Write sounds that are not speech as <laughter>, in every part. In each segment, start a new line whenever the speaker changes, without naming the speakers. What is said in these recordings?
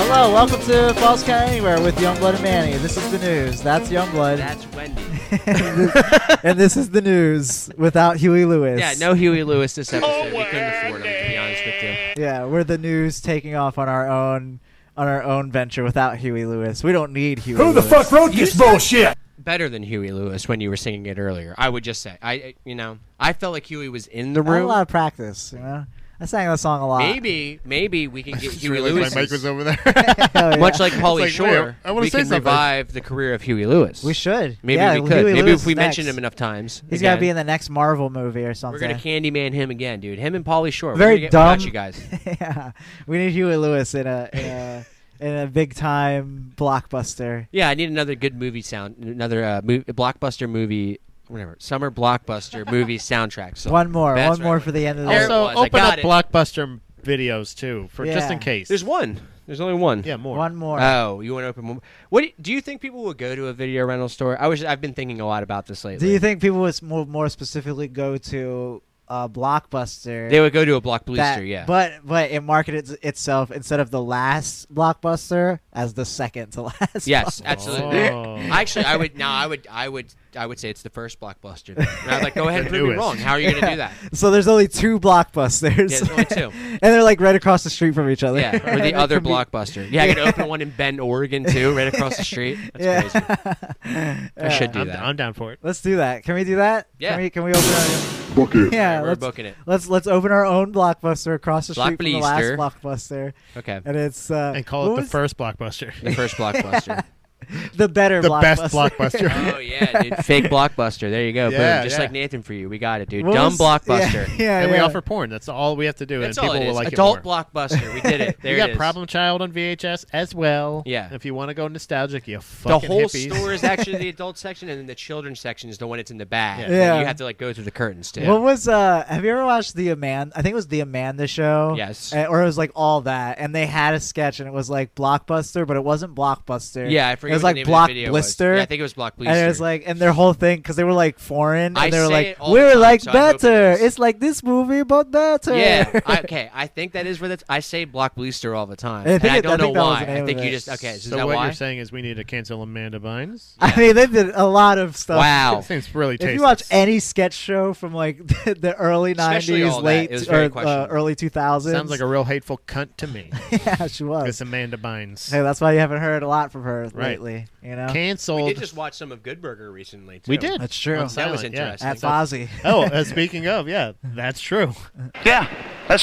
Hello, welcome to Falls Count Anywhere with Youngblood and Manny. This is the news. That's Youngblood.
That's
<laughs>
Wendy.
and this is the news without Huey Lewis.
yeah, no Huey Lewis this episode. We couldn't afford him, to be honest with you.
Yeah, we're the news taking off on our own on our own venture without Huey Lewis. We don't need Huey
Who the
Lewis.
fuck wrote this bullshit?
Better than Huey Lewis when you were singing it earlier. I would just say, I- I, you know, I felt like Huey was in the
I had a lot
room.
of practice, you know? I sang that song a lot.
Maybe, maybe we
<laughs>
can get
Just
Huey Lewis.
realized My mic was over
<laughs>
there.
Hell Oh, yeah. <laughs>
Much like Pauly
like, wait,
Shore,
I wanna
we
say
can
something.
revive the career of Huey Lewis.
we should.
Maybe
yeah,
we could.
Huey
maybe
Lewis
if we
is next.
mention him enough times,
He's
got
gotta be in the next Marvel movie or
We're
something.
gonna Candyman him again, dude. Him and Pauly Shore. We're
Very
gonna get
dumb.
without you guys.
<laughs> yeah, we need Huey Lewis in a in
<laughs>
a, in a big time blockbuster.
Yeah, I need another good movie sound, another uh, mo- blockbuster movie, whatever, summer blockbuster
<laughs>
movie soundtrack. So
One more,
That's
one more
right.
for the end of the.
There it
also,
was. I
open
got
up
it.
Blockbuster videos too, for just in
Yeah.
case.
There's one. There's only one.
yeah, more.
One more.
Oh, you want to open one? What do- do you think people will go to a video rental store? I was I've been thinking a lot about this lately.
Do you think people would s- more, more specifically go to uh, Blockbuster?
they would go to a blockbuster?
that-
yeah.
But but it marketed it- itself instead of the last Blockbuster as the second to <laughs> last.
yes,
Blockbuster.
absolutely.
Oh.
Actually, I would. No, I would. I would. I would say it's the first blockbuster. then. And I'd like, go ahead and
The
prove me
newest.
wrong. How are you going to
<laughs>
do that?
So there's only two Blockbusters.
Yeah, there's only two.
<laughs> and they're like right across the street from each other.
Yeah, or
It <laughs>
the other
can be-
blockbuster. Yeah, I could open one in Bend, Oregon too, right across
<laughs>
the street. That's crazy. <laughs>
yeah.
I should do
I'm,
that.
I'm down for it.
Let's do that. Can we do that?
Yeah.
Can we, can we open our Yeah,
We're
let's,
booking it.
let's let's open our own blockbuster across the street from the last
Blockbuster.
blockbuster,
Okay.
and it's uh,
And call
what
it the
was-
first Blockbuster.
The
<laughs>
first blockbuster.
the better,
<laughs> the
blockbuster. <laughs>
best Blockbuster.
oh yeah, dude. Fake blockbuster. There you go.
Yeah,
Boom. Just
yeah.
like Nathan for you. We got it, dude.
What
Dumb
was-
blockbuster.
<laughs> Yeah, yeah,
and we
yeah.
offer porn. That's all we have to do,
That's
and
all
people
it
will
is.
like
Adult
it more.
blockbuster. We did
<laughs>
it. There it
you got
is.
Problem Child on VHS as well.
Yeah.
If you want to go nostalgic, you
The
fucking
whole
hippies.
store is
<laughs>
actually the adult section, and then the children's section is the one that's in the back.
Yeah.
And
Yeah.
You have to like go through the curtains too.
What was uh? Have you ever watched the Amanda? I think it was the Amanda Show.
Yes.
Uh, or it was like all that, and they had a sketch, and it was like blockbuster, but it wasn't blockbuster.
yeah, I forget
It was
what
like
the name
block
of the video
blister.
Was. Yeah, I think it was block blister.
And it was like, and their whole thing because they were like foreign, and
I
they were
say
like,
it all the
"We're
time,
like
so I hope it
better.
is.
It's like this movie, but better."
yeah.
<laughs>
I, okay. I think that is where that's. I say block blister all the time.
I think
and I
it-
don't
I
know
think that was
why.
the name
I think
of
you
it.
just okay. Is
So
that
what
why?
you're saying is we need to cancel Amanda Bynes?
I mean, they did a lot of stuff. <laughs>
wow.
That seems really tasty.
If you watch any sketch show from like <laughs> the, the early
Especially all
'90s,
that.
late
It was very
or uh,
questionable.
early 2000s,
Sounds like a real hateful cunt to me.
<laughs> yeah, she was.
It's Amanda Bynes.
Oh. Hey, that's why you haven't heard a lot from her
Right.
lately. You know,
Canceled.
We did just watch some of Good Burger recently. Too.
We did.
That's true.
On
That was
silent, yeah.
interesting.
at Fozzie,
oh, uh, speaking
<laughs>
of, yeah, that's true.
at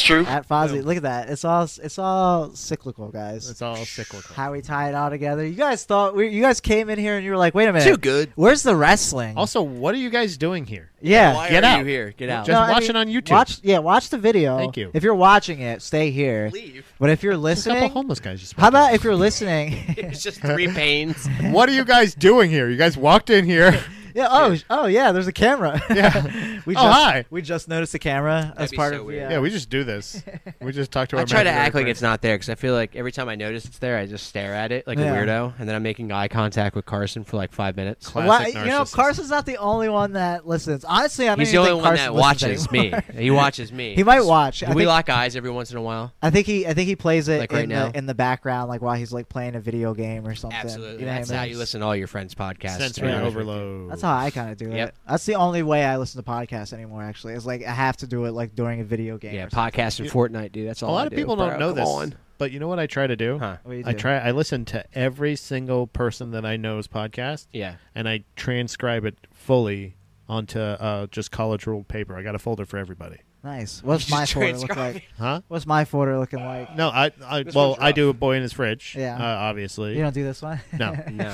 Fozzie. Look at that. It's all it's all cyclical, guys.
Oh. It's all cyclical.
How we tie it all together. You guys thought we, you guys came in here and you were like, wait a minute,
Too good.
Where's the wrestling?
Also, what are you guys doing here?
yeah.
Why
Get
are
out.
you here? Get out.
Just watch it on YouTube.
Watch, yeah, watch the video.
Thank you.
If you're watching it, stay here.
leave.
But if you're
There's a couple
listening,
homeless guys. You spoke
how about
to.
if you're
<laughs>
listening?
It's just three pains.
What are you guys doing here? You guys walked
<laughs>
in here. <laughs>
yeah. Oh, sh- oh, yeah. There's a camera.
Yeah.
<laughs> we
Oh,
just,
hi.
We just noticed the camera as
be
part
so
of
weird.
the. uh,
Yeah, we just do this. We just talk to our.
I try to
imaginary
act like it's
friends.
not there because I feel like every time I notice it's there, I just stare at it like
Yeah.
a weirdo, and then I'm making eye contact with Carson for like five minutes.
Cla-
Why-
Classic
you know,
narcissist.
Carson's not the only one that listens. Honestly, I don't
He's the
even think
only one
Carson
that
listens
watches me.
anymore.
<laughs> He watches
<laughs>
me.
He might watch.
Do
I
we
think-
lock eyes every once in a while?
I think he, I think he plays it
Like
in,
right now?
the, in the background, like while he's like playing a video game or something.
Absolutely.
You know what I
That's
mean?
how you listen to all your friends' podcasts.
sensory
Yeah.
overload.
That's how I kind of do it.
Yep.
That's the only way I listen to podcasts anymore. Actually, it's like I have to do it like during a video game.
Yeah,
or something.
podcast and Fortnite, dude. That's
A
all.
lot
I
of
do,
people
bro.
don't know
Come
this,
on.
but you know what I try to do?
Huh?
What do you
I
do?
try. I listen to every single person that I know's podcast,
Yeah.
and I transcribe it fully onto uh, just college ruled paper. I got a folder for everybody.
Nice. What's
<laughs> Just
<laughs>
my folder look
transcribe
like?
Huh?
What's my folder looking
<laughs>
like?
No, I. I
This
well,
one's
I
rough.
do a boy in his fridge.
Yeah.
Uh, obviously.
You don't do this one.
no.
<laughs>
<laughs>
it. No.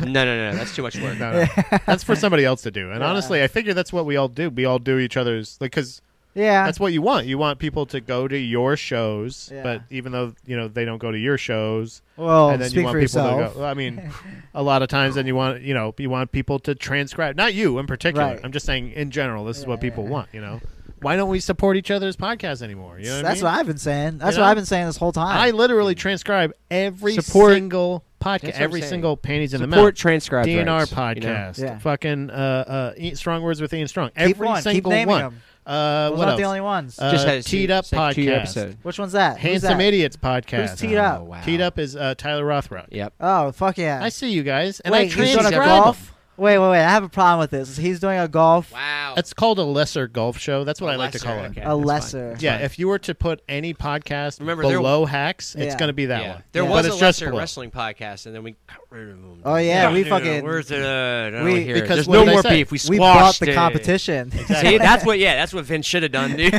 no, no, no, that's too much work.
No, no. that's for somebody else to do. And
Yeah.
honestly, I figure that's what we all do. We all do each other's like because
yeah.
that's what you want. You want people to go to your shows,
Yeah.
but even though you know they don't go to your shows,
well,
and then
speak
you want
for
people
yourself.
to go.
<laughs>
I mean, a lot of times, then you want you know you want people to transcribe. Not you in particular.
Right.
I'm just saying in general. This is what
Yeah,
people
yeah.
want. You know, why don't we support each other's podcasts anymore? You know,
that's
what I.
what
mean?
I've been saying. That's
You
what
know?
I've been saying this whole
I
time.
literally transcribe every
Support-
single podcast,
That's what I'm
every
saying.
single panties in the
Support
mouth.
transcribed
DNR
rights, you know?
podcast,
Yeah.
fucking uh, uh, Ian- strong words with Ian Strong.
Keep
Every
on, keep
single
naming
one.
them.
Uh,
Those
what
aren't
else?
the only ones.
Uh,
Just had its
Teed
two-
Up
it's like two-year
podcast.
episode.
Which one's that? Who's
Handsome
that?
Idiots podcast.
Who's Teed Up?
Oh, wow.
Teed Up is uh, Tyler Rothrock.
Yep.
Oh fuck yeah!
I see you guys, and
wait,
I
he's doing a
transcribe
golf.
them.
Wait, wait, wait! I have a problem with this. He's doing a golf,
Wow.
That's called a lesser golf show. That's what
A
I like to
lesser,
call it.
okay.
a
that's fine.
lesser.
Yeah,
fine.
if you were to put any podcast
Remember, there-
below hacks, it's
Yeah.
going to be that
Yeah.
one.
There
Yeah.
was
But
a
it's just
lesser
below.
wrestling podcast, and then we got rid of them.
Oh, yeah, we
dude,
fucking-
Where's it? at? I don't
We-
wanna hear it.
because
There's
what
no
did I
more
say?
beef. We
We bought
squashed
the
it.
competition.
<laughs> See, that's what. Yeah, that's what Vince should have done,
<laughs>
dude.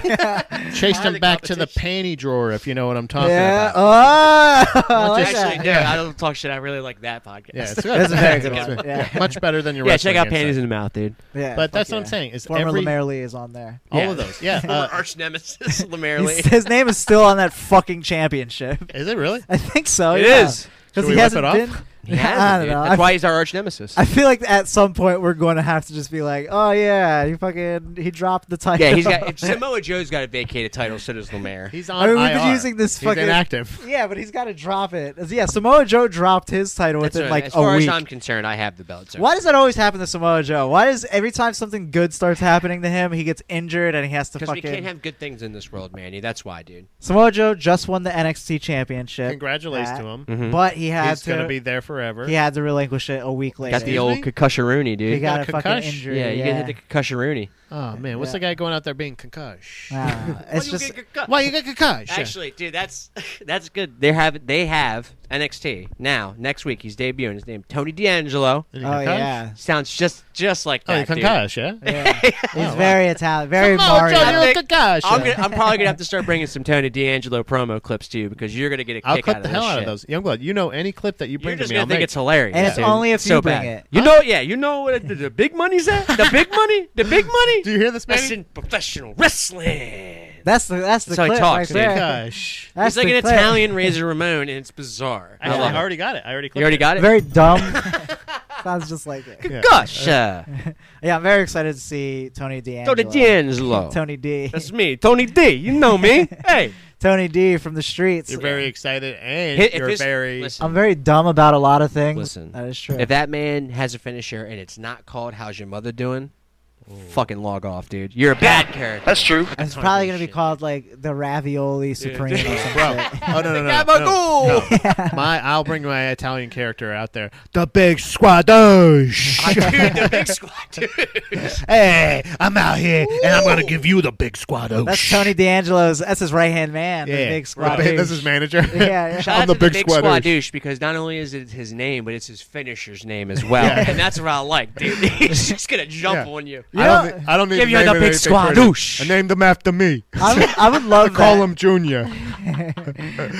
Chased
Why
them
the
back to the panty drawer, if you know what I'm
<laughs>
talking
yeah.
about.
Oh, <laughs> I like
just-
that.
Actually, no, I don't talk shit. I really like that podcast.
Yeah,
<laughs>
it's good.
That's a
<laughs>
very good
It's
one.
good.
Yeah.
Much better than your
Yeah,
wrestling
check out
insight.
Panties in the Mouth, dude.
Yeah,
But
fuck
that's what I'm
yeah.
saying is
Former
every
Lemare Lee is on there.
all
Yeah.
of those. Yeah,
Former
uh,
arch nemesis <laughs>
He's-
Lamarely.
<laughs> His name is still on that fucking championship. <laughs>
is it really?
I think so.
It
Oh, yeah.
is.
Should
because
we
he
rip
hasn't
it off?
been. <laughs>
He
I
has it,
don't
dude.
know.
That's
I-
why he's our arch nemesis.
I feel like at some point we're going to have to just be like, oh yeah, he fucking he dropped the title. <laughs>
yeah, he's got. If Samoa Joe's got a vacated title, so does Lemaire.
He's on.
I mean, we've been
IR.
using this
He's
fucking-
inactive.
yeah, but he's got to drop it. Yeah, Samoa Joe dropped his title
That's
within
right.
like
as
a
far
week.
as I'm concerned, I have the belt. sir.
Why does that always happen to Samoa Joe? Why does every time something good starts happening to him, he gets injured and he has to
Because we
fucking
can't have good things in this world, Manny. That's why, dude.
Samoa Joe just won the NXT championship.
Congratulations
That-
to him.
Mm-hmm.
But he had
He's
to
gonna be there forever.
he had to relinquish it a week later.
Got the
Excuse
old
me?
concussion
he
dude.
got,
Got
a fucking
concussion.
injury.
yeah, you get hit the concussion Rooney.
Oh man, what's
Yeah.
the guy going out there being concussed?
<laughs> Nah, it's just
<laughs> Why you got concussed?
Actually, dude, that's <laughs> that's good. They have they have NXT now. Next week, he's debuting. His name Tony D'Angelo.
Is he
oh
<laughs>
concussed?
yeah.
Sounds just just like
Oh,
that.
you
dude.
concussed, yeah.
Yeah.
<laughs>
He's
wow.
very Italian, very
Come on,
Mario.
Joe,
I
you're a
think-
concussed.
I'm, gonna, I'm probably gonna have to start bringing some Tony D'Angelo promo clips to you because you're gonna get a
I'll
kick
cut
out
the
of
hell
this
out
shit.
of those. Youngblood, you know any clip that you
You're
bring
just
to me,
gonna
I'll
think
make.
it's hilarious,
And it's
dude.
only if
so
you bring
bad.
it.
You know, yeah, you know what the, the big money's at. The big money, the big money.
<laughs> Do you hear this,
That's
man?
in professional wrestling.
That's the that's the
That's how he
clip
talks,
right
dude.
there.
Gosh.
That's
He's like
the
an
clip.
Italian Razor Ramon, and it's bizarre. I
Actually,
love
I
it.
already got it. I already clicked
You already got
<laughs>
it.
Very
<laughs>
dumb. Sounds just like it.
Yeah.
Gosh, uh,
Yeah, I'm very excited to see Tony D'Angelo.
Tony D'Angelo.
Tony D.
That's me, Tony D. You know me. Hey,
<laughs> Tony D from the streets.
You're very excited and
Hit- if
you're
it's-
very.
listen.
I'm very dumb about a lot of things.
Listen.
that is true.
if that man has a finisher and it's not called "How's Your Mother Doing," fucking log off, dude. You're a bad character.
That's true.
it's probably gonna be
shit.
called like the Ravioli Supreme or something.
<laughs> Bro, oh no no no,
Got my
<laughs>
no,
goal.
no. my I'll bring my Italian character out there. The
<laughs>
big squadage.
<laughs> dude, the big squad, dude.
hey, I'm out here and I'm gonna give you the big squadage.
That's Tony D'Angelo's. That's his right hand man.
Yeah,
The big squad.
Right,
dude.
That's his manager. <laughs>
Yeah, yeah.
Shout out
the
to the
big
big squad
squatters.
douche because not only is it his name, but it's his finisher's name as well,
Yeah.
and that's what I like, dude. <laughs> He's just gonna jump
Yeah.
on you.
I
Yeah.
don't. Need, I don't need
Give
to
you
name
the
it
big
anything pretty.
squadoosh.
I named him after me.
<laughs> I would, I would love that.
<laughs> Call
<laughs>
him Junior.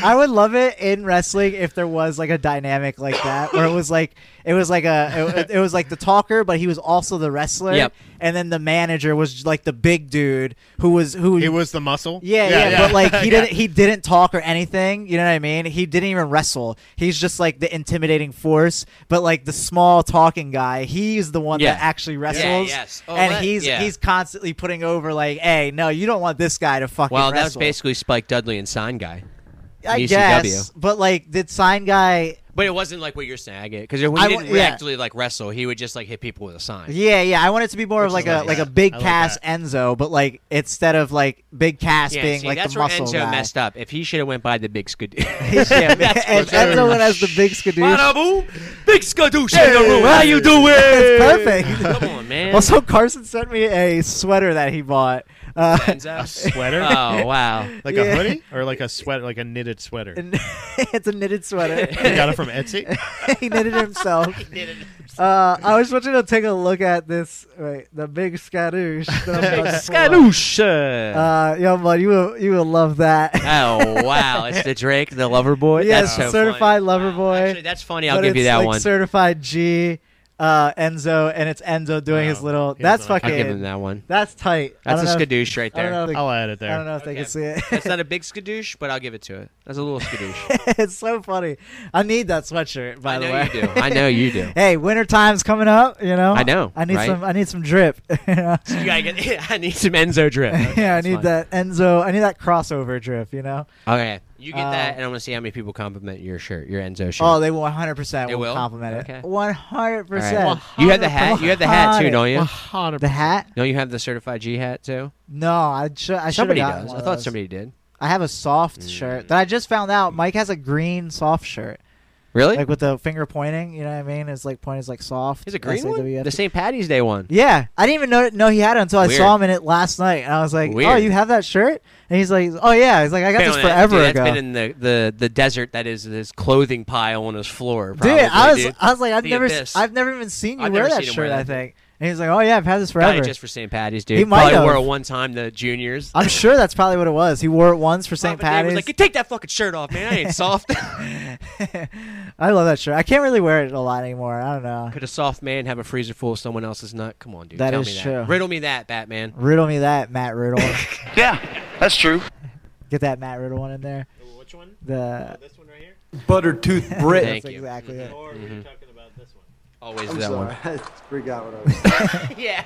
I would love it in wrestling if there was like a dynamic like that where it was like it was like a it, it was like the talker but he was also the wrestler
Yep.
and then the manager was like the big dude who was who
He was the muscle.
yeah, yeah, but like he didn't he didn't talk or anything, you know what I mean? He didn't even wrestle. He's just like the intimidating force, but like the small talking guy, he's the one
Yeah.
that actually wrestles.
yes. Oh,
and
that-
he's
yeah.
he's constantly putting over like, "Hey, no, you don't want this guy to fucking
Well, that was
wrestle."
basically Spike Dudley and Sign Guy.
I
ECW.
guess, but like, did sign guy?
But it wasn't like what you're saying. I get because when
I
he
wa-
didn't
yeah.
actually like wrestle, he would just like hit people with a sign.
Yeah, yeah. I want it to be more of like
Which
a
is
like
nice.
a big
I like
Cass
that.
Enzo, but like instead of like big Cass
Yeah,
being
see,
like
that's
the
where
muscle
Enzo
guy. <laughs>
messed up. If he should have went by the big skadoo.
yeah, and
<laughs> That's
Enzo went as the big
<laughs>
skadoosh.
boom, big skadoosh in the room. How you doing?
That's perfect.
Come on, man.
Also, Carson sent me a sweater that he bought. Uh,
A
Enzo.
sweater.
Oh wow. <laughs>
Like
Yeah.
a hoodie or like a sweat, like a knitted sweater.
<laughs> <laughs>
You
and it's a knitted
<laughs>
sweater.
got it from Etsy.
<laughs> he knitted it himself. Uh, I was want you to take a look at this. Wait, the big
<laughs>
skadoosh. <laughs> The big
Skadoosh.
Uh, yo, bud, you will you will love that. <laughs>
Oh wow, it's the Drake, the lover boy.
Yeah,
that's so
certified
funny.
lover
Wow.
boy.
Actually, that's funny. I'll
but
give you
it's,
that
like
one.
Certified G, uh, Enzo, and it's Enzo doing
No,
his little.
he
That's
doesn't like-
I'll
fucking.
give him that one.
That's tight. I
That's
don't
a
know if-
skadoosh right
I don't
there.
know if they,
I'll add it
I don't
there.
know if they can
Okay.
see
That's
it.
not a big skadoosh, but I'll give it to it. That's a little
<laughs>
skadoosh. <laughs>
it's so funny. I need that sweatshirt. By
I
the
know
way,
you do. I
<laughs>
know you do.
hey, winter time's coming up. You know.
I know,
I need
right?
some. I need some drip. <laughs> you know?
<laughs>
<laughs>
You gotta <laughs> get. I need some Enzo drip. Okay,
yeah, I
that's
need
fine.
that Enzo. I need that crossover drip. You know.
Okay, You get
Uh,
that, and I'm gonna see how many people compliment your shirt, your Enzo shirt.
Oh, they will 100%
They
will
will?
compliment
Okay.
it. 100%.
All you had the hat. You had the hat too, don't you?
The hat?
Don't you have the certified G hat too?
No, I should I should
somebody
have gotten
does.
one
I
of
thought
those.
somebody did.
I have a soft
Mm.
shirt that I just found out Mike has a green soft shirt.
Really?
Like with the finger pointing, you know what I mean? It's like point is like soft.
Is it green one?
SAWF.
The St. Patty's Day one.
Yeah, I didn't even know know he had it until I
Weird.
saw him in it last night, and I was like, "Oh,
Weird.
you have that shirt?" And he's like, "Oh yeah." He's like, "I got
Been
this
on that-
forever
dude,
ago."
That's been in the, the, the desert that is his clothing pile on his floor.
dude,
Probably,
I was
dude.
I was like, I've
The
never
abyss.
s- I've never even seen you
I've
wear
never
that
seen him
shirt.
wear
I
that.
think. And he's like, "Oh yeah, I've had this
Got
forever."
it just for St. Patty's, dude.
He might
Probably
have.
wore it one time the juniors.
I'm sure that's probably what it was. He wore it once for St.
Robert Dave was
Patty's.
like, "You take that fucking shirt off, man. I ain't soft. <laughs>
I love that shirt. I can't really wear it a lot anymore. I don't know.
Could a soft man have a freezer full of someone else's nut? Come on, dude.
That
Tell
is
me
true.
that. Riddle me that, Batman.
Riddle me that, Matt Riddle.
<laughs>
Yeah, that's true.
Get that Matt Riddle one in there.
Which one?
The
this one Mm-hmm. right here?
Buttertooth Brit.
Thank
that's
you.
exactly it.
Or
were you Mhm.
talking about this one?
Always
I'm
that
sorry. <laughs>
one.
I forgot what I was.
yeah.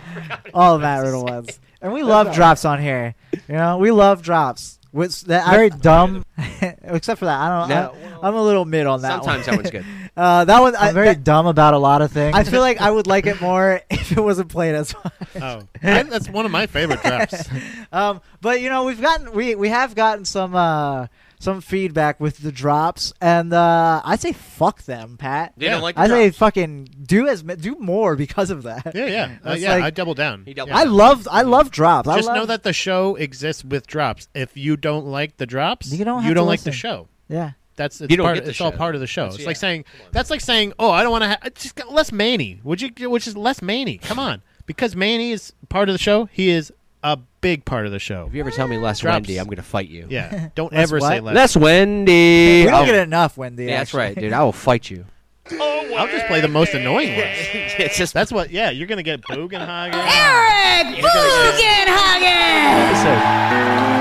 All of Matt Riddle
<laughs>
ones. And we love
all
drops on here. You know, we love drops. Which that are dumb, <laughs> except for that. I don't.
No,
I, am a little mid on that.
Sometimes
one.
that one's good.
<laughs> Uh, that one. I,
I'm very
that-
dumb about a lot of things.
I feel like I would like it
<laughs>
more if it wasn't played as much. <laughs>
Oh, I- that's one of my favorite drafts.
Um, but you know, we've gotten we we have gotten some uh some feedback with the drops, and uh, I say fuck them, Pat.
They don't like the
I say
drops.
fucking do as ma- do more because of that.
yeah, yeah, uh,
That's
yeah.
like-
I double down.
He doubled
Yeah.
I love I love drops. I
Just
love,
know that the show exists with drops. If you don't like the drops,
You don't have
you
to
don't like the
listen.
show.
Yeah.
That's it's,
You don't
part,
get the
it's all
show.
part of the show.
That's-
it's like
yeah.
saying
Come on.
that's like saying, oh, I don't want to. Ha- just got less Manny. Would you? Which is less Manny. Come on, because Manny is part of the show. He is a big part of the show.
If you ever tell me less
Drops.
Wendy, I'm gonna fight you.
Yeah.
<laughs>
Don't
Less
ever say
what?
less.
Less Wendy.
We don't
I'll-
get enough, Wendy.
yeah, that's
actually.
right, dude. I will fight you. <laughs>
I'll just play the most annoying ones.
it's just
That's what. Yeah, you're gonna get Bogenhagen.
Eric Bugenhagen!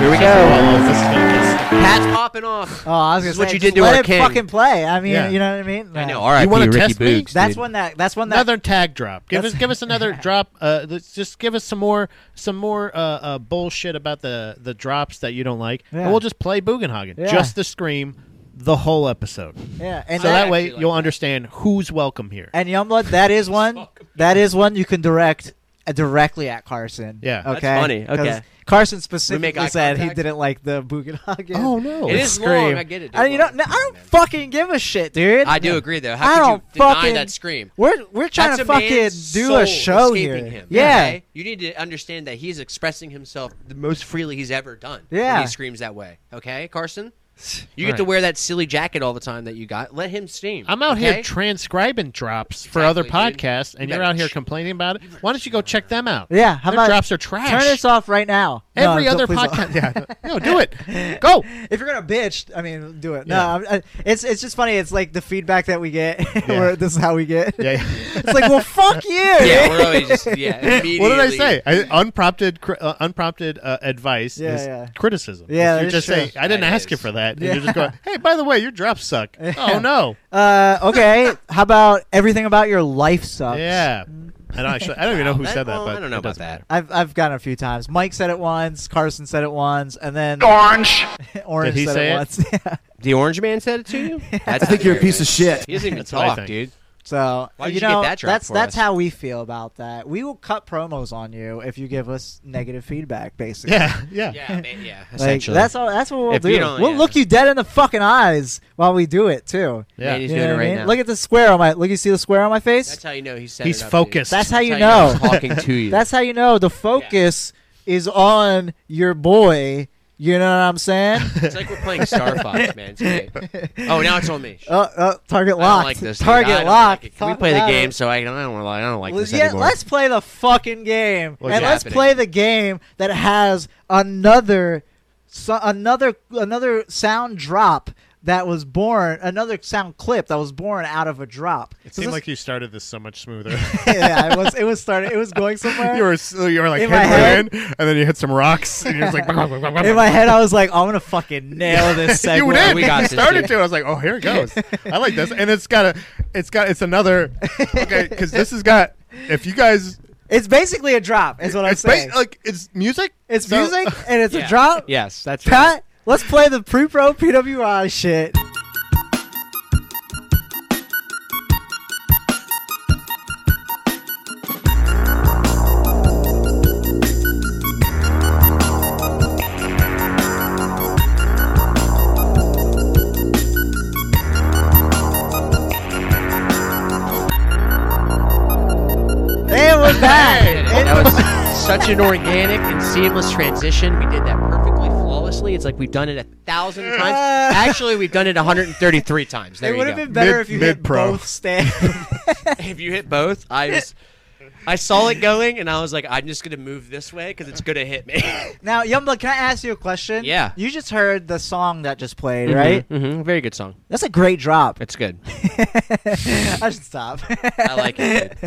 here we go. Hats popping off.
Oh, I was
This
gonna
is
say,
what you
just
did to
let
our
it
king.
fucking play. I mean,
Yeah.
you know what I mean? <laughs>
I know.
No.
All right,
wanna
Ricky
test me?
Boogs,
That's
dude.
one that. That's one that.
Another tag drop. Give
That's-
us, give us another drop. Uh, let's just give us some more, some more uh, uh, bullshit about the the drops that you don't like,
Yeah.
and we'll just play Bugenhagen.
Yeah.
Just the scream, the whole episode.
yeah, and
so
that,
that way
actually like
you'll
that.
understand who's welcome here.
and Youngblood. That is one. That is one you can direct uh, directly at Carson.
Yeah.
Okay.
That's
funny.
'Cause
Okay.
Carson
make
specifically
eye
said he
contact?
didn't like the Bugenhagen.
oh no!
It is long. I get it. dude.
I, you don't, no, I don't fucking give a shit, dude.
I do agree though. How
I
could
don't
you deny
fucking-
that scream?
We're we're trying
That's
to
a man's
fucking do
soul
a show here.
escaping Him,
Yeah.
okay? You need to understand that he's expressing himself the most freely he's ever done.
Yeah.
When he screams that way. Okay,
<sighs>
Carson? You get to
Right.
wear that silly jacket all the time that you got. Let him scream.
I'm out
okay?
here transcribing drops for other
Exactly, dude.
podcasts,
You
and you're
better
out here
ch-
complaining about it. Why don't you go check them out?
Yeah, how
Their
about-
drops are trash.
Turn this off right now. No,
Every
don't-
other
please don't.
podcast.
<laughs>
yeah, <laughs> no, do it. Go.
If you're gonna bitch, I mean, do it.
Yeah.
No, I'm, I, it's it's just funny. It's like the feedback that we get. <laughs>
Yeah.
where this is how we get.
Yeah, yeah.
<laughs> it's like, well, fuck you.
<laughs> Yeah, we're always just yeah.
What did I
immediately.
say? I, unprompted, cri- uh, unprompted uh, advice
Yeah,
is
yeah.
criticism.
Yeah, that
you
is
just say,
true.
"I didn't
That
ask
is.
you for that."
Yeah.
And you're just going, "Hey, by the way, your
<laughs>
drops suck." Oh no!
<laughs> Uh, okay. how about everything about your life sucks?
Yeah, I don't actually. I don't even know who
That-
said that,
well,
but
I don't know
it
about
doesn't
that.
matter.
I've I've gotten a few times. Mike said it once. Carson said it once, and then
Orange.
Orange
Did he
said
say
it
it?
once. <laughs> yeah.
The orange man said it to
<laughs>
you? That's
I think you're a piece of shit.
He doesn't even
That's what I
talk,
think.
dude.
So
Why did
you
you get
know
that drop
that's
for
that's
us?
how we feel about that. We will cut promos on you if you give us negative feedback. Basically,
<laughs> Yeah, yeah.
Yeah, ba- yeah.
Like,
Essentially,
that's all. That's what we'll
If
do.
you don't-
we'll
yeah.
look you dead in the fucking eyes while we do it too.
Yeah.
Man, he's
You know
doing it
what I
right
mean?
now.
Look at the square on my. Look, you see the square on my face?
that's how you know he's
He's focused.
That's how you
he's
know. <laughs>
talking to you.
That's how you know the focus is on your boy. You know what I'm
<laughs>
saying?
It's like we're playing Star Fox, man. It's great. Oh, now it's on me.
Uh, uh, target
I
locked.
don't like this. dude. I
Target
don't
locked.
Like it. Can we
Talk
play the
about
game
it.
so I don't, I don't, li- I don't like this
yeah,
anymore.
let's play the fucking game,
What's
and let's
happening?
play the game that has another, so, another, another sound drop that was born, another sound clip that was born out of a drop.
It
So
seemed
this-
like you started this so much smoother.
<laughs> yeah, it was, it was starting, it was going somewhere.
<laughs> you were s- you were like
In
hit
my head.
land, and then you hit some rocks, and you're
<laughs>
just like.
In my head, I was like, I'm gonna
<laughs>
fucking nail this segue.
you did.
We got
you
this,
started
dude.
to. I was like, oh, here
<laughs>
it goes. I like this, and it's got a, it's got, it's another. Okay, because this has got. If you guys
It's basically a drop, is what I'm
it's ba-
saying.
like it's music.
it's
So- <laughs>
music and it's
Yeah.
a drop.
Yes, that's right.
Pat, Let's play the pre-pro PWI shit. And we're back.
that was such an organic and seamless transition. We did that perfectly, flawlessly. It's like we've done it a
<laughs>
thousand times. Actually, we've done it 133 times. There
it
you
would
go.
have been better
Mid-
if you hit
mid-pro.
both stands. <laughs>
if you hit both, I was. I saw it going, and I was like, "I'm just gonna move this way because it's gonna
<laughs>
hit me."
now, Yumbla, can I ask you a question?
Yeah.
You just heard the song that just played, right?
Mm-hmm. Very good song.
That's a great drop. <laughs>
<laughs>
It's good.
I should stop.
I like it.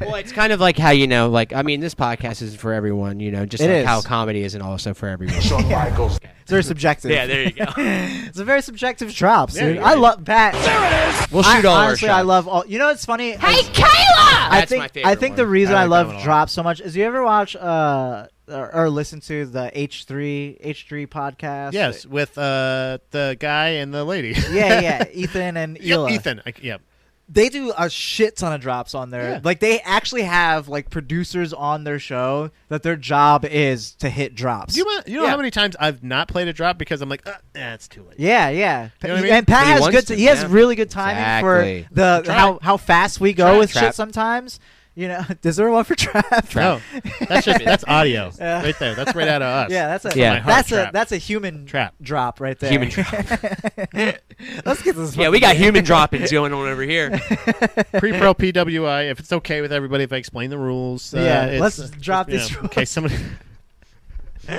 well, it's kind of like how you know, like I mean, this podcast isn't for everyone. You know, just
It
like
is.
how comedy isn't also for everyone.
<laughs>
<laughs>
It's very subjective.
yeah, there you go.
<laughs> It's a very subjective drop,
Yeah,
dude.
yeah.
I love Pat.
<laughs> We'll
I-
shoot all
honestly,
our shots.
I love all. You know, it's funny.
Hey, Kayla!
I
That's
think
my favorite
I think the
one.
reason
I
I,
like that one
love
a lot.
drop so much is you ever watch uh or, or listen to the H three H three podcast?
Yes, with uh, the guy and the lady.
Yeah, yeah. Ethan and
<laughs> Yep,
Ela.
Ethan. I, yep.
They do a shit ton of drops on there.
Yeah.
Like they actually have like producers on their show that their job is to hit drops.
Do you, want- you know
Yeah.
how many times I've not played a drop because I'm like, uh, eh, it's too late.
Yeah, yeah.
You know what I mean?
And Pat
But he
has
wants
good.
to,
he has
yeah.
really good timing
Exactly.
for the how how fast we go
Trap,
with shit
trap.
sometimes. You know, <laughs> is there one for trap?
No, that's just that's audio
<laughs> Yeah.
right there. That's right out of
<laughs>
us.
Yeah, that's a
Yeah.
My heart
that's a
trap.
that's a human
Trap.
drop right there. <laughs>
Human drop.
Let's get this.
yeah, we got human droppings going on over here.
pre-pro PWI. If it's okay with everybody, if I explain the rules, uh,
Yeah,
it's-
let's drop
you
these
know,
<laughs>
Okay, somebody.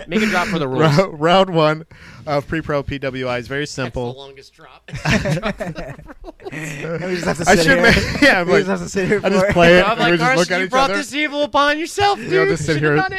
Make a drop
<laughs>
for the rules.
Ro- round one of pre-pro PWI is very
That's the
simple.
longest drop. <laughs>
<laughs> And we just have to
I
sit
should
here.
make- <laughs> yeah, I'm
we
like-
just have to sit here.
I
for
just
it.
play it.
I'm
and we
like,
just look
Carson,
at
you
each
brought
other.
this evil upon yourself, dude.
know, just sit
Should've
here.
done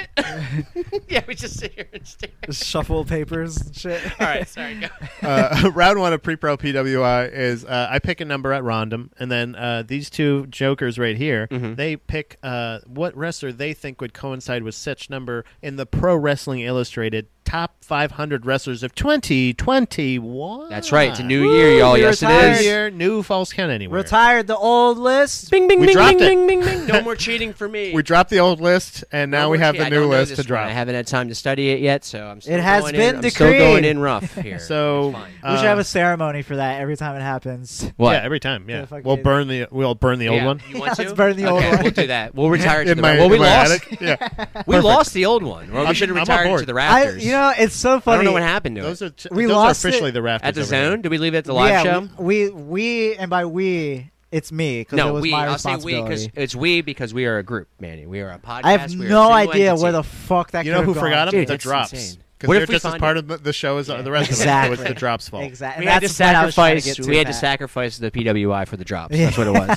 it. yeah, we just sit here and stare.
Shuffle papers and shit.
All right, sorry, go.
uh, <laughs> round one of pre-pro PWI is uh, I pick a number at random, and then uh, these two jokers right here,
Mm-hmm.
they pick uh, what wrestler they think would coincide with such number in the Pro Wrestling Illustrated top 500 wrestlers of 2021.
That's right. It's a new year, y'all.
you're
Yes,
tired.
it
New
is.
year, new false count anywhere.
<laughs> Retired the old list.
Bing, bing,
We
bing,
dropped
bing,
it.
bing, bing, bing.
<laughs>
No more cheating for me.
we dropped the old list, and now
No
we
more
have
cheating.
the
I
new
don't know this
list to
one.
drop.
I haven't had time to study it yet, so I'm still
It has
going
been
in. I'm still going
decreed.
in rough here.
so
Fine.
we should
uh,
have a ceremony for that every time it happens.
what?
Yeah, every time. Yeah,
Yeah, fuck
we'll
it.
burn the we'll burn the old
Yeah.
one.
You want
Let's
to?
burn the old
okay,
one.
We'll do that. We'll
<laughs>
retire to
in
the
my,
well. We
in my
lost.
attic. Yeah,
We lost the old one. Or we
I'm-
should have
I'm on
retired
board.
to the
I,
rafters.
you know, it's so funny.
I don't know what happened to
those
it.
are t-
We
those
lost
are officially
it
the rafters
At the
over there.
zone? Did we leave it at the live
yeah,
show?
We, we and by we, it's me because it
No,
was
we.
my
I'll say we
responsibility.
because it's we because we are a group, Manny. We are a podcast.
I have
we are a
no
single
idea where the
entity.
fuck that.
You know
could've
who
gone.
forgot them?
Dude,
the
that's
drops.
insane.
Because
What
they're
if we
just as
find
part
it?
of the, the show as uh, the rest
Exactly.
of it. It was the drops fault.
Exactly.
We had to
That's what I was trying to
sacrifice.
get
We had to
Pat.
sacrifice the PWI for the drops. That's what
<laughs>
it was.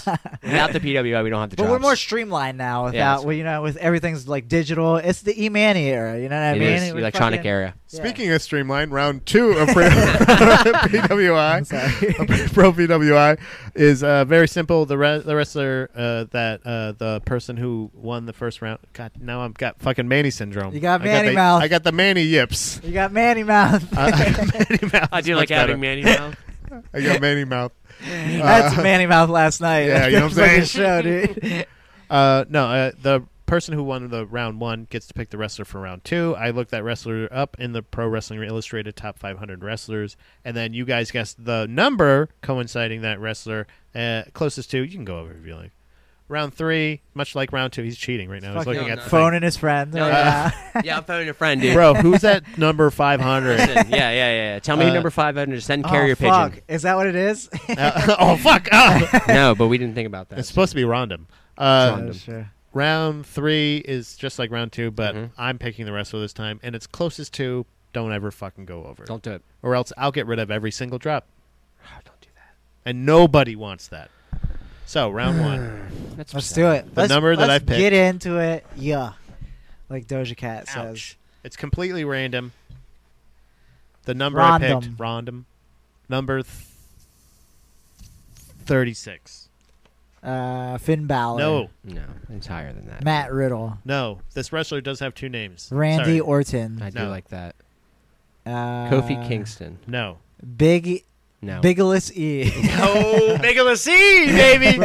Without the PWI, we don't have the
But
drops.
we're more streamlined now without,
that's right.
well, you know, with everything's like digital. It's the E-Mani era, you know what I
It
mean?
is
We're
electronic
fucking- <laughs>
area.
Yeah.
Speaking of streamline, round
<laughs>
two of Pro PWI, <laughs> Pro PWI is uh, very simple. The, re- the wrestler uh, that uh, the person who won the first round. God, now I've got fucking Manny syndrome.
You got
I
Manny
the,
mouth.
I got the
<laughs>
Manny yips.
You got Manny Mouth.
Uh, Manny mouth.
I
is
do like
much
having
better.
Manny now.
I got Manny mouth.
That's Manny Mouth last night.
Uh, yeah, you know
<laughs>
what I'm
Fucking show,
<laughs>
dude.
Uh, no, uh, the person who won the round one gets to pick the wrestler for round two. I looked that wrestler up in the Pro Wrestling Illustrated top 500 wrestlers, and then you guys guessed the number coinciding that wrestler uh, closest to. You can go over if you like. Round three, much like round two, he's cheating right now. He's
Fucking
looking at the
Phoning his friend.
No,
yeah.
<laughs> <laughs> Yeah, I'm phoning a friend,
thing.
dude.
Bro, who's that number
Listen, <laughs>
500?
yeah, yeah, yeah. yeah. Tell me
Uh,
who number five under. Send
Oh,
carrier
fuck.
pigeon.
Is that what it is? <laughs>
Uh, <laughs> oh, fuck. ah.
No, but we didn't think about that.
it's supposed to be random. Uh,
Oh, sure.
round three is just like round two, but I'm picking the wrestler this time, and it's closest to. Don't ever fucking go over.
Don't do it.
or else I'll get rid of every single drop.
Oh,
don't do that.
And nobody wants that. So, round one.
That's
Let's do it.
The
let's,
number that
let's
I've picked.
Get into it. Yeah. Like Doja Cat says.
Ouch. It's completely random. The number I picked, random. Number th- 36.
Uh, Finn Balor.
No,
No, it's higher than that.
Matt Riddle.
no. This wrestler does have two names.
Randy
Sorry.
Orton.
I do
No.
like that.
Uh,
Kofi Kingston.
No.
Big
No.
Bigeless E. <laughs>
Oh, Bigeless E, baby.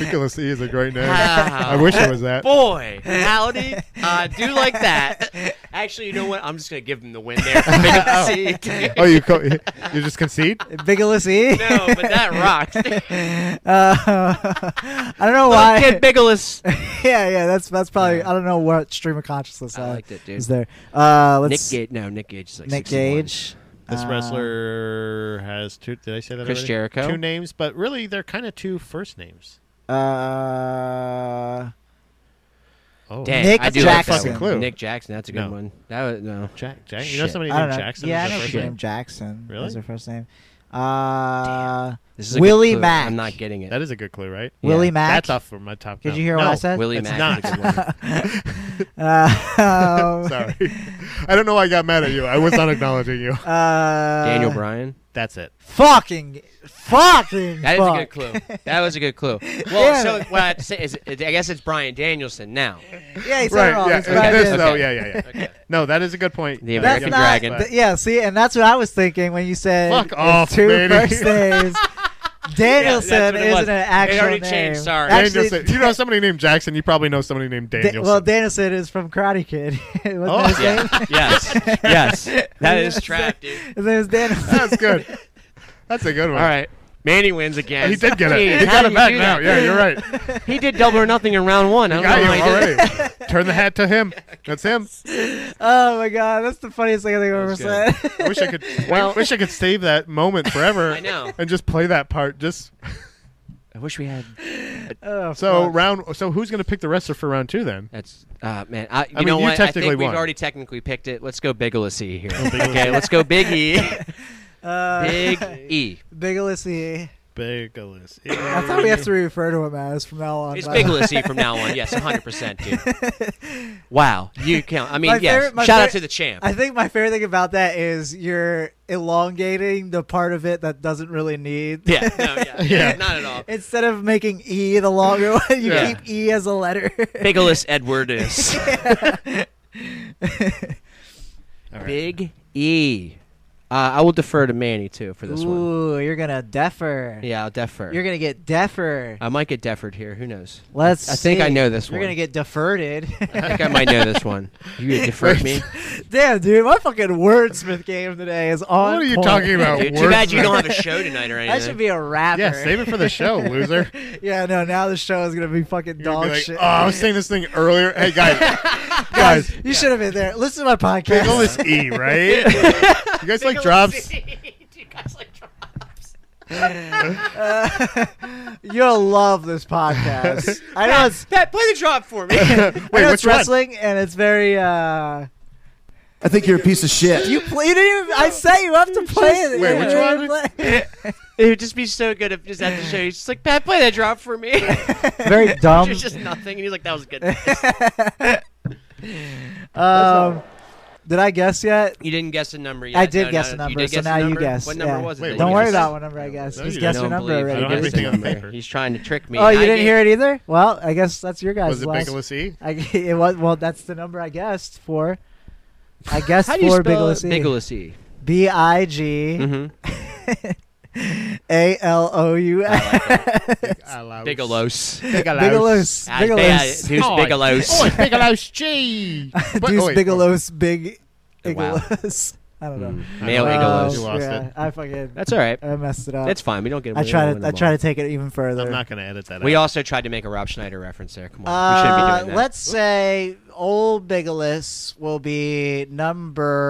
Nicholas E is a great name.
Wow.
I wish it was that.
Boy, howdy. I do like that. Actually, you know what? I'm just going to give him
<laughs>
the win there. Bigeless <laughs> E.
Oh, you co- you just concede?
Bigeless E.
No, but that rocked.
<laughs> Uh, <laughs> I don't know <laughs> why.
Kid Bigelous.
<laughs> yeah, yeah. That's that's probably. I don't know what stream of consciousness
I
uh,
liked it, dude.
is there. Uh,
Nick
let's
Gage. No, Nick Gage is like
Nick
61.
Gage.
This
Uh,
wrestler has two. Did I say that?
Chris
already?
Jericho.
Two names, but really they're kind of two first names.
Uh,
Oh,
Dang,
Nick
I do Like
Jackson.
that one.
Clue.
Nick Jackson. That's a good
No.
one. That was no.
Jack. Jack. You know
Shit.
somebody
I don't
named
know.
Jackson?
yeah, I know
is their first
people
shit.
name?
named Jackson.
Really?
Is their first name? Uh,
This is a
Willie
good clue.
Mack.
I'm not getting it.
That is a good clue, right?
Yeah.
Willie Mack.
That's off for my top.
Did
no.
you hear what
No.
<laughs>
I said?
Willie
It's
Mack.
not.
is a
<laughs>
good one.
Uh, <laughs>
<laughs>
um,
Sorry. I don't know why I got mad at you. I was not acknowledging
<laughs>
you.
Uh,
Daniel Bryan.
That's it.
Fucking, fucking.
<laughs> That is
fuck.
a
<laughs>
good clue. That was a good clue.
Yeah.
Well, so what I have to say is, I guess it's Brian Danielson now.
Yeah, he said
Right.
it wrong.
Yeah.
It's
and
Brian
<laughs> okay.
this,
Danielson.
though, yeah, yeah, yeah. No, that is a good point.
The
Uh,
That's
American
yeah,
not.
Dragon.
th- yeah, see, and that's what I was thinking when you said
Fuck
it's
off,
two
Manny. <laughs>
first names. Danielson
Yeah, that's what it was.
isn't an actual
They already
name.
changed, sorry.
Actually,
Danielson. <laughs> you know somebody named Jackson. You probably know somebody named
Da-
Danielson.
well, Danielson is from Karate Kid. <laughs> Wasn't
Oh,
that his name?
Yeah. yes. Yes.
<laughs>
That is trap, dude.
His name is Danielson.
That's good.
<laughs>
That's a good one.
All right. Manny wins again.
He did get it.
Jeez,
he got
how do
it
you
back
do
now.
that?
Yeah, you're right.
He did double or nothing in round one. I don't
Got
know
him
how he did it.
already. Turn the hat to him. That's
<laughs>
him.
Oh my god, that's the funniest thing I think I've ever
That's
said.
I wish I could.
Well-
I wish I could save that moment forever.
<laughs> I know.
And just play that part. Just
I wish we had.
Oh,
so
fuck.
round. So who's gonna pick the wrestler for round two then?
That's uh, man. I, you
mean,
know
you
what? I
technically
think we've
won. Oh,
already technically picked it. Let's go Bigelow-C here. okay, let's go Big
<laughs>
E.
uh,
Big <laughs> E.
Bigelow.
Bigelous.
E. I thought we have to refer to him as from now on.
It's
by the way.
Bigelow-C E from now
<laughs>
on. Yes, 100 percent, dude. Wow, you count. I mean,
My
yes.
favorite- my
Shout out
favorite-
to the
<laughs>
champ.
I think my favorite thing about that is you're elongating the part of it that doesn't really need.
yeah. No. <laughs> Yeah.
Yeah.
Not at all.
<laughs> Instead of making E the longer one, you
Yeah.
keep E as a letter. <laughs>
Bigelous Edward <laughs> is.
All right.
Big E. Uh, I will defer to Manny too for this one.
Ooh, you're gonna defer.
Yeah, I'll defer.
You're gonna get defer.
I might get deferred here. Who knows?
Let's.
I think I
see.
know this
You're
one.
gonna get deferred. <laughs>
I <laughs> think I might know this one. You deferred me.
Damn, dude, my fucking wordsmith game today is on.
What are you
point.
talking
<laughs>
about?
Dude, too
Words
bad you
like-
don't have a <laughs> show tonight or anything.
I should be a rapper.
Yeah, save it for the show, loser.
<laughs> Yeah, no. Now the show is gonna be fucking
You're gonna
dog
be like,
shit.
Oh, I was saying this thing earlier. Hey <laughs> guys,
guys,
guys,
<laughs> you should have been there. Listen to my podcast.
Nicholas E, <laughs> right? You guys like
<laughs>
drops?
<laughs>
<laughs>
You'll love this
<laughs>
podcast. I know it's
Pat, play the drop for me.
I know
which
it's
one?
wrestling and it's very. uh
I think you're a piece of shit.
You play? You didn't even, I set you
<laughs>
up to play it.
wait,
You
which
didn't
one?
play-
it would just be so good if just at the show. He's just like, Pat, play that drop for me. <laughs>
<laughs> Very dumb.
There's just nothing, and he's like, that
<laughs>
was good.
um, did I guess yet?
You didn't guess a number yet.
I did
No,
guess a
no, you
number,
did
so
guess a
now you
number?
guess,
What number
yeah.
was it?
Wait,
that
Don't
you
worry
guessed?
about what number I guess.
No,
He's
you
guessed
I
your
don't
number
believe-
already.
I don't have
dude.
anything on paper.
He's trying to trick me.
Oh, you
I
didn't
gave-
hear it either. Well, I guess that's your guys'
Was it
last-
Nicholas E?
I, <laughs> it was, well, that's the number I guessed for.
<laughs>
I guessed
How do you
for Bigelow
spell
C.
Bigelow-C?
B I G
Mm-hmm.
<laughs> A L O U S. <laughs>
Bigelow's.
Bigelow's.
Ah, Bea-
Bigelow's.
Who's Bigelow's?
Oh, it's Bigelow's G.
<laughs>
But- oh,
Deuce
wait.
Bigelow's big
Wow.
Igelow's. <laughs> I don't know.
Male
Oh,
Um,
Bigelow's.
You lost
yeah,
it.
I fucking
That's all right.
I messed it up.
That's fine. We don't get.
Uh, I
we
try
don't
to
win
I
them
try
all.
to take it even further.
I'm not going to edit that.
We
out.
also tried to make a Rob Schneider reference there. Come on, we shouldn't be
Uh,
doing that.
let's say old Bigelow's will be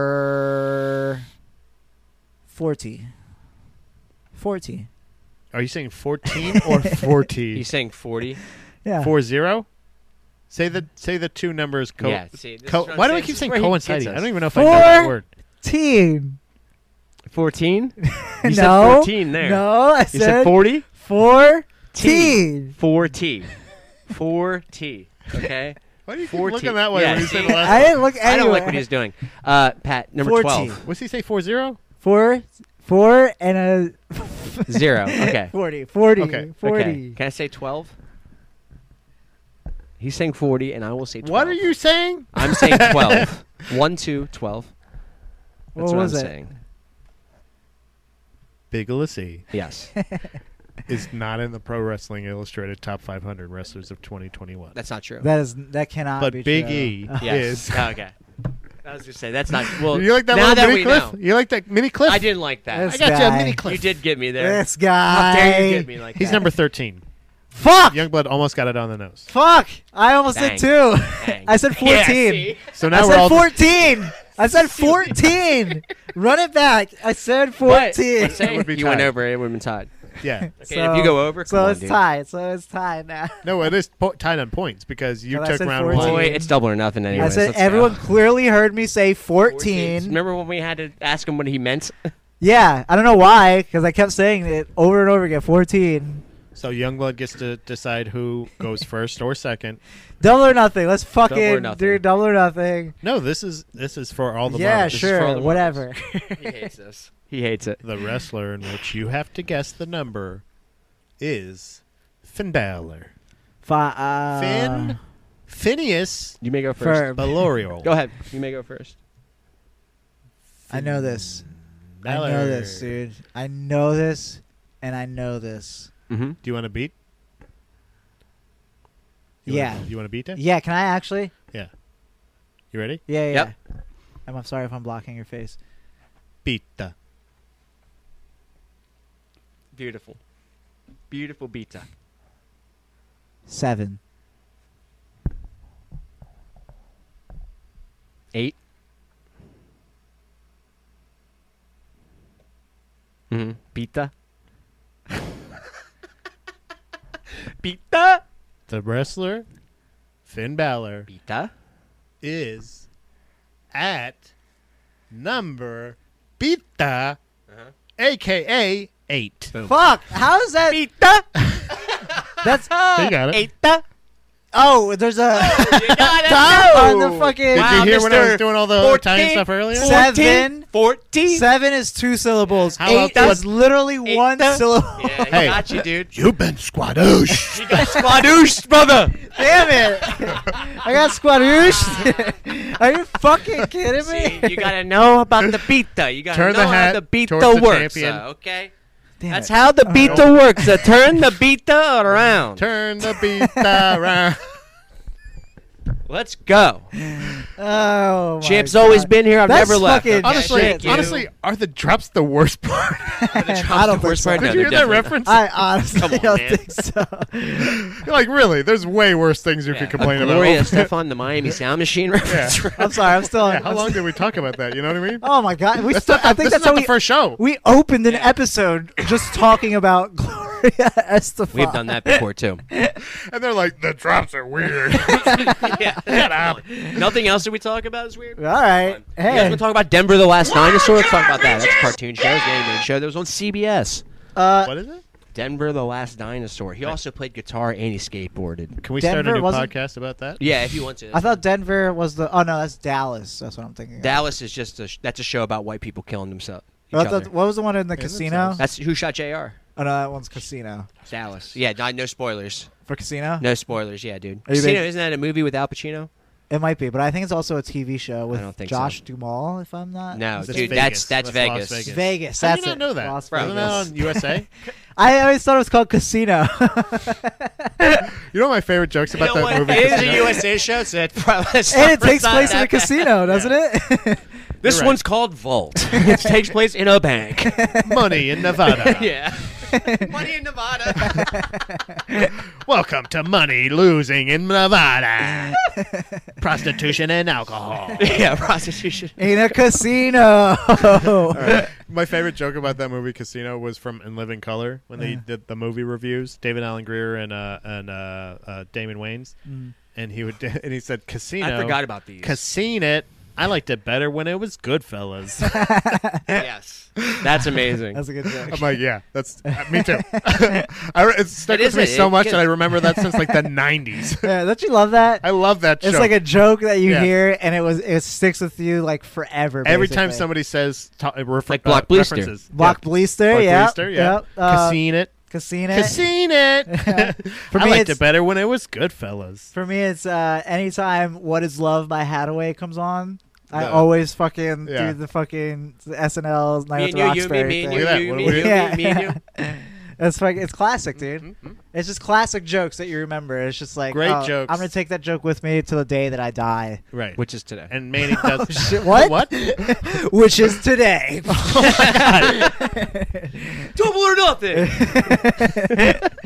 number 40. 40.
Are you saying fourteen
<laughs> or
He's
40?
saying forty.
Yeah.
four zero? Say the say the two numbers. Co-
yeah. See, this
co-
is what I'm
why do I
saying.
keep
This
saying
is where he
coinciding?
gets
I
us.
don't even know if I know that
Four-
word.
14.
<laughs>
14? You said
no.
14 there.
No, I
You said
said
40?
14.
4T.
<laughs>
4T. <laughs> Okay?
Why do you keep
40.
looking that way
Yeah,
when you
see?
say the last
I didn't look anywhere.
I don't like what he's doing. Uh, Pat, number
14.
12.
What's he say? Four zero?
Four, four and a
<laughs> Zero. Okay.
40. 40.
Okay.
40.
Okay. Can I say 12? He's saying 40, and I will say 12.
<laughs> What are you saying?
I'm saying 12. 1, 2, 12. That's
What
what,
was
I'm
it?
saying.
Big Ulysses
Yes,
is not in the Pro Wrestling Illustrated Top 500 Wrestlers of 2021.
that's not
<laughs>
true.
That is that cannot.
but
be
Big
true. <laughs>
E
yes. <laughs> Oh,
is.
okay. I was gonna say that's not. Well,
You like that
now
little
that
mini
we
cliff?
know,
You like that mini cliff?
I didn't like that.
This
I got you a
guy.
mini clip.
You did get me there.
This guy.
How dare you get me like
He's
that? <laughs>
number 13.
Fuck.
Youngblood almost got it on the nose.
Fuck. I almost
Dang.
did too.
Dang.
<laughs> I said
Yeah,
fourteen.
see?
So
I
now we're
said
all
14. I said 14. Run it back. I said
But
14.
let's
<laughs>
say
It would be
you went
tied.
over. It would have been tied.
<laughs> yeah.
Okay, if you go over,
so
come on,
it's
dude.
tied. So it's tied now.
No, it is po- tied on points because you
Well, I
took
said
round
14.
Boy,
one.
it's double or nothing. Anyways,
I said
Let's go.
everyone clearly heard me say 14.
Remember when we had to ask him what he meant? <laughs>
Yeah, I don't know why because I kept saying it over and over again. 14.
So Youngblood gets to decide who goes first or second.
Double or nothing. Let's fucking
nothing.
do double or nothing.
No, this is this is for all the
yeah,
marbles.
This is for all
sure,
the
whatever.
he hates this. He hates it.
The wrestler in which you have to guess the number is Finn Balor.
Fi- uh,
Finn Phineas
You may go first.
Ferb.
Balorial.
Go ahead. You may go first.
I know this.
Balor.
I know this, dude. I know this, and I know this.
Mm-hmm.
Do you want to beat? You
yeah.
Wanna, you want to beat him?
Yeah, can I actually?
Yeah. You ready?
Yeah, yeah.
Yep.
yeah. I'm, I'm sorry if I'm blocking your face.
Beat the.
Beautiful. Beautiful beta.
Seven.
Eight. Mm-hmm. <laughs> Beta. beta.
The wrestler Finn Balor
Beta.
is at number Bita, aka eight.
Fuck! How is that?
Beta.
<laughs>
<laughs>
That's
You got it.
<laughs> Eta.
oh, there's
<laughs>
a <laughs> on the fucking
Did
Wow,
you hear when I
Mr.
was doing all the Italian
14.
stuff earlier?
Se- Seven.
14. <laughs>
seven is two syllables.
How
Eight
about
is literally
Eight
one
the-
syllable.
Yeah, he
Hey.
got you, dude. <laughs>
You've been squadoosh. <laughs>
He got squadouche, brother.
<laughs> Damn it! I got squadrooshed. <laughs> Are you fucking kidding me?
See, you gotta know about the beta. You gotta
Turn
know
the
how
hat
the beta
towards the
works.
champion.
uh, okay,
Damn
that's
it.
how the beta works. Uh, turn the beta around.
Turn the Bita around.
Let's go.
<laughs> Oh, my
Chip's
God.
always been here. I've
That's
never left.
fucking
Okay,
Honestly-
thank you.
Honestly, are the drops the
<laughs>
worst part?
I don't
the
think
worst
so.
part. No,
Did you
they're
hear
definitely
that reference?
I honestly
Come on,
don't
man.
think so.
You're like, really? There's way worse things you
Yeah.
could complain about.
Gloria Stefan, the Miami Sound Machine reference.
I'm sorry. I'm still.
<laughs> Yeah, how long did we talk about that? You know what I mean?
Oh my god. We
That's
still,
not the-
I think
this is
that's how
not
we
the first show.
we opened an episode just talking about <laughs> Gloria Estefan.
We've done that before
<laughs>
too.
And they're like, the drops are weird.
yeah. Nothing else did we talk about is weird.
All right.
You guys
Hey.
want to talk about Denver the Last Dinosaur? Let's talk about that. That's a cartoon show. It's an animated show that was on CBS.
uh,
what is it?
Denver the Last Dinosaur. He also played guitar and he skateboarded.
Can we start
Denver
a new
wasn't-
podcast about that?
Yeah, if you want to.
I thought Denver was the. Oh no, that's Dallas. That's what I'm thinking. of.
Dallas is just a sh- that's a show about white people killing themselves. Each
What,
other.
the- what was the one in the casino?
That's who shot Jr.
Oh no, that one's casino
Dallas. Yeah, no, no spoilers.
for casino.
No spoilers. Yeah, dude.
Are you
Casino,
big-
isn't that a movie with Al Pacino?
It might be, but I think it's also a TV show with
don't think
Josh
so.
Duhamel. If I'm not
No,
is it
dude,
Vegas?
that's that's,
That's Las
Vegas.
Vegas.
Vegas.
How
That's
did you not
it.
know that?
Las
Wasn't that
Vegas. <laughs>
on USA?
I always thought it was called Casino. <laughs>
you know my favorite jokes about that movie? Casino?
USA show, so <laughs> it probably
and it takes place
<laughs>
in a casino, doesn't it? <laughs>
This
You're right.
one's called Vault. it takes place in a bank.
Money in
<laughs>
Nevada.
<laughs> yeah. Money in Nevada.
Welcome to money losing
<laughs>
in Nevada. Prostitution and alcohol.
<laughs> yeah, prostitution.
in a
<laughs>
casino.
My favorite joke about that movie Casino was from In Living Color when they did the movie reviews. David Allen Greer and uh, and uh, uh, Damon Wayans, and he would <laughs> and he said Casino.
I forgot about these.
Casino. It. I liked it better when it
<laughs>
was Goodfellas.
yes. That's amazing.
That's a good
I'm
joke.
like, yeah, that's uh,
<laughs>
me too. <laughs> I, re- it's stuck
It
with me
is, it-
so
it
much
gets-
that I remember that since
<laughs>
like the '90s.
Yeah, don't you love that?
I love that.
It's
joke.
like a joke that you
Yeah.
hear, and it was it sticks with you like forever.
Every time
basically.
somebody says to- uh, refer-
Like Block
uh,
Bleister.
references.
block
yeah.
blister, yeah,
Bleister, yeah.
yep, uh,
Casino it.
casino,
Casino it.
For
<laughs> I
me,
liked
it's-
it better when it was Goodfellas.
For me, it's uh, anytime "What Is Love" by Hadaway comes on. I
No.
always fucking
Yeah.
do the fucking SNL
Me
Night at
and
the
you, you, me,
Roxbury
me,
thing.
you,
Look at
you,
that.
me,
What do
you,
we
do?
me, and you.
<laughs> It's like it's classic, dude. It's just classic jokes that you remember. It's just like
Great
oh,
jokes.
I'm gonna take that joke with me till the day that I die,
<laughs>
Right.
Which is today.
and Manny does
shit, <laughs> what?
what? Oh
which is
<laughs>
today.
Double or <laughs> nothing.
<laughs>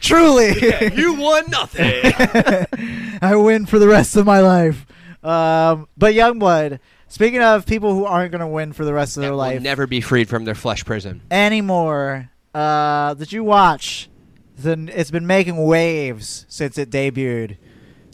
Truly,
you won <laughs> nothing.
<laughs> I win for the rest of my life. Um, but Youngblood. Speaking of people who aren't gonna win for the rest of their
Will
life
never be freed from their flesh prison.
anymore, uh, did you watch? Then it's been making waves since it debuted.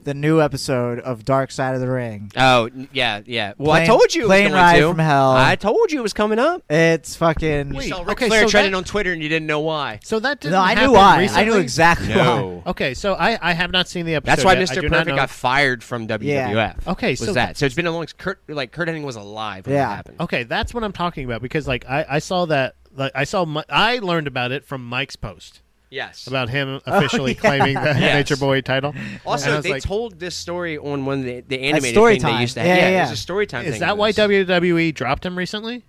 The new episode of Dark Side of the Ring.
Oh n- yeah, yeah. Well, I
Plane-
told you it was
plane
going
ride
to.
from hell.
I told you it was coming up.
It's fucking.
you saw Ric
okay,
Flair
so
trending
that-
on Twitter and you didn't know why.
So that didn't
No, I knew
happen
why. I
recently?
knew exactly why.
Okay, so I, I have not seen the episode.
That's why
yet. I
Mr.
do not
Perfect
know-
got fired from WWF.
Okay,
was
so-
that so? It's been a long. Kurt, like Kurt Hennig was alive when
Yeah.
that happened.
Okay, that's what I'm talking about because like I, I saw that like I saw Mi- I learned about it from Mike's post
Yes.
about him officially claiming the
Yes.
Nature Boy title. And I
also,
was
they
like,
told this story on one of the, the animated
story
thing
time.
they used to
Yeah,
have.
yeah,
it was
yeah.
a story time
is
thing.
that why WWE dropped him recently?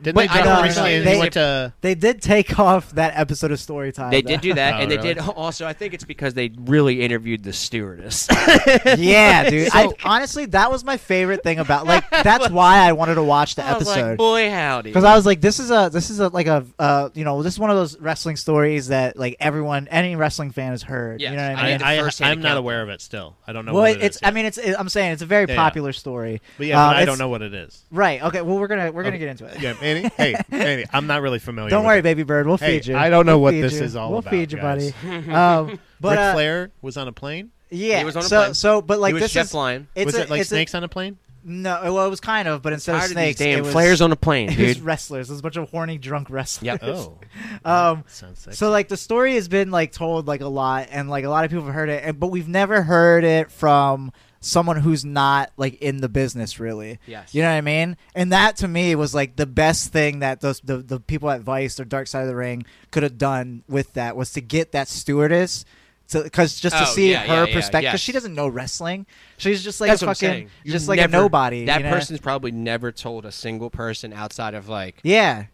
Didn't
But
they
I
drop
don't
him
know.
recently and
They-
he went to
They did take <laughs> off that episode of Storytime.
They did do that,
Oh,
and they
really?
did <laughs> also. I think it's because they really interviewed the stewardess. <laughs>
that. <laughs> yeah, dude. I, honestly, that was my favorite thing about.
<laughs>
Like, that's why I wanted to watch the
I was like,
episode.
boy, howdy.
because I was like, this is a, this is a, like a, uh, you know, this is one of those wrestling stories that like everyone, any wrestling fan has heard.
Yes,
You know what
I
I mean?
had
I,
the first
I,
hand
I'm not
account.
aware of it still. I don't know
well,
what
it-
it
it's.
is
I
yet.
mean, it's. It, I'm saying it's a very
Yeah, yeah.
popular story.
But yeah,
Um,
but I
it's-
don't know what it is.
Right. Okay. Well, we're gonna we're gonna get into it.
Yeah, Manny.
<laughs>
Hey, Manny, I'm not really familiar.
Don't
with
worry,
it.
baby bird. We'll
Hey,
feed you.
I don't know
We'll
what
feed
this
you.
is all
we'll
about,
feed you,
guys. <laughs>
buddy. um, but
Ric
uh,
Flair was on a plane.
yeah.
He was on a
so
plane.
so, but like
He was
this
Jeff
is
Lyon.
It's
was
a,
it like
it's a-
snakes on
<laughs>
a plane?
No, well, it was kind of, but instead
tired
of
of
snakes,
these damn
it was <laughs>
flares on a plane, <laughs>
it was
dude.
wrestlers. It was a bunch of horny drunk wrestlers.
Yep.
Oh,
<laughs> Um,
sounds sexy.
so like the story has been like told like a lot, and like a lot of people have heard it, and, but we've never heard it from someone who's not like in the business really.
Yes.
You know what I mean? And that to me was like the best thing that those the, the people at Vice or Dark Side of the Ring could have done with that was to get that stewardess. Because just to
Oh,
see
yeah,
her
yeah, yeah,
perspective, because
yes.
she doesn't know wrestling. She's just like
That's
a
what I'm
fucking,
saying. You
just like
never-
a nobody.
That
you know?
person's probably never told a single person outside of like
Yeah.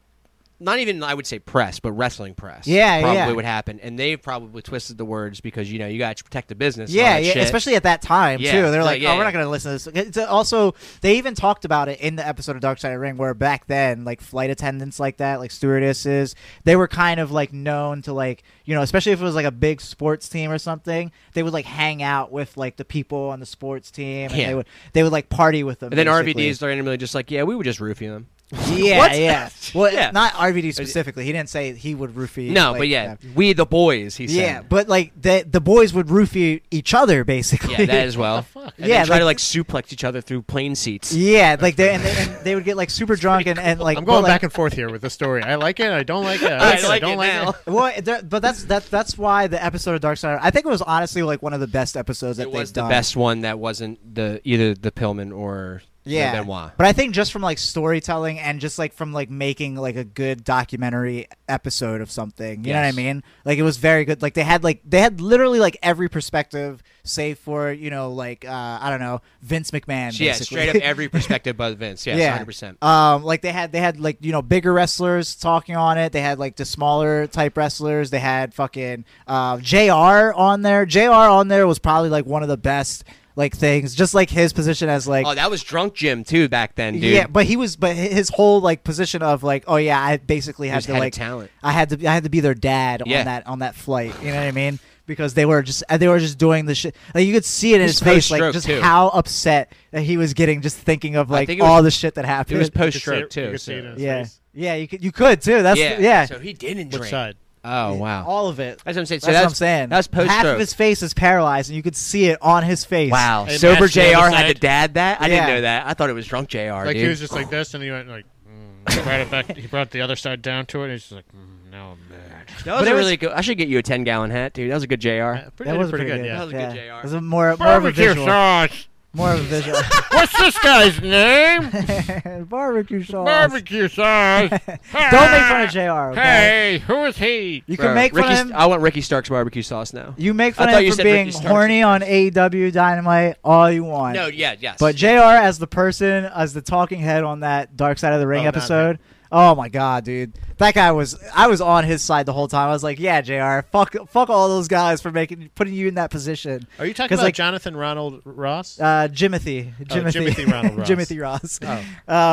not even I would say press, but wrestling press.
Yeah,
probably
yeah.
would happen, and they've probably twisted the words because you know you got to protect the business. and all
Yeah,
that
yeah,
shit.
especially at that time
Yeah,
too. They're
no,
like,
yeah,
oh, we're
yeah.
not gonna listen to this. It's also, they even talked about it in the episode of Dark Side of the Ring, where back then, like flight attendants like that, like stewardesses, they were kind of like known to like, you know, especially if it was like a big sports team or something, they would like hang out with like the people on the sports team, and
Yeah.
they would they would like party with them.
And then
basically.
RVDs are randomly just like, yeah, we would just roofie them. <laughs>
yeah,
What?
yeah. Well,
Yeah.
not RVD specifically. He didn't say he would roofie.
No,
like,
but yeah,
them.
we the boys. He said.
Yeah, but like the the boys would roofie each other basically. <laughs>
yeah, that as well. And
Yeah,
they try to
like-
like suplex each other through plane <laughs> seats.
Yeah, like they and, they and they would get like
<laughs>
super drunk and, and like
I'm going
but, like,
back and forth here with the story. I like it. I don't like it. I,
I
like it, I
like
don't
it
like
now.
it.
<laughs> Well, there- but that's that's that's why the episode of Dark Side. I think it was honestly like one of the best episodes that
It
they've
was the
done.
best one that wasn't the either the Pillman or the
yeah.
Benoit.
But I think just from like storytelling and just like from like making like a good documentary episode of something, you know what I
Yes.
mean? Like it was very good. Like they had like they had literally like every perspective, save for you know like uh, I don't know Vince McMahon.
yeah,
basically.
straight
<laughs>
up every perspective but Vince. Yes,
yeah,
hundred percent.
Um, like they had they had like you know bigger wrestlers talking on it. They had like the smaller type wrestlers. They had fucking uh, Jr. on there. Jr. on there was probably like one of the best like things. Just like his position as like.
Oh, that was drunk Jim too back then, dude.
Yeah, but he was, but hi- his whole like position of like, oh yeah, I basically had
was
to
head of
like,
talent.
I had to, I had to be their dad
Yeah.
on that on that flight. You know what I mean? Because they were just, they were just doing the shit. Like you could see it in his
was
face, like
post-stroke,
just
too.
how upset that he was getting just thinking of like
think it was-
all the shit that
it
happened.
was
You could
post
see
stroke
it- you
too.
could see it
so-
in his
Yeah,
face.
yeah, you could, you could too. That's
yeah,
the- yeah.
So he didn't
Which
drink.
side?
Oh wow.
all of it.
That's what I'm saying. So
That's
that's
what I'm saying.
That's post
Half
stroke.
of his face is paralyzed, and you could see it on his face.
Wow,
Hey,
sober
Matt,
Jr.
you on the
had to
side?
dad that. I didn't
Yeah.
know that. I thought it was drunk Jr.
Like
dude.
he was just like this, and he went like. mm, he brought it back. He brought the other side down to it, and he's just like, mm, "Now I'm mad."
that was
but
a
it was-
really good. I should get you a ten gallon hat, dude. That was a good Jr.
Uh, Pretty,
That was
pretty good.
That
Yeah.
was a good
yeah.
JR.
It was a more, more of a visual.
sauce.
More of a
<laughs>
visual. <laughs>
What's this guy's name?
Barbecue sauce.
Barbecue sauce. Don't make
<laughs> Don't make fun of JR. Okay?
Hey, who is he?
You can make fun
Ricky,
of him.
I want Ricky Stark's barbecue sauce now.
You make
I
fun
thought
of
you
him for
said Ricky
being
Starks.
horny on AEW Dynamite all you want.
No, yeah, yes.
But JR as the person, as the talking head on that Dark Side of the Ring
not
episode. Oh my god, dude. That guy was I was on his side the whole time. I was like, yeah, JR, fuck fuck all those guys for making putting you in that position.
Are you talking
'Cause,
about
like,
Jonathan Ronald Ross?
Uh, Jimothy, Jimothy,
Oh, Jimothy
<laughs>
Ronald Ross. Oh.
Jimothy Ross.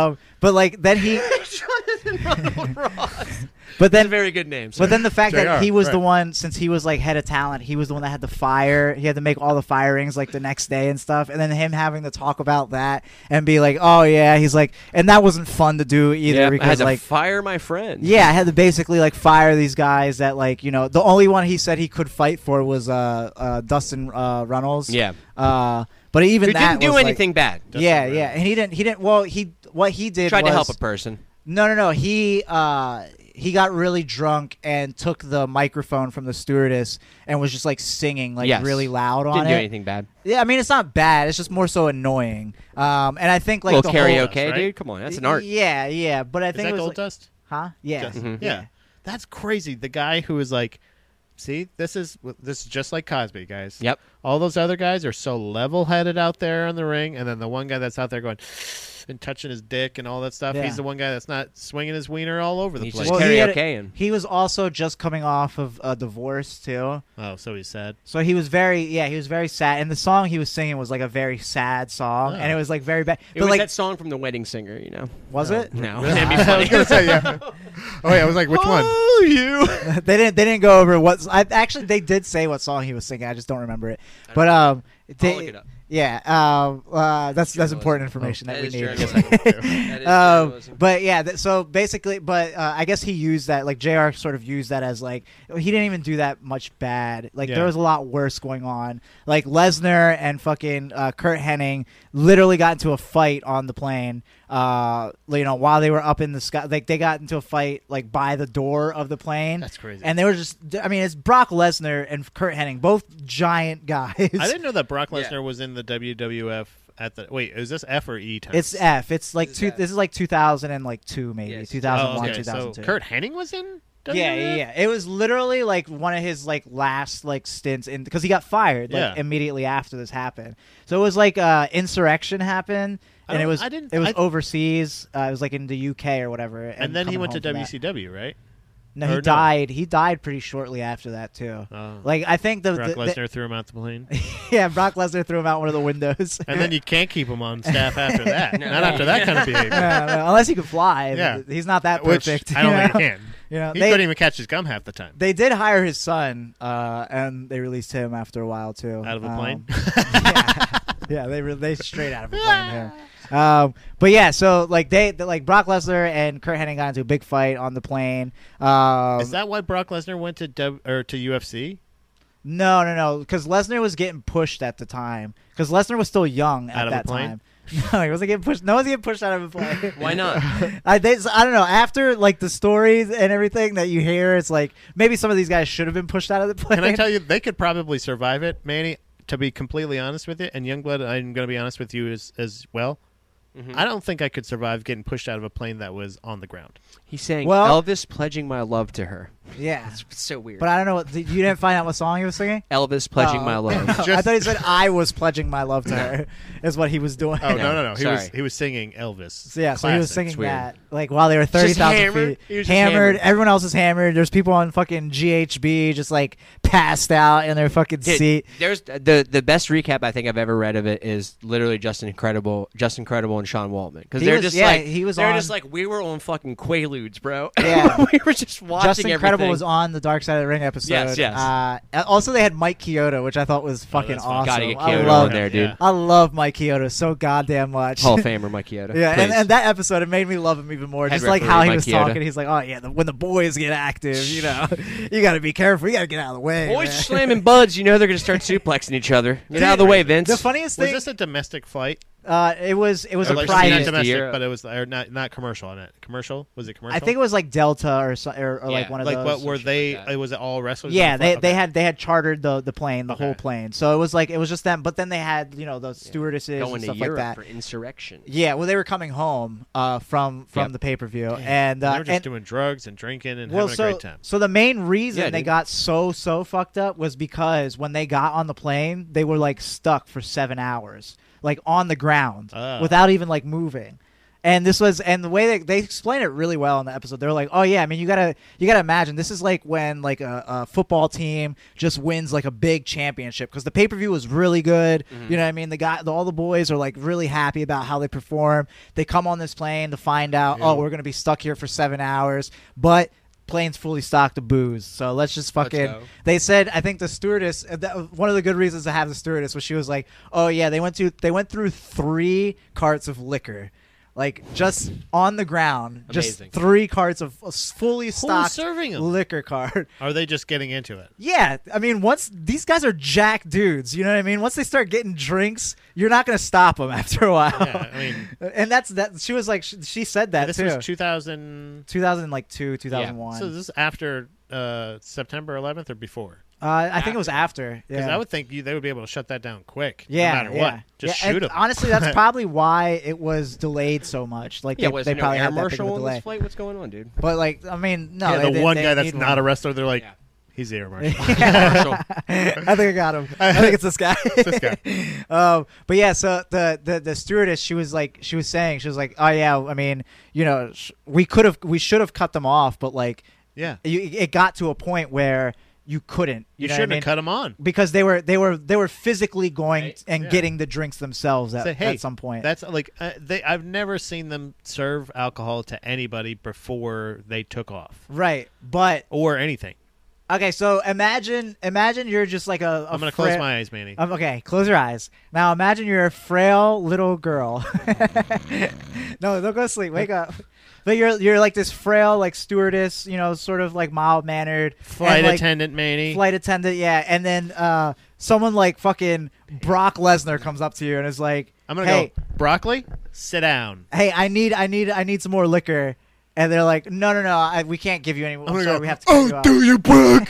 Um, but like then
<laughs>
he, <laughs> but
That's a
then
very good name. So
But then the fact that
JR,
he was the
right.
one, since he was like head of talent, he was the one that had to fire. He had to make all the firings like the next day and stuff. And then him having to talk about that and be like, "Oh yeah," he's like, and that wasn't fun to do either
yeah, I had
because
to
like.
fire my friend.
yeah, I had to basically like fire these guys that like you know the only one he said he could fight for was uh, uh Dustin uh, Runnels
Yeah.
uh but even
Who
that
didn't do
was, like-
anything bad.
yeah yeah and he didn't he didn't well he what he did
Tried to help
was-
a person.
no, no, no. He uh, he got really drunk and took the microphone from the stewardess and was just like singing like
Yes.
really loud on
Didn't
it.
do anything bad.
Yeah, I mean it's not bad. It's just more so annoying. Um, and I think like
little
the whole-
karaoke,
right?
dude. Come on, that's an art.
Yeah, yeah. But I
Is
think
that
it was
Gold
like-
Dust?
huh? Yeah.
Yes.
Mm-hmm.
Yeah. That's crazy. The guy who is like, see, this is this is just like Cosby, guys.
Yep.
All those other guys are so level-headed out there on the ring, and then the one guy that's out there going and touching his dick and all that stuff.
Yeah.
He's the one guy that's not swinging his wiener all over the
He's
place.
just
he, had-
karaoke and-
he was also just coming off of a divorce too.
oh, so
<laughs>
he said.
So he was very yeah, he was very sad and the song he was singing was like a very sad song and it was like very bad.
It
but
was
like
that song from The Wedding Singer, you know.
was it? <laughs>
No,
I was gonna say
<laughs>
yeah. Oh yeah, I was like, which one?
Oh,
<laughs>
you.
they didn't. They didn't go over what. I actually they did say what song he was singing. I just don't remember it. But um, they,
look it up.
yeah, um, uh, that's that's
Journalism.
important information that,
That
we
Oh, is
need.
journalism.
<laughs>
That is
um,
journalism.
but yeah, th- so basically, but uh, I guess he used that. Like Jr. sort of used that as like he didn't even do that much bad. Like
Yeah.
there was a lot worse going on. Like Lesnar and fucking uh, Kurt Hennig literally got into a fight on the plane. Uh, you know, while they were up in the sky, like they got into a fight like by the door of the plane.
That's crazy.
And they were just, I mean, it's Brock Lesnar and Kurt Hennig, both giant guys.
I didn't know that Brock
Yeah.
Lesnar was in the WWF at the. Wait, is this F or E?
<laughs>
Times?
It's F. It's like
This is
two.
F.
This is like 2000 and like two, maybe
Yes.
2001,
Oh, okay.
2002.
So Kurt Hennig was in. WWF?
Yeah, yeah, yeah. It was literally like one of his like last like stints in because he got fired like
Yeah.
immediately after this happened. So it was like uh insurrection happened,
I
and it
don't-
was
I didn't-
it was
I-
overseas. Uh, it was like in the UK or whatever.
And, then he
coming
went to
home from that.
WCW, right?
No,
or
he
no.
died. He died pretty shortly after that too.
Oh.
Like I think the,
Brock
the- the-
Lesnar threw him out the plane.
<laughs> yeah Brock Lesnar threw him out one of the windows. <laughs>
And then you can't keep him on staff after that. Not after that kind of behavior.
No, no, unless he could fly,
Yeah.
he's not that
<laughs> Which
perfect.
I
<laughs>
don't
you
think
know?
he can.
You know,
he
they-
couldn't even catch his gum half the time.
They did hire his son, uh, and they released him after a while too.
Out of a
Um,
plane.
yeah, yeah, they re- they straight out of a plane here. Um, but yeah, so like they they- like Brock Lesnar and Kurt Hennig got into a big fight on the plane. <laughs> Um,
Is that why Brock Lesnar went to w- or to UFC?
no, no, no, because Lesnar was getting pushed at the time because Lesnar was still young at
Out of a
that
plane?
time. <laughs> No, he wasn't getting pushed. No one's getting pushed out of a plane.
<laughs>
Why not?
<laughs> I, they, I don't know. After like the stories and everything that you hear, it's like maybe some of these guys should have been pushed out of the plane.
Can I tell you, they could probably survive it, Manny. To be completely honest with you, and Youngblood, I'm going to be honest with you as as well. I don't think I could survive getting pushed out of a plane that was on the ground.
He's saying
Well-
Elvis pledging my love to her.
<laughs> Yeah,
<laughs> It's so weird.
But Oh. I don't know what you didn't find out what song he was singing.
Elvis pledging my
<laughs>
<laughs> love.
I thought he said I was pledging my love to her is what he was doing.
Oh no, no, no! He was
Sorry.
he was singing Elvis.
So, <laughs> yeah, so he was
Classic.
singing
weird.
that like while they were thirty thousand
hammered.
feet,
He was just
hammered.
hammered.
Everyone else is hammered. There's people on fucking GHB just like passed out in their fucking
Dude,
seat.
There's the the best recap I think I've ever read of it is literally Justin Incredible, Justin Incredible and Sean Waltman because
He
they're
was-
just
yeah,
like
he was
they're
on-
just like we were on fucking quaaludes, bro. <laughs>
Yeah.
we were just watching
Justin Credible
everything.
was on the Dark Side of the Ring episode.
Yes, yes. Oh,
Uh, also, they had Mike Kyoto, which I thought was fucking
that's
awesome.
fun.
Gotta get
I
Kyoto
love
on there, dude.
Yeah.
I love Mike Kyoto so goddamn much.
<laughs> Hall of Famer Mike Chiodo.
Yeah, and,
please.
and that episode it made me love him even more.
Head
Just like
referee
how he
Mike
was
Chioda.
talking, he's like, "Oh yeah, the, when the boys get active, you know, <laughs> you got to be careful. You got to get out of the way."
Boys
man." <laughs>
slamming buds, you know they're gonna start suplexing each other. Get out of the way, Vince.
The funniest
Was
thing,
this a domestic flight?
Uh, it was it was
Or
a
like,
private.
Not domestic,
Year.
but it was or not not commercial on it. Commercial was it commercial?
I think it was like Delta or so, or, or like
Yeah,
one of
like
those.
what were they?
like that.
it was it all wrestlers.
yeah, they,
Okay.
they had they had chartered the the plane, the
Okay.
whole plane. So it was like it was just them. But then they had you know those stewardesses
Going
and
to
stuff
Europe
like that.
for insurrection.
yeah, well, they were coming home uh, from from
Yep.
the pay per view, and
They
uh,
were just
and-
doing drugs and drinking and
well,
having
so
a great time.
so the main reason
Yeah,
they
dude.
got so so fucked up was because when they got on the plane, they were like stuck for seven hours, like on the ground
Ah.
without even like moving. And this was and the way they they explain it really well in the episode. They're like, oh yeah, I mean you gotta you gotta imagine this is like when like a, a football team just wins like a big championship because the pay per view was really good.
Mm-hmm.
You know what I mean? The guy, the, all the boys are like really happy about how they perform. They come on this plane to find out, oh, we're gonna be stuck here for seven hours, but plane's fully stocked of booze. So let's just fucking.
go.
they said I think the stewardess. uh, That, one of the good reasons to have the stewardess was she was like, oh yeah, they went to they went through three carts of liquor. Like just on the ground, just
Amazing.
three carts of uh, fully stocked
serving 'em?
liquor cart. <laughs>
Are they just getting into it?
Yeah, I mean, once these guys are jack dudes, you know what I mean. Once they start getting drinks, you're not gonna stop them <laughs> after a while.
Yeah, I mean,
<laughs> and that's that. She was like, she, she said that
this
too.
was 2000.
2000 like two, 2001.
So this is after uh, September 11th or before?
uh, I think it was after.
Because
Yeah.
I would think you, they would be able to shut that down quick.
yeah,
no matter
yeah.
what, just
Yeah,
shoot
and
them.
Honestly, that's
<laughs>
probably why it was delayed so much. Like,
Yeah,
they,
was
they
there
probably
no air
had that big of
marshal
a
on
delay.
this flight? What's going on,
<laughs>
dude?
But like, I mean, no,
yeah,
they,
the
they-
one
they
guy that's
need
not a
one.
wrestler, they're like, he's the
<laughs>
air marshal.
Marshal.
I think I got him. I think it's this
<laughs>
guy.
this guy.
<laughs> um, but yeah, so the, the the stewardess, she was like, she was saying, she was like, oh yeah, I mean, you know, sh- we could have, we should have cut them off, but like,
yeah,
you, it got to a point where you couldn't. You,
you
know
shouldn't
what I mean?
have cut him on.
because they were they were they were physically going
Right.
and
Yeah.
getting the drinks themselves at,
Say, hey,
at some point.
That's like uh, they. I've never seen them serve alcohol to anybody before they took off
right, but
or anything.
okay. So imagine imagine you're just like a. a
I'm gonna
fra-
close my eyes, Manny.
Um, okay, close your eyes. Now imagine you're a frail little girl. <laughs> no, don't go to sleep. Wake up. But you're you're like this frail like stewardess, you know, sort of like mild mannered
Flight attendant, Manny.
flight attendant. Yeah, and then uh, someone like fucking Brock Lesnar comes up to you and is like,
I'm gonna
hey,
go broccoli. Sit down.
hey, I need, I need, I need some more liquor." And they're like, "No, no, no, I, we can't give you any. I'm sorry, we have to cut you
Oh,
off."
do you, Brooke?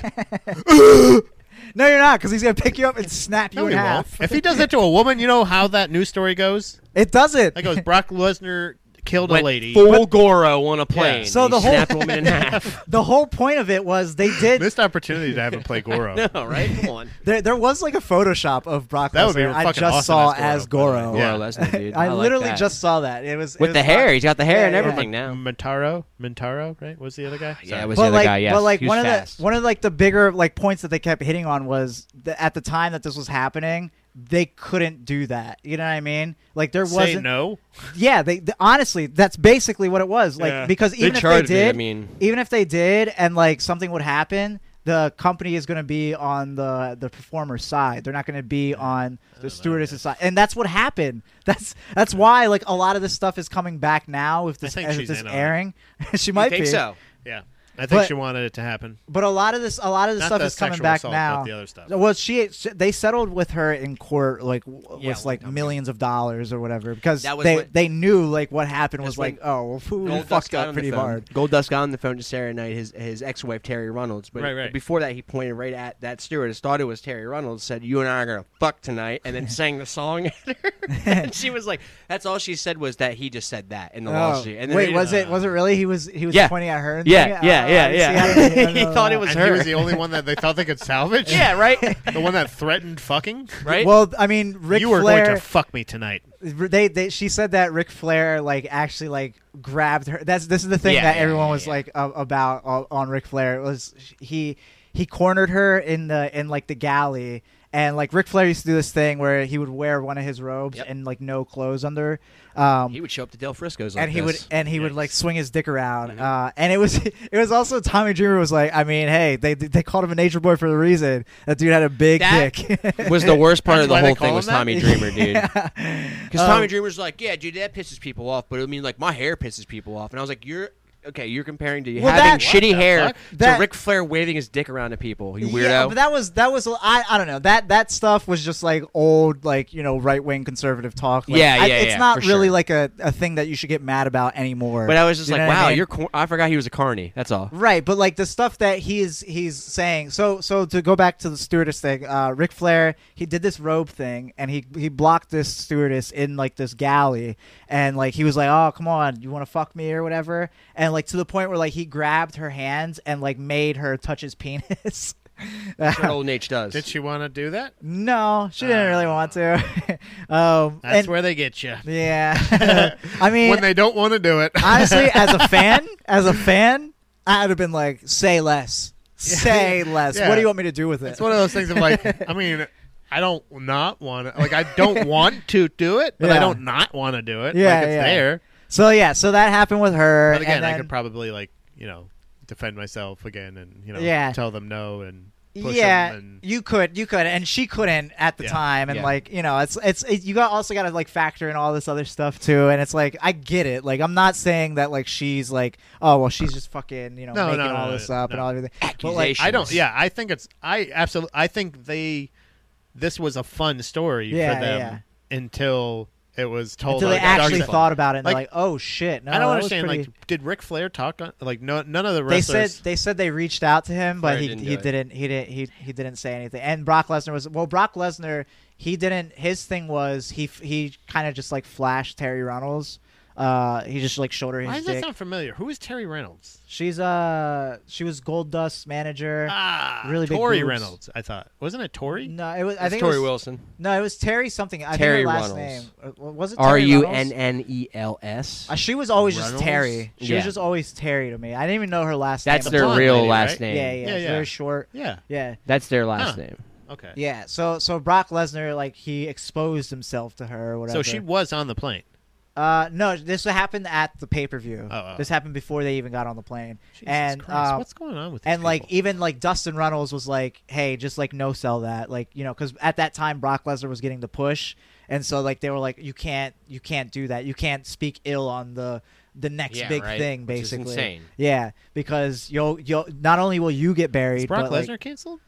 No, you're not, because he's gonna pick you up and snap you
No,
in
he won't.
half.
If he does that to a woman, you know how that news story goes.
It doesn't. <laughs>
That goes. Brock Lesnar killed a
Went
lady.
full Goro on a plane.
So
He
the whole-
snapped a woman
<laughs>
in half.
The whole point of it was
<laughs>
they did
Missed opportunity to have him
<laughs>
play Goro.
<laughs> No, right? Come on.
There, there was like a Photoshop of Brock
That would be
Lesnar. I
fucking
just saw
awesome
as
as
Goro.
Goro, by the way.
Goro Lesnar,
<laughs>
dude.
I,
like
literally
that.
just saw that. It was it
with the
was
hair.
not-
He's got the hair and
Yeah, yeah.
everything now.
Mintaro, Mintaro, right? Was the other guy?
Yeah, it
Sorry.
was the
But
other
like,
guy. Yes,
but like
he was
one of
fast.
the one of like the bigger like points that they kept hitting on was that at the time that this was happening, they couldn't do that. You know what I mean? Like there
Say
wasn't.
no.
Yeah, they, th- honestly, that's basically what it was. Like
Yeah.
because
They
even if they
charged me,
did,
I mean.
even if they did, and like something would happen, the company is going to be on the the performer's side. They're not going to be on the stewardess's side, and that's what happened. <laughs> That's that's why like a lot of this stuff is coming back now. If this
think
if
she's
this
in on it.
airing, <laughs> she might
think
be.
so.
Yeah, I think
But-
she wanted it to happen.
But a lot of this, a lot of this
Not
stuff
the
is coming
sexual
back
assault, but
now.
the other stuff.
Well, she, she- they settled with her in court, like w-
Yeah,
with like
well, okay.
millions of dollars or whatever, because
That was
they
what-
they knew like what happened was
That's when
like, oh, well, we
Gold Dust
fucked
got on
up
the
pretty
phone.
hard.
Gold Dust got on the phone to Saturday night. His his ex wife Terry Reynolds, but
Right, right.
before that he pointed right at that stewardess. Thought it was Terry Reynolds. Said, "You and I are gonna fuck tonight," and
<laughs>
then sang the song at her. and she was like, "That's all she said was that he just said that in the
Oh.
lawsuit." And then
Wait,
they-
was it was it really? He was he was
Yeah.
pointing at her. And
Yeah,
<laughs> saying it?
yeah,
Oh,
yeah,
I see
yeah.
how
<laughs>
it- I don't
He
know
thought it
that.
was
And
her. <laughs>
he was the only one that they thought they could salvage.
yeah,
<laughs>
right,
the one that threatened fucking.
right.
Well, I mean, Ric
you were
Flair.
going to fuck me tonight.
they, they she said that Ric Flair like actually like grabbed her. That's this is the thing
Yeah,
that
yeah,
everyone
yeah,
was
yeah.
like uh, about on, on Ric Flair. It was he he cornered her in the in like the galley. And like Ric Flair used to do this thing where he would wear one of his robes
Yep.
and like no clothes under. Um,
he would show up to Del Frisco's, like
and he would <laughs>
this. Mm-hmm.
and he would like swing his dick around. Uh, and it was <laughs> it was also Tommy Dreamer was like, I mean, hey, they they called him a nature boy for a reason. That dude had a big
That-
dick. <laughs>
was the worst part of
why
the
they
whole
call
thing
him
was
that?
Tommy Dreamer, dude. Because
Um,
Tommy Dreamer's like, yeah, dude, that pisses people off, but I mean, like, my hair pisses people off, and I was like, you're okay, you're comparing to you
Well,
having
that-
shitty hair
fuck?
That-
to Ric Flair waving his dick around to people. You weirdo.
Yeah, but that was that was I I don't know that that stuff was just like old like you know right wing conservative talk. Like,
Yeah,
I-
yeah,
It's
yeah,
not
for
really
sure.
like a, a thing that you should get mad about anymore.
But I was just
You
like,
know what I
wow,
mean?
you're. Cor- I forgot he was a carny. That's all.
Right, but like the stuff that he's he's saying. So so to go back to the stewardess thing, uh, Ric Flair he did this robe thing and he he blocked this stewardess in like this galley and like he was like, oh come on, you want to fuck me or whatever, and like to the point where like he grabbed her hands and like made her touch his <laughs> penis.
That's what old Nate does.
Did she want to do that?
no, she didn't really want to. <laughs> um,
Ah. That's
and-
where they get you.
<laughs>
<laughs>
yeah, I mean,
when they don't want to do it.
honestly, as a fan, as a fan, I'd have been like, say
<laughs>
less. Say less.
Yeah.
What do you want me to do with it?
it's one of those things of
<laughs>
like, I mean,
I don't not want to. Like, I don't want to do it, but
Yeah.
I don't not want to do it.
Yeah,
like, it's
yeah.
there.
so yeah, so that happened with her.
But again,
and then-
I could probably like you know defend myself again and you know
Yeah.
tell them no and push
yeah,
them. And,
you could, you could, and she couldn't at the
Yeah,
time, and
yeah.
like you know, it's it's it, you got also got to like factor in all this other stuff too, and it's like I get it, like I'm not saying that like she's like oh well she's just fucking you know
No,
making
no, no,
all
no,
this
no,
up
no.
and all everything, but like
Accusations.
I don't. Yeah, I think it's. I absolutely. I think they. This was a fun story
Yeah,
for them
yeah.
until it was told.
until they
on the dark
actually
side.
thought about it, and they're like
Oh, Like,
oh shit, no,
I
that
don't
was
understand.
pretty-
Like, did Ric Flair talk on? Like, no, none of the
They
wrestlers.
said they said they reached out to him, but
Flair
he
didn't do
he
it.
didn't he didn't he, he didn't say anything. And Brock Lesnar was well, Brock Lesnar he didn't his thing was he f- he kind of just like flashed Terry Runnels. Uh, he just like shoulder his
Why does that
dick.
sound familiar? Who is Terry Reynolds?
She's uh she was Gold Dust manager.
Ah,
Really big
Tori
boobs.
Reynolds. I thought wasn't it Tori?
no, it was I
That's
think it
Tori
was-
Wilson.
no, it was Terry something. I
Terry
think her last
Runnels.
name Uh, was it
R
Terry
U
Runnels?
N N E L S.
Uh, she was always just
Runnels?
Terry. She
Yeah.
was just always Terry to me. I didn't even know her last
That's
name.
their
blonde
real
lady,
last
right?
yeah,
name.
yeah,
Yeah, yeah.
Very short.
Yeah.
Yeah.
That's their last
Huh.
name.
Okay.
Yeah, so so Brock Lesnar like he exposed himself to her or whatever.
So she was on the plane.
uh no, this happened at the pay per view.
Oh, oh.
This happened before they even got on the plane.
Jesus
and
Christ,
um,
what's going on with these
and like E
people?
even like Dustin Runnels was like, hey, just like no sell that, like you know, because at that time Brock Lesnar was getting the push, and so like they were like, you can't you can't do that, you can't speak ill on the the next
Yeah,
big
right,
thing
which is
basically.
insane.
Yeah, because you'll you'll not only will you get buried,
Is Brock
but, like-
Lesnar canceled?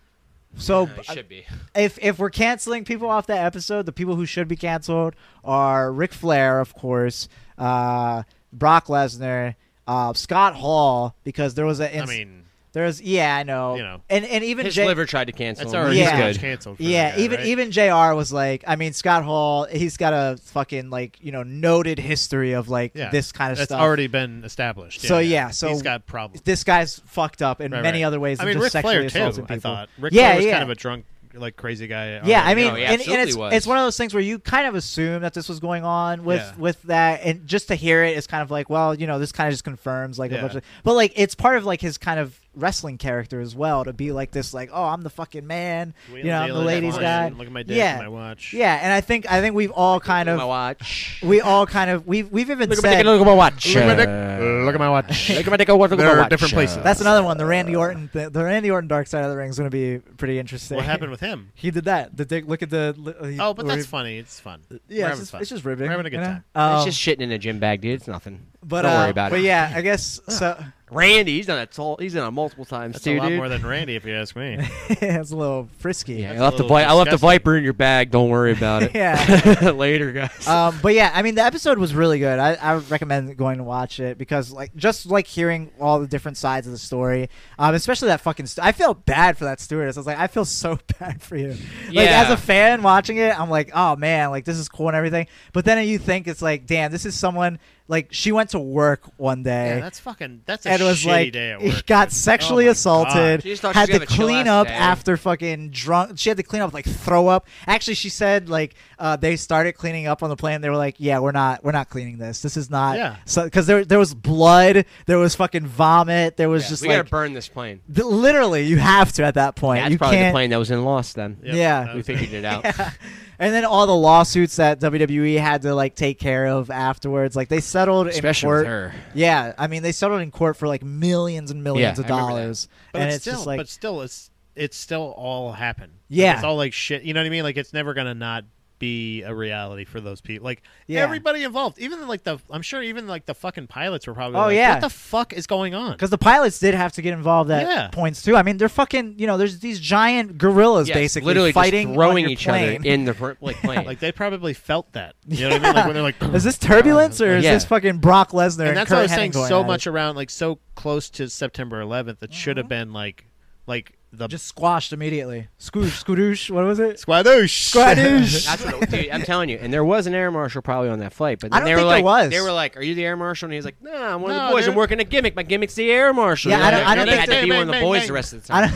so
Uh, it
uh,
should be.
if if we're canceling people off that episode, the people who should be canceled are Ric Flair, of course, uh, Brock Lesnar, uh, Scott Hall, because there was a
I
ins-
mean,
there was yeah, I know,
You know.
and and even
His
J-
liver tried to cancel.
that's
him.
already
Yeah.
pretty
He's
much
good.
canceled. for
yeah,
that guy,
even
right?
even Jr. was like, I mean, Scott Hall, he's got a fucking like you know noted history of like
Yeah.
this kind of
that's
stuff.
already been established.
So, yeah, so-
he's got problems.
this guy's fucked up in
Right,
many
right.
other ways
I
than
mean,
just
Ric
sexually
Flair too.
assaulting
I
people.
thought Ric
Yeah,
Flair was
yeah.
kind of a drunk, like crazy guy.
Yeah, I
already.
mean,
No, he
and, and it's
absolutely was.
it's one of those things where you kind of assume that this was going on with
Yeah.
with that, and just to hear it is kind of like, well, you know, this kind of just confirms like a
Yeah.
bunch of, but like it's part of like his kind of wrestling character as well to be like this, like, oh, I'm the fucking man,
Wheeling,
you know, I'm the
dealing,
ladies
fine.
guy.
Look at my dick,
Yeah.
my watch.
Yeah, and I think I think we've all kind
my
of
watch.
we all kind of we've we've even
Look at my
said
dick. Look at my
look
watch.
at my dick.
Uh,
Look at my
<laughs>
watch.
Look at my dick. Look at my
There are
watch.
different places.
that's another one. The Randy Orton th- the Randy Orton Dark Side of the Ring is going to be pretty interesting.
What happened with him?
<laughs> He did that. The dick. Look at the. he-
Oh, but
where
that's
he-
funny. It's fun. We're
Yeah, it's
having
just,
fun.
it's just ribbing.
We're having a good
you know?
time.
Um,
It's just shitting in a gym bag, dude. It's nothing.
But
Don't
uh,
worry about
but
it.
yeah, I
<laughs>
guess so. <laughs>
Randy, he's done a tall. He's done a multiple times
That's
too,
a lot
dude.
more than Randy, if you ask
<laughs>
me.
it's a little frisky.
yeah, I
a
left the
little
vi- I left the
disgusting.
viper in your bag. Don't worry about it.
<laughs> Yeah.
<laughs> Later, guys.
Um, but yeah, I mean the episode was really good. I, I would recommend going to watch it because like just like hearing all the different sides of the story, um, especially that fucking. St- I felt bad for that stewardess. I was like, I feel so <laughs> bad for you. Like
Yeah.
as a fan watching it, I'm like, oh man, like this is cool and everything. But then you think it's like, damn, this is someone like she went to work one day.
Yeah, that's fucking. That's a
and it was
shitty
like <laughs>
day at
he
work. Oh
got sexually
my
assaulted.
God.
She just thought she
had
was
to
gonna have a chill
clean
ass
up
day.
after fucking drunk. She had to clean up like throw up. Actually, she said like uh, they started cleaning up on the plane. They were like, "Yeah, we're not, we're not cleaning this. This is not."
Yeah.
So because there there was blood, there was fucking vomit, there was
Yeah,
just
we
like
gotta burn this plane.
th- literally you have to at that point.
That's
you
probably the
can't.
plane that was in Lost. Then
<laughs>
Yep,
yeah.
that
we
was it.
figured it out.
And then all the lawsuits that WWE had to like take care of afterwards, like they settled
Especially
in
with
court.
her.
Yeah, I mean they settled in court for like millions and millions
Yeah,
of
I remember that.
dollars,
But
and
it's,
it's
still,
just like
but still, it's it's still all happened. Like,
Yeah.
it's all like shit. You know what I mean? Like it's never gonna not be a reality for those people. Like
Yeah.
everybody involved, even like the I'm sure even like the fucking pilots were probably.
Oh,
like,
yeah.
what the fuck is going on?
Because the pilots did have to get involved at
Yeah.
points too. I mean, they're fucking. You know, there's these giant gorillas
Yes,
basically
literally just
fighting, on
throwing
your
each
plane.
other in the pr- like, plane.
Like they probably felt that. You know what I mean? Like when they're
<laughs> <laughs>
like,
Is this turbulence or is
Uh, Yeah.
this fucking Brock Lesnar and,
and that's
Kurt
what I was saying.
Hennig going
So
at it?
much around like so close to September 11th, it should have been like like the
just squashed immediately. Scoosh, scoodoosh. What was it?
squadoosh. <laughs>
Squadoosh.
That's what, dude, I'm telling you. And there was an air marshal probably on that flight, but
I
then
don't
they were
think there
like,
was.
they were like, "Are you the air marshal?" And he's like, "No, nah, I'm one of
No,
the boys. I'm
dude.
working a gimmick. My gimmick's the air marshal."
Yeah,
You
I
know,
don't- I don't
they
think
had
they-
to be
bang,
one of the
bang,
boys
bang.
the rest of the
I
time.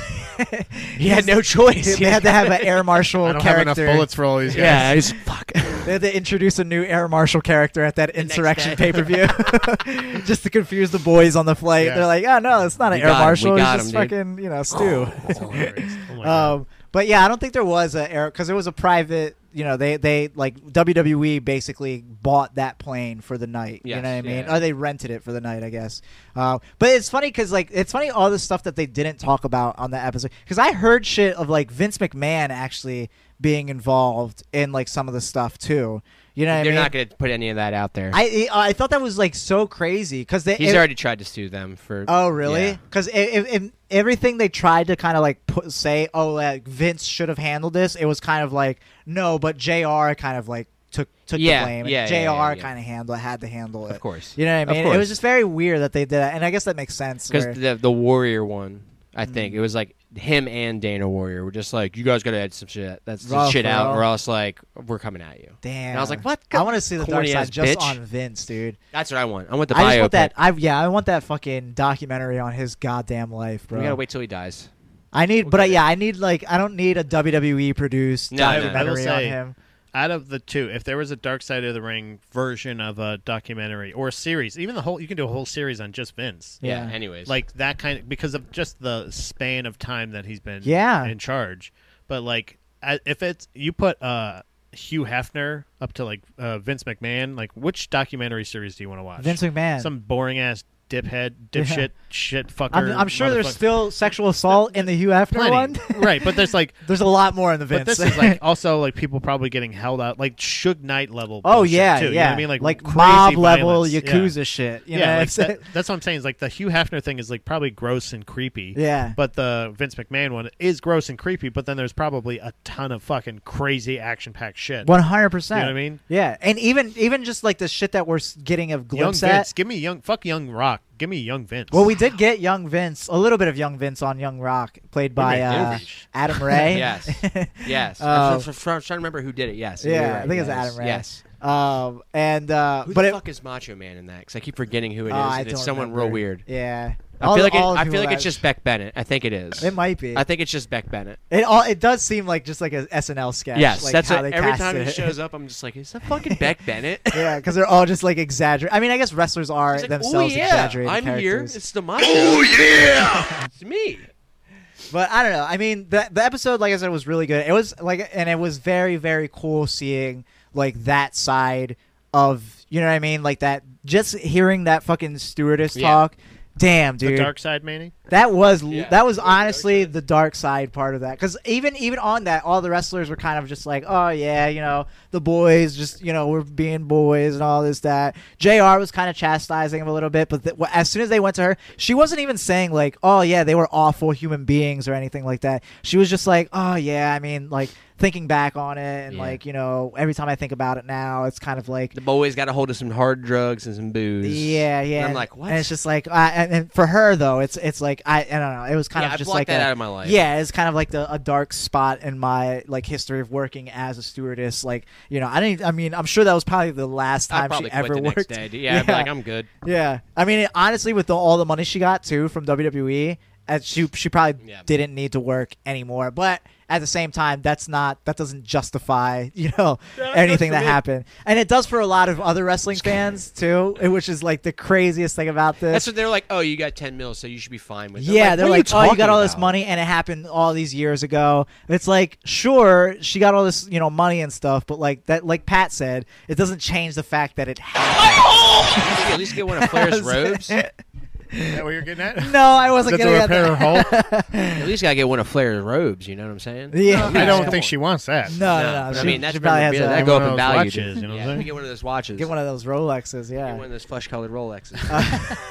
don't.
<laughs> He
<laughs>
had no choice.
they had to have an
<laughs>
air marshal
I don't have enough
character.
bullets for all these guys.
yeah, he's fuck.
They had to introduce a new air marshal character at that
next
insurrection pay
day.
per view, <laughs> just to confuse the boys on the flight.
Yeah.
They're like, "Oh no, it's not an
We
air
got him,
marshal.
we got
it's just
him, dude."
fucking you know Stu."
<laughs>
<laughs>
Oh my God.
um, but yeah, I don't think there was a air because it was a private. You know, they they like WWE basically bought that plane for the night. you
Yes,
know what I mean?
yeah.
Or they rented it for the night, I guess. Uh, but it's funny because like it's funny all the stuff that they didn't talk about on the episode because I heard shit of like Vince McMahon actually being involved in like some of the stuff too. You know, what I
They're
mean?
not going to put any of that out there.
I I I thought that was like so crazy because they.
He's
it-
already tried to sue them for.
Oh really?
Yeah.
Because everything they tried to kind of like put, say, oh, like Vince should have handled this. It was kind of like no, but Jr. kind of like took took
Yeah,
the blame.
yeah, yeah,
Jr.
yeah, yeah.
kind of handled had to handle it.
Of course.
You know what I
Of
mean? It
course.
was just very weird that they did that, and I guess that makes sense. where-
because the the Warrior one, I
Mm.
think it was like him and Dana Warrior were just like, "You guys got to add some shit that's some
Rough,
shit out,
bro.
or else like we're coming at you."
Damn.
And I was like, "What?
I want to see the dark
corny-ass
side just
bitch."
on Vince, dude.
That's what I want. I want the
I just
biopic.
want that. I yeah, I want that fucking documentary on his goddamn life, bro.
we gotta wait till he dies.
I need,
We'll
but
get
uh,
it.
yeah, I need like I don't need a WWE produced
No, no, no.
documentary
I will
on
say-
him.
out of the two, if there was a Dark Side of the Ring version of a documentary or a series, even the whole, you can do a whole series on just Vince.
Yeah.
Yeah.
Anyways,
Like that kind of, because of just the span of time that he's been
Yeah.
in charge. But like, I- if it's, you put uh, Hugh Hefner up to like uh, Vince McMahon, like which documentary series do you want to watch?
Vince McMahon.
Some boring ass diphead, dipshit, shit fucker.
I'm, I'm sure there's
motherfucker.
still sexual assault in the Hugh Hefner one.
plenty. right. But there's like,
<laughs> there's a lot more in the Vince.
But this is like also like people probably getting held out, like Suge Knight level.
<laughs> oh
bullshit,
yeah,
too,
yeah.
You know what I mean, like, crazy
mob level
violence.
yakuza
Yeah,
shit. You
Yeah,
know,
like
it's-
that- that's what I'm saying. Is like the Hugh Hefner thing is like probably gross and creepy.
Yeah.
But the Vince McMahon one is gross and creepy. But then there's probably a ton of fucking crazy action packed
<laughs>
shit.
One hundred percent.
You know what I mean?
Yeah, and even even just like the shit that we're s- getting a
Young
glimpse at.
Vince, give me young fuck young Rock, give me young Vince.
Well, we did get young Vince, a little bit of young Vince on Young Rock, played by
made
uh,
movies.
Adam Ray. <laughs>
Yes. yes.
Uh,
I'm, tr- tr- tr- trying to remember who did it. Yes. you're
Yeah, I
right,
think it's
yes,
Adam Ray.
Yes.
Um, and uh,
Who
but
the
it,
fuck is Macho Man in that? Because I keep forgetting who it is.
oh, I
and it's
don't
someone real
remember.
weird.
Yeah,
I
All-
feel like it,
all the
I
people
feel like
that
it's just Beck Bennett. I think it is.
It might be.
I think it's just Beck Bennett.
It all it does seem like just like a SNL sketch.
yes,
like
that's
how
what,
they
every
cast
time
it.
he shows up, I'm just like, is that fucking Beck Bennett?
<laughs> yeah, because they're all just like exaggerated. I mean, I guess wrestlers are
He's like, oh
themselves
yeah,
exaggerated
I'm here.
characters.
It's the Macho. Oh yeah, it's me.
But I don't know. I mean, the the episode, like I said, was really good. It was like, and it was very very cool seeing like that side of you know what I mean, like that. Just hearing that fucking stewardess
Yeah.
talk. Damn,
the
dude,
Dark Side Manny.
that was
Yeah,
that was
it was the dark
honestly the dark side part of that. Because even even on that, all the wrestlers were kind of just like, oh yeah, you know, the boys, just you know, we're being boys and all this that. Jr. was kind of chastising him a little bit, but th- as soon as they went to her, she wasn't even saying like, oh yeah, they were awful human beings or anything like that. She was just like, oh yeah, I mean, like thinking back on it and
Yeah.
like you know, every time I think about it now, it's kind of like
The boys got a hold of some hard drugs and some booze.
yeah, yeah.
I'm
and-
like, what?
And it's just like, I, and, and for her though, it's it's like I, I don't know. It was kind
Yeah,
of
I
just
blocked
like
that
a-
out of my life.
Yeah, it's kind of like the a dark spot in my like history of working as a stewardess. Like, you know, I didn't. I mean, I'm sure that was probably the last
I
time
probably
she
quit
ever
the
worked.
next day.
<laughs>
dude. Yeah, I'd be like, I'm good.
Yeah, I mean, it, honestly, with the, all the money she got too from WWE, as uh, she she probably
Yeah.
didn't need to work anymore. But at the same time, that's not that doesn't justify <laughs> you know anything that happened, and it does for a lot of other wrestling fans too, eh, which is like the craziest thing about
That's
this.
what they're like. Oh, you got 10 mil, so you should be fine with. it.
yeah, they're
what
like,
are
oh, you got
talking
all this
about?
money, and it happened all these years ago. It's like, sure, she got all this, you know, money and stuff, but like that, like Pat said,
<laughs>
it doesn't change the fact that it happened. <laughs>
At least get one of Flair's robes.
Is that what you're getting at?
No, I wasn't
That's
getting
a
at
repair
that.
hole.
<laughs>
At least gotta get one of Flair's robes. You know what I'm saying?
Yeah.
I
Come
don't
on.
think she wants that.
No, no, no.
but I
she-
mean,
she
that's
probably
probably
has a,
that
one
go up
of
in
those
value.
watches,
dude.
you know what I'm
yeah,
saying?
get one of those watches.
get one of those Rolexes.
Get
Yeah.
one of those flesh-colored Rolexes.
<laughs>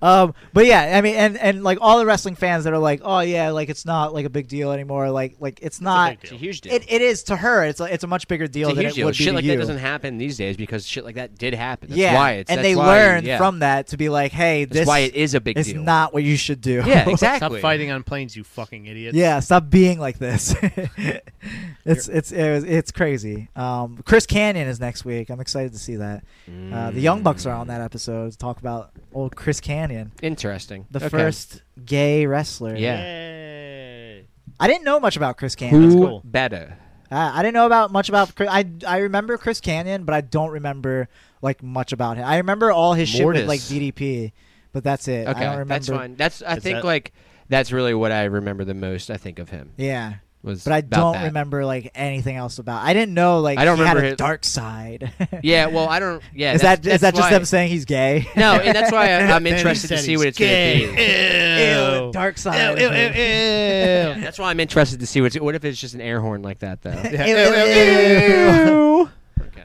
Um, but yeah, I mean, and and like all the wrestling fans that are like, oh yeah, like it's not like a big deal anymore. Like like it's not.
big
it's a huge deal.
It, it is to her. It's a, it's a much bigger deal
it's a
than
huge
it
deal.
would be
Shit
to
like
you.
that doesn't happen these days because shit like that did happen. That's
yeah,
why it's
and
that's
they
why,
learned
yeah.
from that to be like, hey,
That's
this
why it is a big
is
deal.
not what you should do. <laughs>
Yeah, exactly.
Stop fighting on planes, you fucking idiot.
Yeah, stop being like
<laughs>
this. <laughs> it's it's it was, it's crazy. Um, Chris Canyon is next week. I'm excited to see that. Uh, the Young Bucks are on
Mm.
that episode to talk about old Chris Canyon,
Interesting.
the
Okay.
first gay wrestler.
Yeah.
Yay.
I didn't know much about Chris Canyon.
Who
cool.
better?
I, I didn't know about much about Chris. I I remember Chris Canyon, but I don't remember like much about him. I remember all his shit with
Mortis.
like DDP, but that's it.
Okay,
I don't remember.
that's fine. That's I
Is
think
that-
like that's really what I remember the most. I think of him
Yeah,
was,
but I
about
don't
that.
remember like anything else about. I didn't know like
I don't
he had
remember
a
his-
dark side. <laughs>
Yeah, well, I don't. Yeah,
is
that's,
that is that
that's
just
why-
them saying he's gay?
<laughs>
<laughs>
No, and that's why I, I'm
Then he
interested to
said
see
he's
what it's
gay.
going <laughs> to be.
Ew.
Ew, dark side.
Ew, ew, ew, ew.
That's why I'm interested to see what's. What if it's just an air horn like that though?
Ew, ew, <laughs> ew.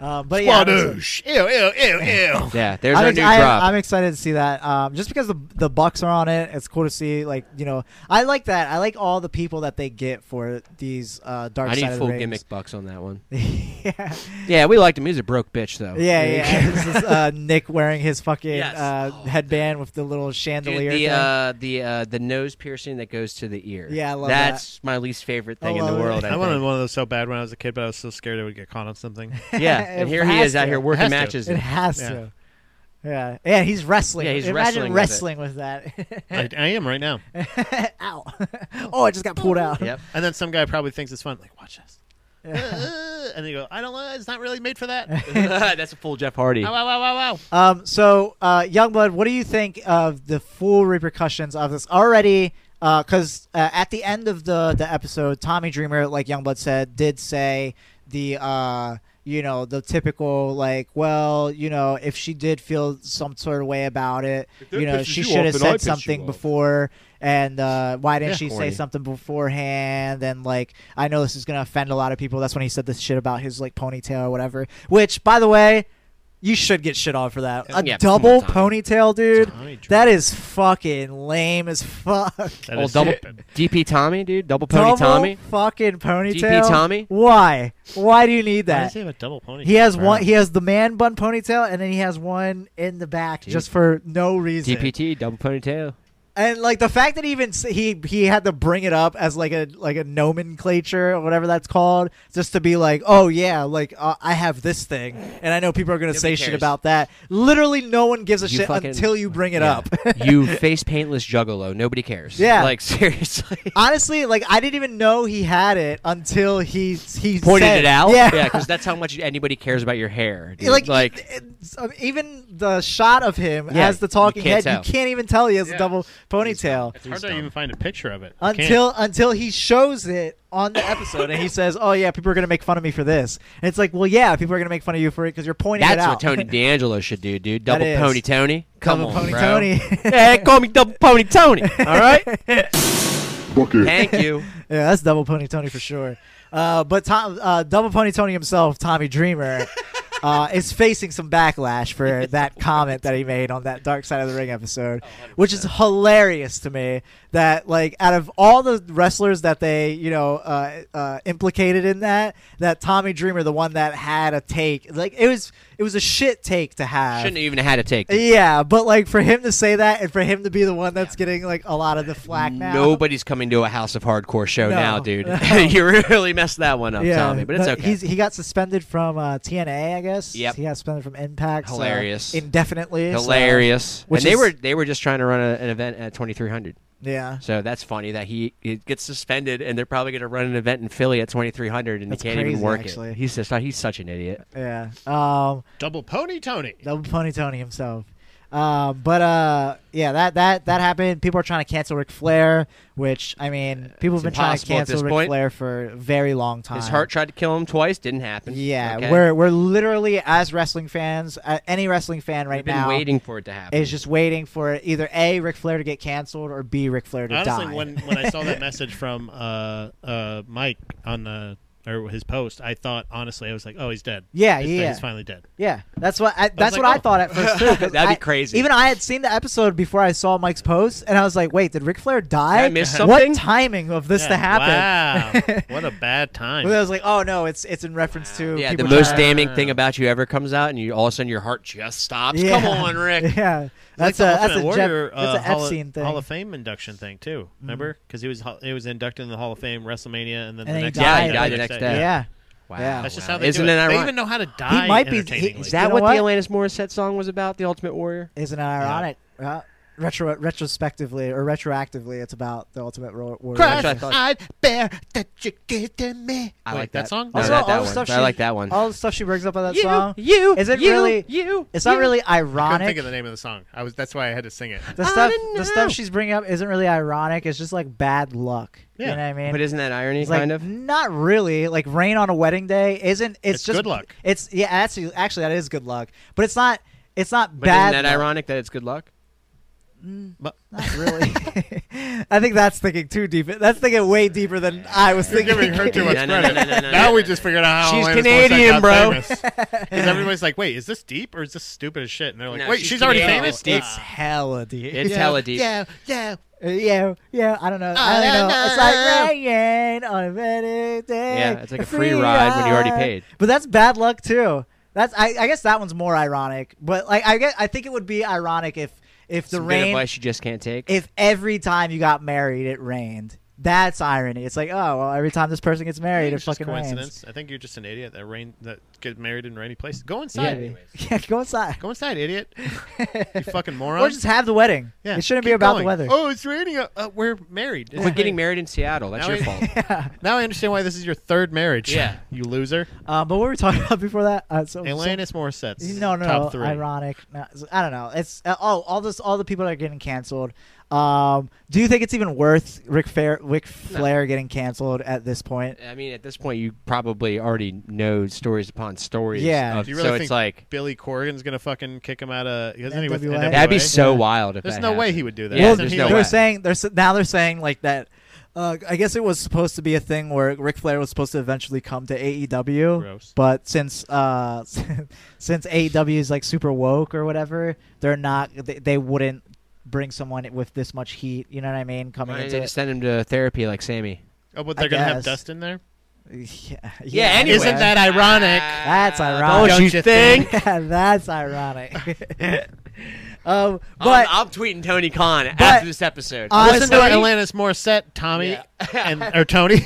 Uh, but yeah, I'm excited.
Squadoosh. Ew, ew, ew, ew.
<laughs> Yeah, there's
I'm,
our
ex-
new
I-
drop.
I'm excited to see that. Um, just because the the Bucks are on it, it's cool to see. Like you know, I like that. I like all the people that they get for these uh, dark
I
side
need
of
full
the rings.
gimmick bucks on that one.
<laughs> yeah,
Yeah, we liked him. He was a broke bitch though.
yeah,
<laughs>
yeah. this is uh, Nick wearing his fucking
Yes.
uh,
Oh,
headband with the little
Dude,
chandelier.
the
thing.
uh, the uh, the nose piercing that goes to the ear.
Yeah, I love that.
That's my least favorite
I
thing in the
love it.
world. I
I wanted
think.
one of those so bad when I was a kid, but I was so scared I would get caught on something.
<laughs>
Yeah,
It
and here he
has
is out
to.
here
Has
working
to.
matches.
it has
Yeah.
to. Yeah, yeah. He's wrestling.
uh, Yeah, he's
Imagine wrestling
wrestling
with,
I, I am right now.
that. <laughs> Ow! oh, I just got pulled out.
Yep.
And then some guy probably thinks it's fun. Like, watch this. Uh, and they go, I don't know. It's not really made for that. Ow,
<laughs> That's a full Jeff Hardy.
ow, ow, ow, ow.
Um, so, uh, Youngblood, what do you think of the full repercussions of this already? Because uh, at the end of the the episode, Tommy Dreamer, like Youngblood said, did say the uh, you know the typical like, well, you know, if she did feel some sort of way about it,
that
you know,
pisses
she
you
should
off,
have
then I
said
piss you
something
off.
before, and uh, why didn't
Yeah,
she
corny.
say something beforehand? And like, I know this is gonna offend a lot of people. That's when he said this shit about his like ponytail or whatever. Which, by the way. You should get shit on for that. A
Yeah, come
double
on, Tommy.
ponytail, dude.
Tommy Dreamer.
That is fucking lame as fuck.
That
Old
is
double
stupid.
DP Tommy, dude. Double pony
double
Tommy.
fucking ponytail.
Tommy?
Why? Why do you need
Why
that?
does he have a double pony?
He has
Wow.
one. He has the man bun ponytail, and then he has one in the back just for no reason.
DPT, double ponytail.
And like the fact that even s- he he had to bring it up as like a like a nomenclature or whatever that's called, just to be like, oh yeah, like uh, I have this thing, and I know people are gonna say shit
cares.
about that. Literally, no one gives a
You
shit
fucking-
until you bring it
Yeah.
up. <laughs>
<laughs> you face paintless juggalo. Nobody cares.
Yeah.
Like <laughs> seriously.
honestly, like I didn't even know he had it until he he
Pointed
said-
it out.
Yeah,
because that's how much anybody cares about your hair.
<laughs>
Dude.
like
Like,
like even the shot of him
Yeah,
as the talking
you can't
head,
tell.
you can't even tell he has a
Yeah.
double ponytail
It's hard to even find a picture of it. You can't.
until until he shows it on the episode
<laughs>
and he says, "Oh yeah, people are gonna make fun of me for this." And it's like, well, yeah, people are gonna make fun of you for it because you're pointing
that's
it out.
what Tony D'Angelo should do, dude. Double
is.
pony Tony. Come
Double
on,
pony
bro.
Tony. <laughs>
yeah, call me double pony Tony. All right.
<laughs>
Thank you.
Yeah, that's double pony Tony for sure. Uh, but Tom, uh, double pony Tony himself, Tommy
<laughs>
Dreamer, uh, is facing some backlash for that comment that he made on that Dark Side of the Ring episode, which is hilarious to me. That like out of all the wrestlers that they you know uh, uh, implicated in that, that Tommy Dreamer, the one that had a take, like it was it was a shit take to have.
Shouldn't have even had a take.
yeah, but like for him to say that and for him to be the one that's getting like a lot of the flack now.
Nobody's coming to a House of Hardcore show
No. <laughs>
now, dude. <laughs>
No.
you really messed that one up, Tommy. But it's
no,
okay.
He's, he got suspended from uh, TNA, I guess.
Yep.
He got suspended from Impact. so
Hilarious.
indefinitely. so-
Hilarious.
Which
and they
is-
were they were just trying to run a, an event at 2300.
yeah.
So that's funny that he, he gets suspended and they're probably going to run an event in Philly at 2300 and
That's
he can't even
crazy,
work
actually.
it. He's just he's such an idiot.
Yeah. Um,
double pony Tony.
double pony Tony himself. Uh, but uh, yeah, that that that happened. People are trying to cancel Ric Flair, which I mean, people have
Uh, It's
been trying to
impossible at
cancel
this
Ric
point.
Flair for a very long time.
His heart tried to kill him twice. Didn't happen.
Yeah,
Okay.
we're we're literally as wrestling fans, uh, any wrestling fan right
We've been
now
waiting for it to happen.
is just waiting for either a Ric Flair to get canceled or b Ric Flair to
Honestly,
die.
when when I
<laughs>
saw that message from uh, uh, Mike on the or his post, I thought honestly, I was like, oh, he's dead.
Yeah,
he's
yeah,
dead.
yeah.
He's finally dead.
yeah, that's what I, that's
like,
what I
oh.
thought at first too. 'cause
That'd be
I-
crazy.
Even I had seen the episode before I saw Mike's post, and I was like, "Wait, did Ric Flair die?
I miss
What
something?"
timing of this to
Yeah,
happen?" <laughs>
Wow, what a bad time.
But I was like, "Oh no, it's it's in reference to
yeah, the
people
most
trying-
damning thing about you ever comes out, and you all of a sudden your heart just stops.
<laughs> Yeah.
Come on,
<laughs>
Rick.
Yeah, that's
like the
a that's a
Ultimate
Jeff,
Warrior, uh,
that's a
Hall,
Epstein
of,
thing. Mm-hmm.
Hall of Fame induction thing too. Remember, because he was ho- he was inducted in the Hall of Fame WrestleMania, and then
And
the
he
next
died.
day,
Yeah, he died
the next day.
yeah.
Wow,
Yeah.
That's just
wow.
how they
Isn't
do
it
it.
ironic?
They even know how to die.
might be- he-
entertainingly.
Is
You
that
know
what,
what?
the Alanis Morissette song was about? The Ultimate Warrior.
Isn't it ironic? Uh, retro retrospectively or retroactively, it's about the Ultimate Ro- Warrior.
That's what I thought.
I'd bear that you give to me.
I
Wait,
like
that,
that.
song.
No,
Also,
not
all
that
the
one,
stuff
but I
she-
like that one.
All the stuff she brings up on that
you,
song.
you,
Is it
you,
really-
you?
It's not
you.
really
I couldn't think of
ironic.
the name of the song. I was. That's why I had to sing it.
The stuff,
don't
the
know.
stuff she's bringing up isn't really ironic. It's just like bad luck. You
Yeah.
know what I mean?
But isn't that irony,
It's like,
kind of?
Not really. Like rain on a wedding day isn't. It's,
It's
just
good luck.
It's yeah. Actually, actually, that is good luck. But it's not. It's not
But
bad.
isn't that
luck.
ironic that it's good luck?
Not
<laughs>
really. <laughs> I think that's thinking too deep. That's thinking way deeper than I was thinking.
Giving her too much
No,
credit.
no, no, no, no, no,
now
no,
we
no.
just figured out how
She's
Alanis Morissette
Canadian,
got
bro.
famous.
<laughs>
'Cause everybody's like, "Wait, is this deep or is this stupid as shit?" And they're like,
No,
"Wait,
she's
she's, already
Canadian.
famous."
It's deep.
It's hella deep.
It's hella deep.
yeah.
Uh, yeah, yeah, I don't know. I don't know. It's like rain on a rainy day.
Yeah, it's like a free ride when you already
ride.
paid.
But that's bad luck too. That's I, I guess that one's more ironic. But like I guess I think it would be ironic if if the
Some good
rain
advice you just can't take.
if every time you got married it rained. That's irony. It's like oh well every time this person gets married it
It's just
fucking rains.
coincidence. I think you're just an idiot that rain that gets married in rainy place. Go inside.
Yeah.
Yeah, go inside.
Go
<laughs>
inside, idiot. you fucking moron.
Or just have the wedding.
Yeah,
It shouldn't be
keep
about
going.
the weather.
Oh, it's raining. Uh, uh, we're married. It's
Quit getting
raining.
married in Seattle. That's
Now
your
I-
fault.
<laughs> Now I understand why this is your third marriage.
Yeah.
<laughs> you loser.
Um, but what were we talking <laughs> about before that? Uh, so, so-
Alanis Morissette's
No, no,
top
no,
three.
ironic. No, I don't know. It's uh, oh, all this, all the people that are getting canceled. Um, do you think it's even worth Rick Fair, Rick Flair getting canceled at this point?
I mean, at this point, you probably already know stories upon stories.
Yeah.
of-
Do you really
so
think
it's like
Billy Corgan's gonna fucking kick him out of? Isn't he with
NWA?
NWA?
that'd be so
Yeah.
wild. If
There's
that
no way
happened.
he would do that.
Yeah,
Isn't
there's
he
no
like-
they're
way.
saying they're s- now they're saying like that. Uh, I guess it was supposed to be a thing where Ric Flair was supposed to eventually come to AEW,
Gross.
but since uh, <laughs> since AEW is like super woke or whatever, they're not. They, they wouldn't bring someone with this much heat. You know what I mean? Coming
Why didn't
into
they
it.
just send him to therapy like Sammy.
Oh, but
I
they're gonna
guess.
have dust in there.
<laughs> Yeah, yeah,
anyway.
Isn't that ironic?
That's
Don't,
ironic.
you
<laughs>
think?
yeah, that's ironic.
<laughs>
um,
I'm,
but
I'm tweeting Tony Khan after this episode.
Listen to
honestly,
Alanis Morissette, Tommy, and
<laughs>
or Tony <laughs>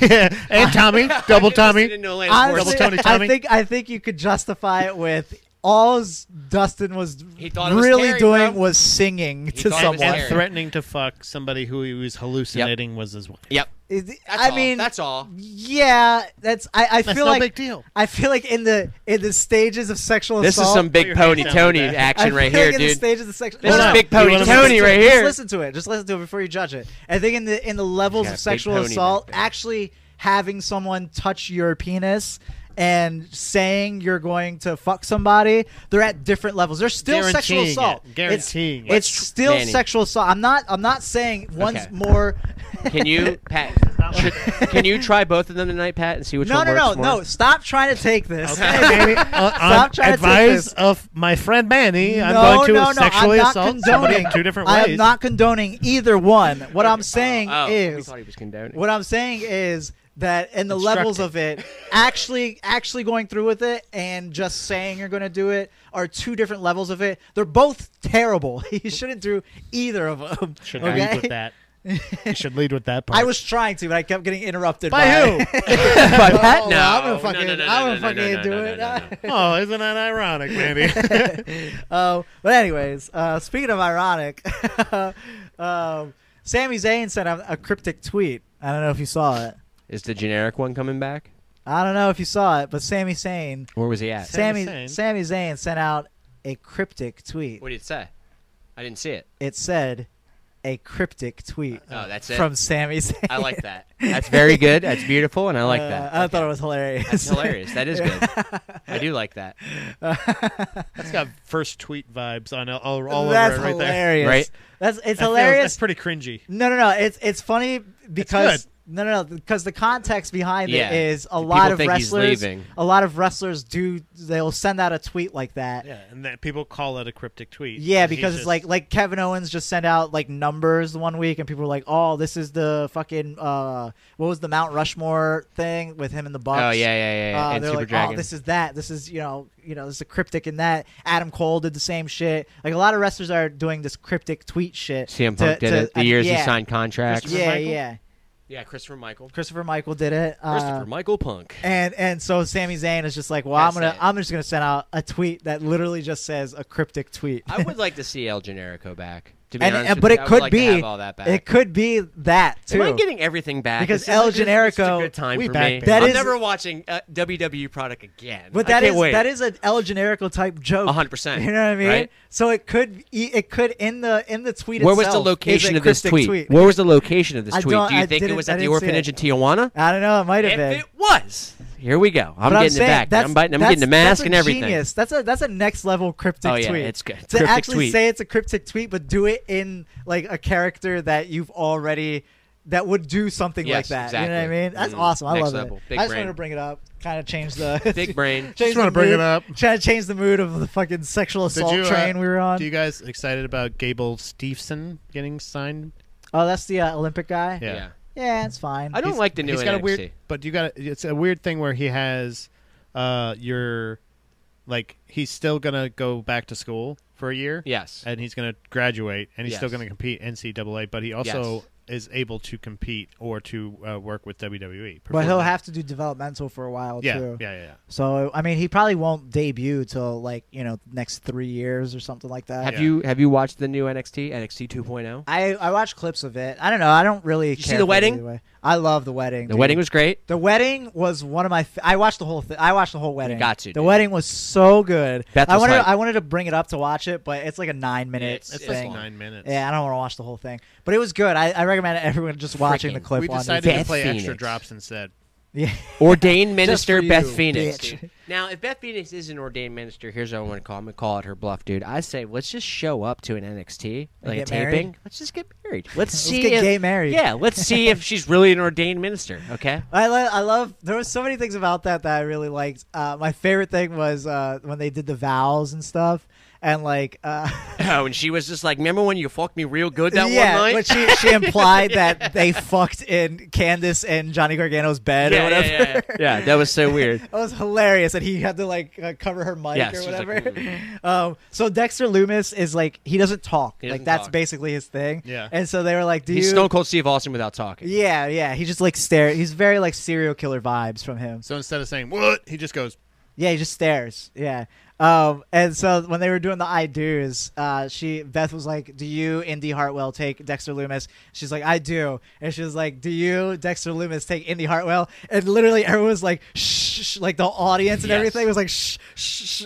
<laughs>
and Tommy, double Tommy.
honestly,
Double Tony
I
Tommy.
think I think you could justify it with all Dustin was
He thought it was
really
Terry,
doing
bro.
was singing to
thought it
someone.
was Terry.
And threatening to fuck somebody who he was hallucinating was his wife.
Yep.
Is-
That's
I
all.
mean,
that's all.
yeah, that's I, I
That's
feel
no
like
big deal.
I feel like in the in the stages of sexual
This is
assault,
some big
Put your
pony
hands down
Tony
with that.
action
I
right
feel
here,
like in the
dude.
stages of sexual-
This
No,
is
no.
big
You wanna
pony
listen
Tony
to it.
right here.
Just listen to it. Just listen to it before you judge it. I think in the in the levels
got a
of
big
sexual
pony back
assault,
there.
actually having someone touch your penis and saying you're going to fuck somebody, they're at different levels. They're still sexual
Guaranteeing it.
assault. It's-
Guaranteeing it.
It's, still
Manny.
sexual assault. I'm not. I'm not saying one's
Okay.
more.
Can
<laughs>
you, Pat? should- can you try both of them tonight, Pat, and see which
No,
one
no,
works
no,
more?
no! Stop trying to take this.
<laughs>
Hey, baby.
Uh,
Stop trying
on
to take
advice
this.
of my friend Manny, I'm
no,
going to
no, no.
sexually
I'm not
assault somebody
condoning.
in two different
I
ways.
am not condoning either one. What I'm saying
Oh, we
is,
thought he was
<laughs>
condoning.
what I'm saying is that in the levels of it, actually, actually going through with it and just saying you're going to do it are two different levels of it. They're both terrible. <laughs> you shouldn't do either of them.
should
okay?
lead
<laughs>
with that. You should lead with that part.
I was trying to, but I kept getting interrupted by,
by
<laughs>
<laughs>
who?
by Pat.
No,
I'm gonna
no,
fucking,
no, no, no,
I'm gonna
no, no,
fucking
no,
do
no,
it.
no, no, no.
<laughs>
oh, isn't that ironic, Manny?
Um, but anyways, uh, speaking of ironic, <laughs> um, Sami Zayn sent a, a cryptic tweet. I don't know if you saw it.
Is the generic one coming back?
I don't know if you saw it, but Sami Zayn,
Where was he at?
Sami
Sami,
Zayn?
Sami Zayn sent out a cryptic tweet.
What did it say? I didn't see it.
It said a cryptic tweet.
Oh, that's it?
From Sammy. <laughs>
I like that. That's very good. That's beautiful, and I like
Uh,
that.
I thought it was hilarious.
That's
<laughs>
hilarious. That is good. I do like that.
That's got first tweet vibes on all, all over
that's
it right there.
hilarious.
Right?
That's it's
That feels-
hilarious.
That's pretty cringy.
<laughs> No, no, no. It's it's funny because
good.
no, no, no. Because the context behind
Yeah.
it is a
People
lot of
think he's
wrestlers.
leaving.
A lot of wrestlers do. They'll send out a tweet like that.
Yeah, and that people call it a cryptic tweet.
Yeah,
He's
because it's
just-
like like Kevin Owens just sent out like numbers one week, and people were like, "Oh, this is the fucking uh, what was the Mount Rushmore thing with him and the Bucks?"
Oh yeah, yeah, yeah. yeah.
Uh,
and
they're
Super
like,
Dragon.
oh, this is that. This is you know, you know, this is a cryptic in that. Adam Cole did the same shit. Like a lot of wrestlers are doing this cryptic tweet shit.
CM
to-
Punk did
to-
it. The
and-
years
yeah,
he signed contracts.
Yeah, yeah.
yeah. Christopher Michael.
Christopher Michael did it. Uh,
Christopher Michael Punk.
and and so Sami Zayn is just like, well,
That's
I'm gonna,
it.
I'm just gonna send out a tweet that literally just says a cryptic tweet. <laughs>
I would like to see El Generico back. To be
and,
honest
and-
with
but
you.
it
I would
could
like to
be
have all that back.
it could be that too.
Am I getting everything back?
Because
This is
El
a good- this is
Generico-
a good time
We
for
back,
me.
baby.
That
I'm
is-
never uh, watching a WWE E product again.
But
I
that
can't
is
wait.
that is an El Generico type joke.
100%,
You know what I mean?
right?
So it could e- it could in the in the tweet.
Where was
itself
the
is
location
a
of this
cryptic
tweet? Where was the location of this
I
tweet?
don't-
Do you
I
think it
didn't-
was
I
at the
didn't see
orphanage in
it.
Tijuana?
I don't know. It might have
If
been.
it was, here we go. I'm
But
getting
saying,
it back.
That's,
I'm biting. I'm
that's-
getting the mask
that's
and everything.
Genius. That's a that's a next level cryptic
Oh, yeah,
tweet.
it's good.
To
Cryptic
actually
tweet.
say it's a cryptic tweet, but do it in like a character that you've already that would do something
Yes,
like that. You know what
exactly.
I mean? That's
Mm,
awesome. I
next
love
level.
it.
Big
I just
brain.
wanted to bring it up. Kind of change the
<laughs>
<laughs>
Big brain.
change
Just wanna
the
bring it
mood-
up.
Try to change the mood of the fucking sexual assault
you, uh,
train we were on.
Do you guys excited about Gable Steveson getting signed?
oh, that's the uh, Olympic guy.
Yeah.
Yeah, it's fine.
I don't
He's-
like the new
He's
NXT.
got a weird, but you got it's a weird thing where he has, uh, your, like he's still gonna go back to school for a year.
Yes.
and he's gonna graduate, and he's still
Yes.
gonna compete NCAA, but he also is able to compete or to uh, work with WWE.
But he'll
perform.
have to do developmental for a while
yeah,
too.
yeah, yeah, yeah.
So I mean, he probably won't debut till like you know next three years or something like that.
Have
Yeah.
you have you watched the new NXT NXT 2.0?
I I watch clips of it. I don't know. I don't really.
you see
care for
the
it
wedding?
either way. I love the wedding.
The
dude.
wedding was great.
The wedding was one of my. F- I watched the whole thing. I watched the whole wedding.
got to,
The
dude.
wedding was so good.
Beth
I
was
wanted.
hyped.
I wanted to bring it up to watch it, but it's like a nine minute
It's- it's
thing.
long.
Nine minutes.
yeah, I don't want to watch the whole thing, but it was good. I, I recommend everyone just watching the
Freaking-
clip.
we
on
decided
YouTube.
to
Beth
play extra
Phoenix.
drops instead.
Yeah.
<laughs> ordained
Just for
minister
you,
Beth Phoenix.
bitch.
dude. Now, if Beth Phoenix is an ordained minister, here's what I want to call. it. I'm gonna call it her bluff, dude. I say let's just show up to an NXT like a
get
taping.
married?
Let's just get married. Let's, see
get
if,
gay married.
Yeah,
<laughs>
let's see if she's really an ordained minister. Okay.
I, lo- I love. There was so many things about that that I really liked. Uh, my favorite thing was uh, when they did the vows and stuff, and like. Uh,
Oh, and she was just like, remember when you fucked me real good <laughs> that
yeah,
one night?
but she she implied that they fucked in Candace and Johnny Gargano's bed or
<laughs> yeah, yeah,
whatever.
yeah, yeah. Yeah, that was so weird.
<laughs> That was hilarious, and he had to like uh, cover her mic
Yeah,
or
she was like,
whatever. <laughs> um, so Dexter Loomis is like he doesn't talk.
He
like
doesn't
that's
talk.
basically his thing.
Yeah.
And so they were like, "Do
He's
you?"
Stone Cold Steve Austin without talking.
yeah, yeah. He just like stare. He's very like serial killer vibes from him.
So instead of saying what, he just goes.
Yeah, he just stares. Yeah. Um, and so when they were doing the I do's, uh, she Beth was like, "Do you, Indy Hartwell, take Dexter Loomis?" She's like, "I do," and she was like, "Do you, Dexter Loomis, take Indy Hartwell?" And literally everyone was like, "Shh!" shh," Like the audience and
Yes.
everything was like, "Shh!" shh, <laughs> shh.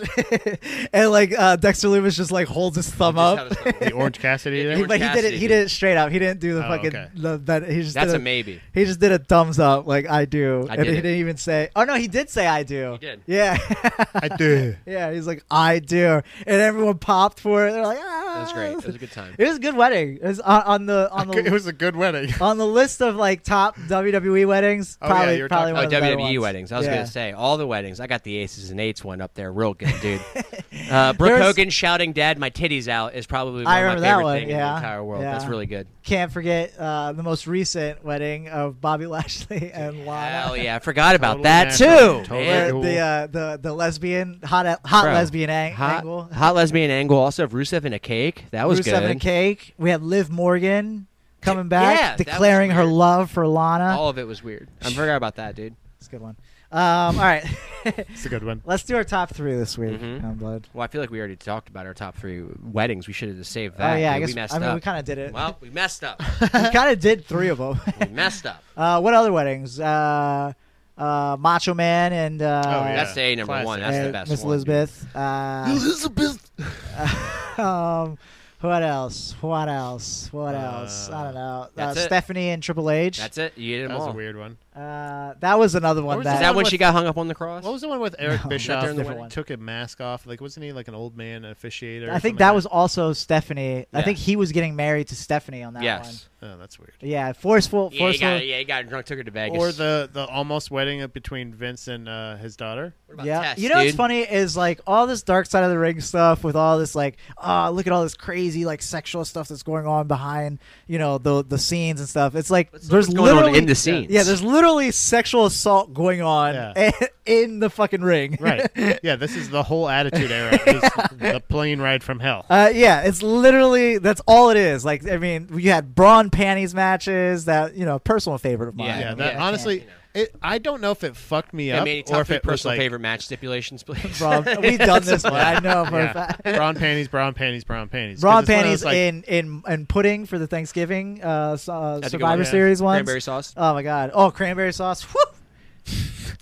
and like uh, Dexter Loomis just like holds his thumb
Just
up.
how this-
The
<laughs>
Orange Cassidy.
Yeah,
thing?
Orange
But he did it.
Cassidy
He
did.
did it straight up. He didn't do the
Oh,
fucking.
okay.
The, that he just
That's
did
a maybe.
He just did a thumbs up, like I do,
I
and
did
he
it.
didn't even say. Oh no, he did say I do. He
did.
Yeah.
I
<laughs>
do.
Yeah, he's like, I do, and everyone popped for it. They're like, ah.
That was great. That was a
<laughs>
good time.
It was a good wedding. It was on, on the
<laughs>
on the
It was a good
<laughs>
wedding.
on the list of like top WWE weddings.
Oh, yeah,
probably
you were
probably
talking-
one
Oh,
of the better
WWE
ones.
weddings. I was
Yeah.
gonna say all the weddings. I got the aces and eights one up there, real good,
<laughs>
dude. uh, Brooke
There's-
Hogan shouting "Dad, my titties out" is probably one
I
of my
remember that
favorite
one,
things in the
yeah.
entire world. That's
Yeah.
really good.
Can't forget uh, the most recent wedding of Bobby <laughs> Lashley and Lana.
Hell yeah, I forgot about
Totally
that
natural.
too.
Totally
man.
Or the uh, the the lesbian hot hot
Bro,
lesbian ang-
Hot,
angle.
hot lesbian angle. Also, Rusev and a cake. That was
Rusev
good.
and a cake. We had Liv Morgan coming back,
Yeah, that was
declaring her
weird.
love for Lana.
All of it was weird. I forgot about that, dude.
That's a good one. Um, all right, <laughs>
It's a good one.
let's do our top three this week. um,
Mhm.
I'm glad.
Well, I feel like we already talked about our top three weddings. We should have just saved that.
Oh yeah, I
dude.
guess
we messed
I mean
up.
we kind of did it.
well, we messed up.
<laughs> we kind of did three of
<laughs>
them.
we messed up.
<laughs> uh, what other weddings? Uh, uh, Macho Man and uh,
Oh, yeah.
That's a number
Classic.
one. That's
uh,
<gasps> the best
Miss
one. dude.
Elizabeth. Uh, Elizabeth. <laughs> um, What else? What else? What else? I don't know.
Uh, that's
uh,
it.
Stephanie and Triple H.
That's it. You did
That
them
was a
all.
weird one.
Uh, that was another one
was
that.
Is that when she got hung up on the cross?
What was the
<laughs>
one with Eric
No,
Bischoff
that's a
that
different one.
took a mask off? Like, wasn't he like an old man officiator? or
I think
something
that
like
was also Stephanie. I
Yeah.
think he was getting married to Stephanie on that
yes.
Oh, that's weird.
one. Yeah, forceful,
Yeah, he
forceful.
got, yeah, he got drunk, took her to Vegas.
Or the the almost wedding between Vince and uh,
<laughs>
his daughter.
What about
Yeah.
Tess,
you know what's
dude?
funny is like all this dark side of the ring stuff with all this like, ah, look at all this crazy like sexual stuff that's going on behind you know the the scenes and stuff. It's like
What's-
there's
what's going on
literally
in the scenes?
Yeah, there's literally sexual assault going on
Yeah.
<laughs> in the fucking ring.
Right. yeah, this is the whole attitude era. It's the plane ride from hell.
<laughs> Uh, yeah, it's literally that's all it is. Like, I mean, we had brawn panties matches that you know, personal favorite of mine.
Yeah,
yeah, that
yeah,
honestly, it, I don't know if it fucked me
Yeah,
up
Manny,
or
top
if
three
it was
personal
like
favorite match
<laughs>
stipulations, please. <laughs>
Braun- we've
<laughs>
done this one. I know for a
yeah,
fact.
brown panties, brown panties, brown panties. 'Cause
Brawn
it's one of
panties
those, like,
in in and pudding for the Thanksgiving uh, s- uh,
That's a good
Survivor
one.
Series ones.
Cranberry sauce.
Oh my god! Oh, cranberry sauce. Whew.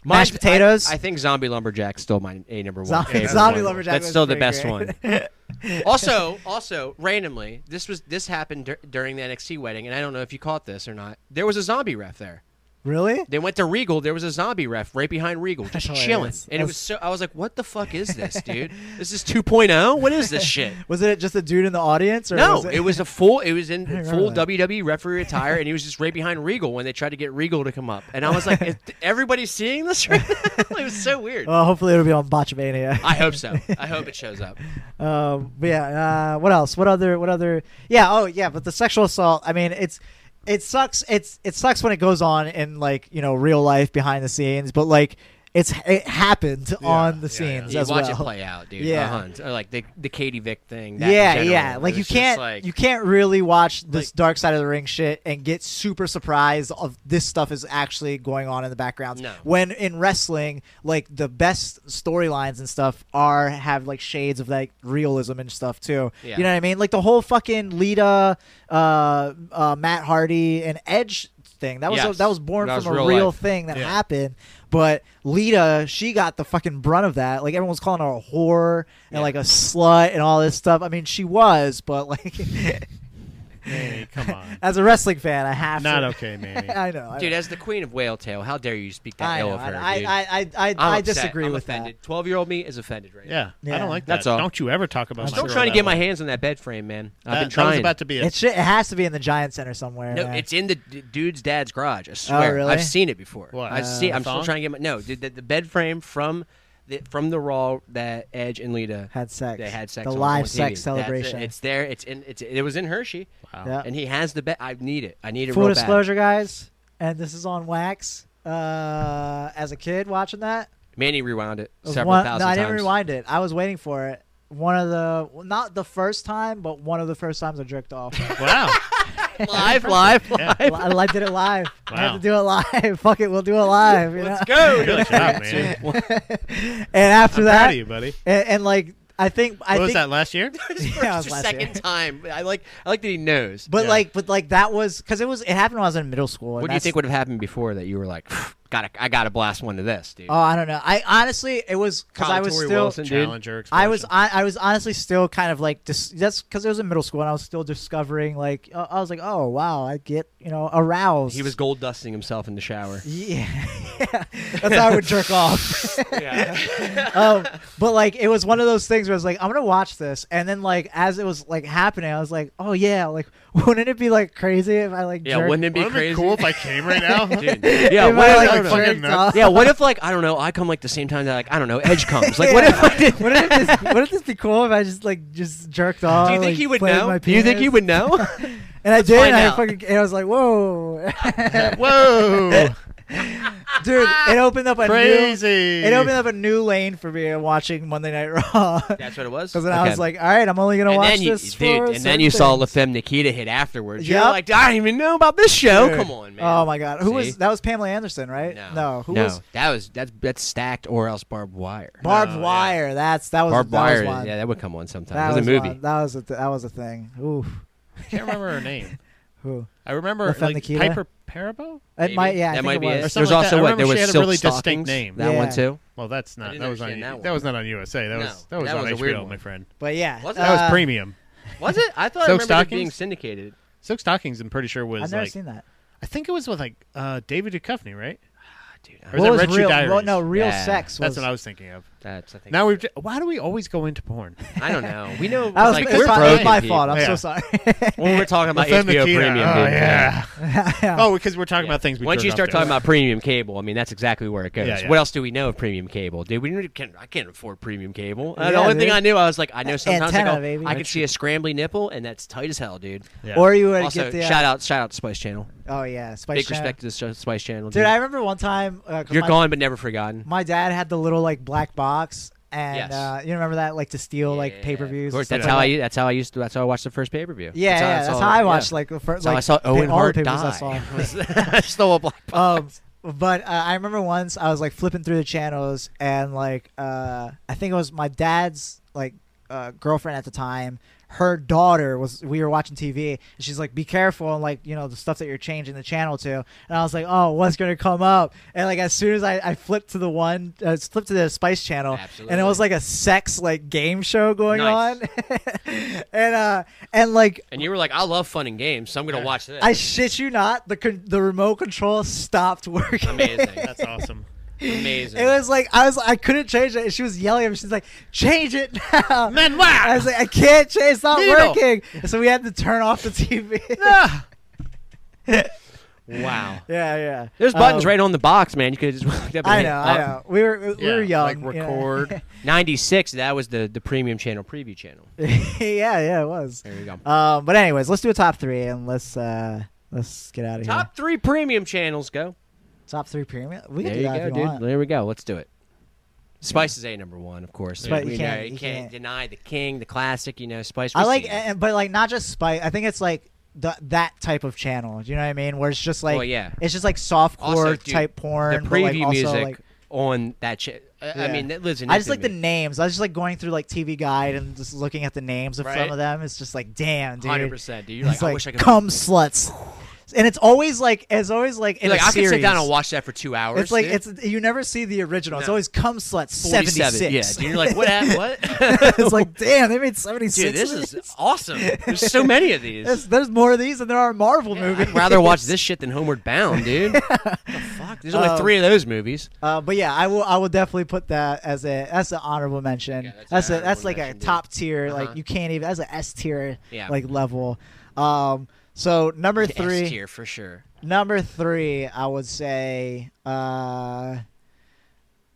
Mine-
Mashed potatoes.
I, I think Zombie Lumberjack's still my a number one
Zombie,
favorite.
zombie
one.
lumberjack.
That's
was
still the
pretty
best
great. <laughs>
one. also, also randomly, this was this happened dur- during the NXT wedding, and I don't know if you caught this or not. There was a zombie ref there.
really?
They went to Regal. There was a zombie ref right behind Regal,
That's
just chilling.
hilarious.
And it was so. I was like, "What the fuck is this,
<laughs>
dude? this is 2.0. What is this shit?"
Was it just a dude in the audience? Or
No,
was
it? was a full. It was in
remember
full
that.
WWE referee attire, and he was just right behind Regal when they tried to get Regal to come up. And I was like, "Is everybody's seeing this right now?" <laughs> it was so weird.
<laughs> Well, hopefully it'll be on Botchamania.
<laughs> I hope so. I hope it shows
<laughs>
up.
Um, but yeah. Uh, what else? What other? What other? Yeah. Oh, yeah. But the sexual assault. I mean, it's it sucks. It's it sucks when it goes on in like you know real life behind the scenes. But like it's it happened on the scenes
You
as
watch
well.
it play out, dude.
Yeah.
Uh-huh. It's- Or like the the Katie Vick thing. that in
Yeah,
general.
yeah. Like
It's
you
just
can't
like-
you can't really watch this dark side of the ring shit and get super surprised of this stuff is actually going on in the background.
No.
When in wrestling, like the best storylines and stuff are have like shades of like realism and stuff too.
Yeah.
You know what I mean? Like the whole fucking Lita, uh, uh, Matt Hardy and Edge thing. That was
Yes.
that was born
That
from
was
a
real
real
life.
thing that
Yeah.
happened. But Lita, she got the fucking brunt of that. Like everyone was calling her a whore and
Yeah.
like a slut and all this stuff. I mean, she was, but like <laughs>
hey, come on,
as a wrestling fan, I have
not
to. <laughs>
okay, Manny.
I know, I
dude,
know.
as the queen of Whale Tail, how dare you speak that
I,
ill
know.
of her?
I,
dude.
I, I, I,
I'm
I
upset.
disagree
I'm
with
offended. Twelve year old me is offended right now.
Yeah,
Yeah.
I don't like that.
That's all.
Don't you ever talk about?
I'm
my
still
Still
girl
trying to
that
get my
way.
hands on that bed frame, man. I've
That-
been
That was
trying.
about to be
that.
a
It should, it has to be in the Giant Center somewhere.
no,
man.
it's in the d- dude's dad's garage. I swear,
Oh, really?
I've seen it before.
What,
I've
uh,
seen. I'm
thong?
still trying to get my no. Dude, the, the bed frame from the from the Raw that Edge and Lita
had sex.
they had sex.
The
on
live
on TV.
sex
That's it.
celebration.
It's there. It's in. It's it was in Hershey,
Yeah.
and he has the bed. I need it. I need it.
Full
real bad.
disclosure, guys, and this is on wax. Uh, as a kid watching that,
Manny rewound it
It was
several
one-
thousand
no, I
times.
didn't rewind it. I was waiting for it. One of the well, not the first time, but one of the first times I jerked
<laughs>
off.
<laughs> Wow.
<laughs>
Live, live, live.
Yeah.
I, I did it live. I had
Wow.
to do it live. <laughs> Fuck it, we'll do it live. You know? <laughs>
Let's go.
Good job, man.
And after
I'm proud
that,
of you, buddy.
and, and like I think I think,
What was that last year?
Yeah, it was
It's
last
your second
year.
time. I like. I like that he knows.
but
Yeah.
like but like that was because it was it happened when I was in middle school. and
what do you
that's-
think would have happened before that? You were like, "Gotta, I gotta blast one to this, dude."
Oh, I don't know. I honestly, it was because I was
Colin Torrey
still.
Wilson, <laughs> dude.
Challenger. Explosion.
I was I, I was honestly still kind of like dis- that's because it was in middle school and I was still discovering like uh, I was like oh wow I get you know aroused
He was gold dusting himself in the shower.
Yeah, <laughs> that's how I would jerk off. <laughs> um, but like, it was one of those things where I was like, I'm gonna watch this, and then like, as it was like happening, I was like, oh yeah, like, <laughs> wouldn't it be like crazy if I like,
Yeah,
jerked-
wouldn't it be
Wouldn't it be
crazy? <laughs>
cool if I came right
<laughs>
now?
Dude.
if
Yeah,
I,
what
like,
if,
I don't know.
<laughs>
jerked
Fucking nuts.
off?
yeah, what if like I don't know, I come like the same time that like I don't know, Edge comes. Like what
<laughs>
if <laughs> I did
Wouldn't it this, wouldn't this be cool if I just like just jerked off?
Do you think
like,
he would
played my
know? Do you think he
penis?
would know? <laughs>
And I did.
find
And I
out.
fucking. And I was like, "Whoa, <laughs>
Whoa,
dude!" It opened up a
crazy.
new. It opened up a new lane for me watching Monday Night Raw.
That's what it was.
Because then I was like, all right, I'm only gonna
and
watch
then you,
this.
dude,
for
and then you saw La
certain
Femme Nikita hit afterwards. You're
Yep.
like, I didn't even know about this show.
things."
Come on, man.
Oh my god, who
See?
was that? Was Pamela Anderson, right?
No,
who
no.
was
that was that's that's stacked or else barbed wire.
Barbed
No, yeah.
Wire? That's that was
barbed
that
wire.
Was one.
Yeah, that would come on sometime.
that
it was a movie.
one. That was a th- that was a thing. Ooh,
I can't remember her name.
<laughs> who?
I remember
Lefemme
like
Nikita?
Piper Parabo.
It
Maybe.
might. Yeah, I
that
think
might
it
be
was.
Or
it.
something
There's
like that.
also
I
what there
remember
was
she had a
silk
really distinct
stockings.
name.
That one
Yeah.
too.
Well, that's not.
didn't
That was on.
understand that
That,
one.
was not on USA. That
No,
was that was
that
on
was a
HBO,
weird one.
my friend.
But yeah,
What's
uh,
That was premium.
Was it? I thought I
Silk
remember it being
stockings?
syndicated.
Silk Stockings, I'm pretty sure was
I've never
like
seen that.
I think it was with like uh, David Duchovny, right?
Dude,
Or is it Red Shoe
real?
Diaries?
Well, no, real
Yeah,
sex. Was,
That's what I was thinking of.
that's I think.
Now we've. J- why do we always go
<laughs>
into porn?
I don't know. We
<laughs>
know.
That was
like,
it's
we're
my,
broken
it's my
people.
fault. I'm so
Yeah.
sorry. <laughs>
When we're talking about
Defend the
HBO
Keaton.
premium,
Oh,
dude.
yeah.
<laughs>
Oh, because we're talking about things. We
Once you
jerk
start
off to.
talking about premium cable, I mean that's exactly where it goes.
Yeah, yeah.
What else do we know of premium cable, dude? We didn't- can, I can't afford premium cable. Uh, the
Yeah,
only thing
dude.
I knew, I was like, I know sometimes like,
Antenna,
oh,
baby.
I can see a scrambly nipple, and that's tight as hell, dude.
Yeah.
Or you would
Also,
get the uh,
shout out, shout out to Spice Channel.
Oh yeah, Spice
Big
Channel.
respect to the Sh- Spice Channel, dude.
Dude, I remember one time. Uh, 'cause
You're
my,
gone but never forgotten.
My dad had the little like black box, and
Yes.
uh, you remember that like to steal like
Yeah.
pay per views.
Of course, that's
Yeah.
how I. That's how I used to. That's how I watched the first pay per view.
Yeah, yeah, that's how I watched like the first.
That's how
like,
I saw
the- all
Owen
the
Hart
papers
die.
I saw.
<laughs> I stole a black <laughs> box.
Um, but uh, I remember once I was like flipping through the channels, and like uh, I think it was my dad's like uh, girlfriend at the time. Her daughter was. We were watching TV, and she's like, "Be careful!" And like, you know, the stuff that you're changing the channel to. And I was like, "Oh, what's gonna come up?" And like, as soon as I, I flipped to the one, uh, flipped to the Spice Channel, and it
Absolutely.
was like a sex like game show going
Nice.
on, <laughs> and uh, and like
and you were like, I love fun and games, so I'm gonna watch this.
I shit you not, the con- the remote control stopped working. <laughs>
Amazing.
That's awesome.
Amazing.
It was like I was I couldn't change it. And she was yelling at me. She's like, "Change it now!" <laughs> I was like, "I can't change. It's not
Needle.
working." And so we had to turn off the
<laughs>
TV.
Ah,
wow.
<laughs> yeah, yeah.
There's buttons
Um,
right on the box, man. You could just <laughs> look up.
I
and
know, I
hit up.
know. We were we
yeah,
were young.
Like
you know.
record.
<laughs>
'96. That was the the premium channel preview channel.
yeah, <laughs> yeah, it was.
There you go.
Um, but anyways, let's do a top three and let's uh let's get out of
Top three premium channels go.
here. Top three premium. We can
There
do
you
that
go,
if
dude.
you want.
There we go. Let's do it. Spice is a number one, of course.
Spice-
We
you
know-
can't- you
can't
can't.
deny the king, the classic. You know, Spice.
I
we've
like,
seen it.
and, but like not just spice. I think it's like the, that type of channel. Do you know what I mean? Where it's just like,
Well, yeah.
it's just like softcore
Also, dude,
type porn.
the
but, like,
preview
also,
music
like-
on that shit. I, I
Yeah.
mean, that lives in.
I just like
infamy.
the names. I was just like going through like TV Guide and just looking at the names of some
Right.
of them. It's just like, damn, dude.
Hundred percent, dude. You're
It's
like, I
like,
wish I could.
cum sluts, and it's always like, it's always like in
You're like,
a
I could sit down
series.
and watch that for two hours.
It's like
dude.
it's you never see the original. It's
No.
always cum slut seventy
47.
six.
Yeah, dude. You're
<laughs>
like, what? hap- What?
it's like, damn, they made seventy six.
<laughs> dude, this is awesome.
<laughs>
There's so many of these.
There's, there's more of these than there are Marvel movies.
I'd rather watch this shit than Homeward Bound,
<laughs>
dude. What the fuck? There's only
Um,
three of those movies.
Uh, but yeah, I will. I will definitely put that as a that's an honorable mention.
Yeah,
that's
that's
a
an
that's
honorable
like a
mention, dude.
top tier. Like
Uh-huh.
you can't even that's an S tier
Yeah.
like level. Um, so number three,
<laughs> S tier for sure.
number three, I would say uh,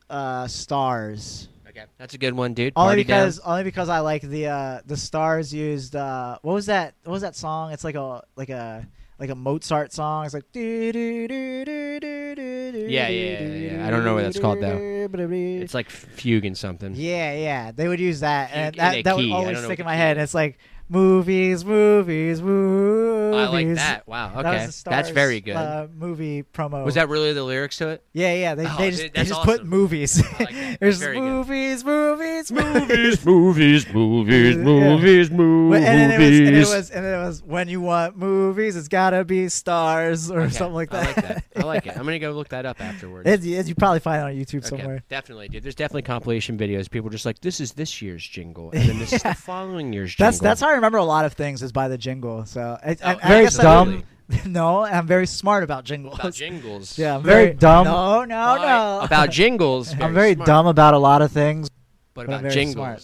uh, stars.
Okay, that's a good one, dude.
Only
Party
because
down.
only because I like the uh, the stars used. Uh, what was that? What was that song? It's like a like a like a Mozart song. It's like do do do do do do.
Yeah, yeah, yeah, yeah. I don't know what that's called,
<laughs>
though.
It's
it's like fugue and something.
yeah, yeah. They would use that,
In-
and
in a
that, that would
key. I
always
don't know
stick
what
in
the
my
key
head.
is.
It's like movies, movies, movies.
Oh, I like that. Wow.
That was
Okay,
the
that's
Starz,
very good.
Uh, movie promo.
Was that really the lyrics to it?
Yeah, yeah. They,
Oh,
they just
dude,
they
that's
just put
awesome.
movies. <laughs>
like that.
There's
Very good.
movies,
<laughs>
movies, movies.
movies, movies,
<laughs> Yeah.
movies,
Wh-
movies.
and then it was, and it was, and then it was, when you want movies, it's gotta be stars or
Okay,
something like
I
that.
like that. I like it. I'm gonna go look that up afterwards.
<laughs> It's- it's- you probably find it on YouTube
Okay,
somewhere.
Definitely, dude. There's definitely compilation videos. People just like, this is this year's jingle, and then this is
<laughs>
the following year's jingle.
That's that's how I remember a lot of things is by the jingle. So I, I,
Oh,
I guess I'm-
absolutely.
<laughs> no, I'm very smart about jingles.
about
<laughs>
jingles.
yeah, I'm
Very
very
dumb.
No, no, no. <laughs>
About jingles.
I'm very
smart,
dumb about a lot of things,
But
but I'm
about
very
jingles.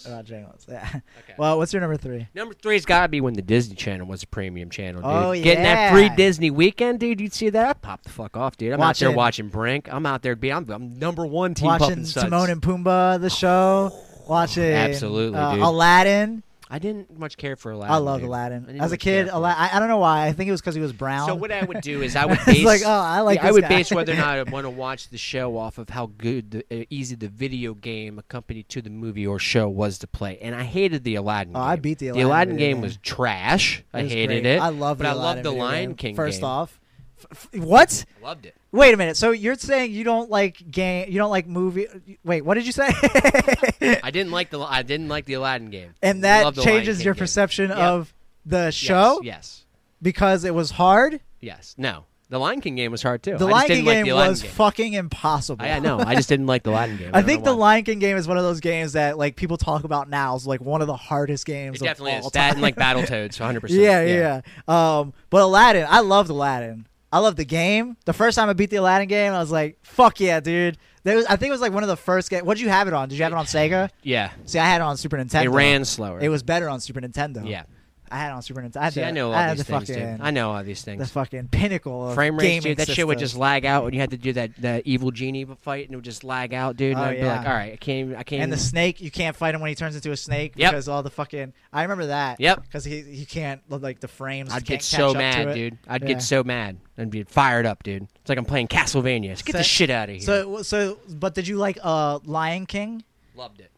smart uh, about jingles. Yeah.
Okay.
<laughs> Well, what's your number three?
Number three's got to be when the Disney Channel was a premium channel, dude.
Oh,
Getting
yeah.
that free Disney weekend, dude. You'd see that? I'd pop the fuck off, dude. I'm out
Watching-
there watching Brink. I'm out there. Be, I'm, I'm number one team
watching
Puff and Suds. Oh.
Timon and Pumbaa, the show. Watching
Absolutely,
uh,
dude.
Aladdin.
I didn't much care for Aladdin.
I loved
dude. I
Aladdin.
didn't
As a
much care
kid,
for
Ala- I, I don't know why. I think it was because he was brown.
So what I would do
<laughs>
is I would
It's
base
like, oh, I like
yeah, I
this
would
guy.
base whether or not
<laughs>
I want to watch the show off of how good the, uh, easy the video game accompanied to the movie or show was to play. And I hated the Aladdin
Oh,
game.
I beat the
The
Aladdin
Aladdin
video
game
game.
was trash. I
It was
hated
great.
it.
I love.
but
the
I
Aladdin
loved the
video
Lion
game,
King
First
game.
off, F- f- what?
I loved it.
Wait a minute. So you're saying you don't like game? You don't like movie? Wait, what did you say?
I didn't like the I didn't like the Aladdin game.
<laughs> and
Loved
that
the Lion
changes
King
your
game.
perception
Yep.
of the show
Yes.
because it was hard.
Yes. yes. No. The Lion King game was hard too.
The
I
Lion
just
King
didn't
game
like the Aladdin
was
game.
fucking impossible.
I I
<laughs>
know. I just didn't like the Latin game.
I think the
Lion
Lion King game is one of those games that like people talk about now is like one of the hardest games.
it
of
definitely
all
is that
time.
and like Battletoads,
<laughs>
100. percent
yeah, yeah, yeah. Um, but Aladdin, I loved Aladdin. I loved the game. The first time I beat the Aladdin game, I was like, "Fuck yeah, dude!" There was, I think it was like one of the first games. What did you have it on? Did you have it on Sega?
yeah.
See, I had it on Super Nintendo.
It ran slower.
It was better on Super Nintendo.
Yeah.
I had it on Super Nintendo. I, had
See,
the-
I know all
I had
these
the
things, dude.
fucking,
I know all these
the
things.
fucking pinnacle of
Frame rates,
gaming
dude. That shit would
systems.
just lag out when you had to do that that evil genie fight, and it would just lag out, dude. And
Oh,
I'd be like,
yeah.
all right, I can't, even, I can't.
And the
even-
snake, you can't fight him when he turns into a snake
Yep.
because all the fucking. I remember that.
Yep.
Because he he can't like the frames.
I'd
can't
get so
catch up to
mad,
it.
dude. I'd
Yeah.
get so mad and be fired up, dude. It's like I'm playing Castlevania. Just get
So-
the shit out of here.
So so, but did you like uh Lion King?
Loved it.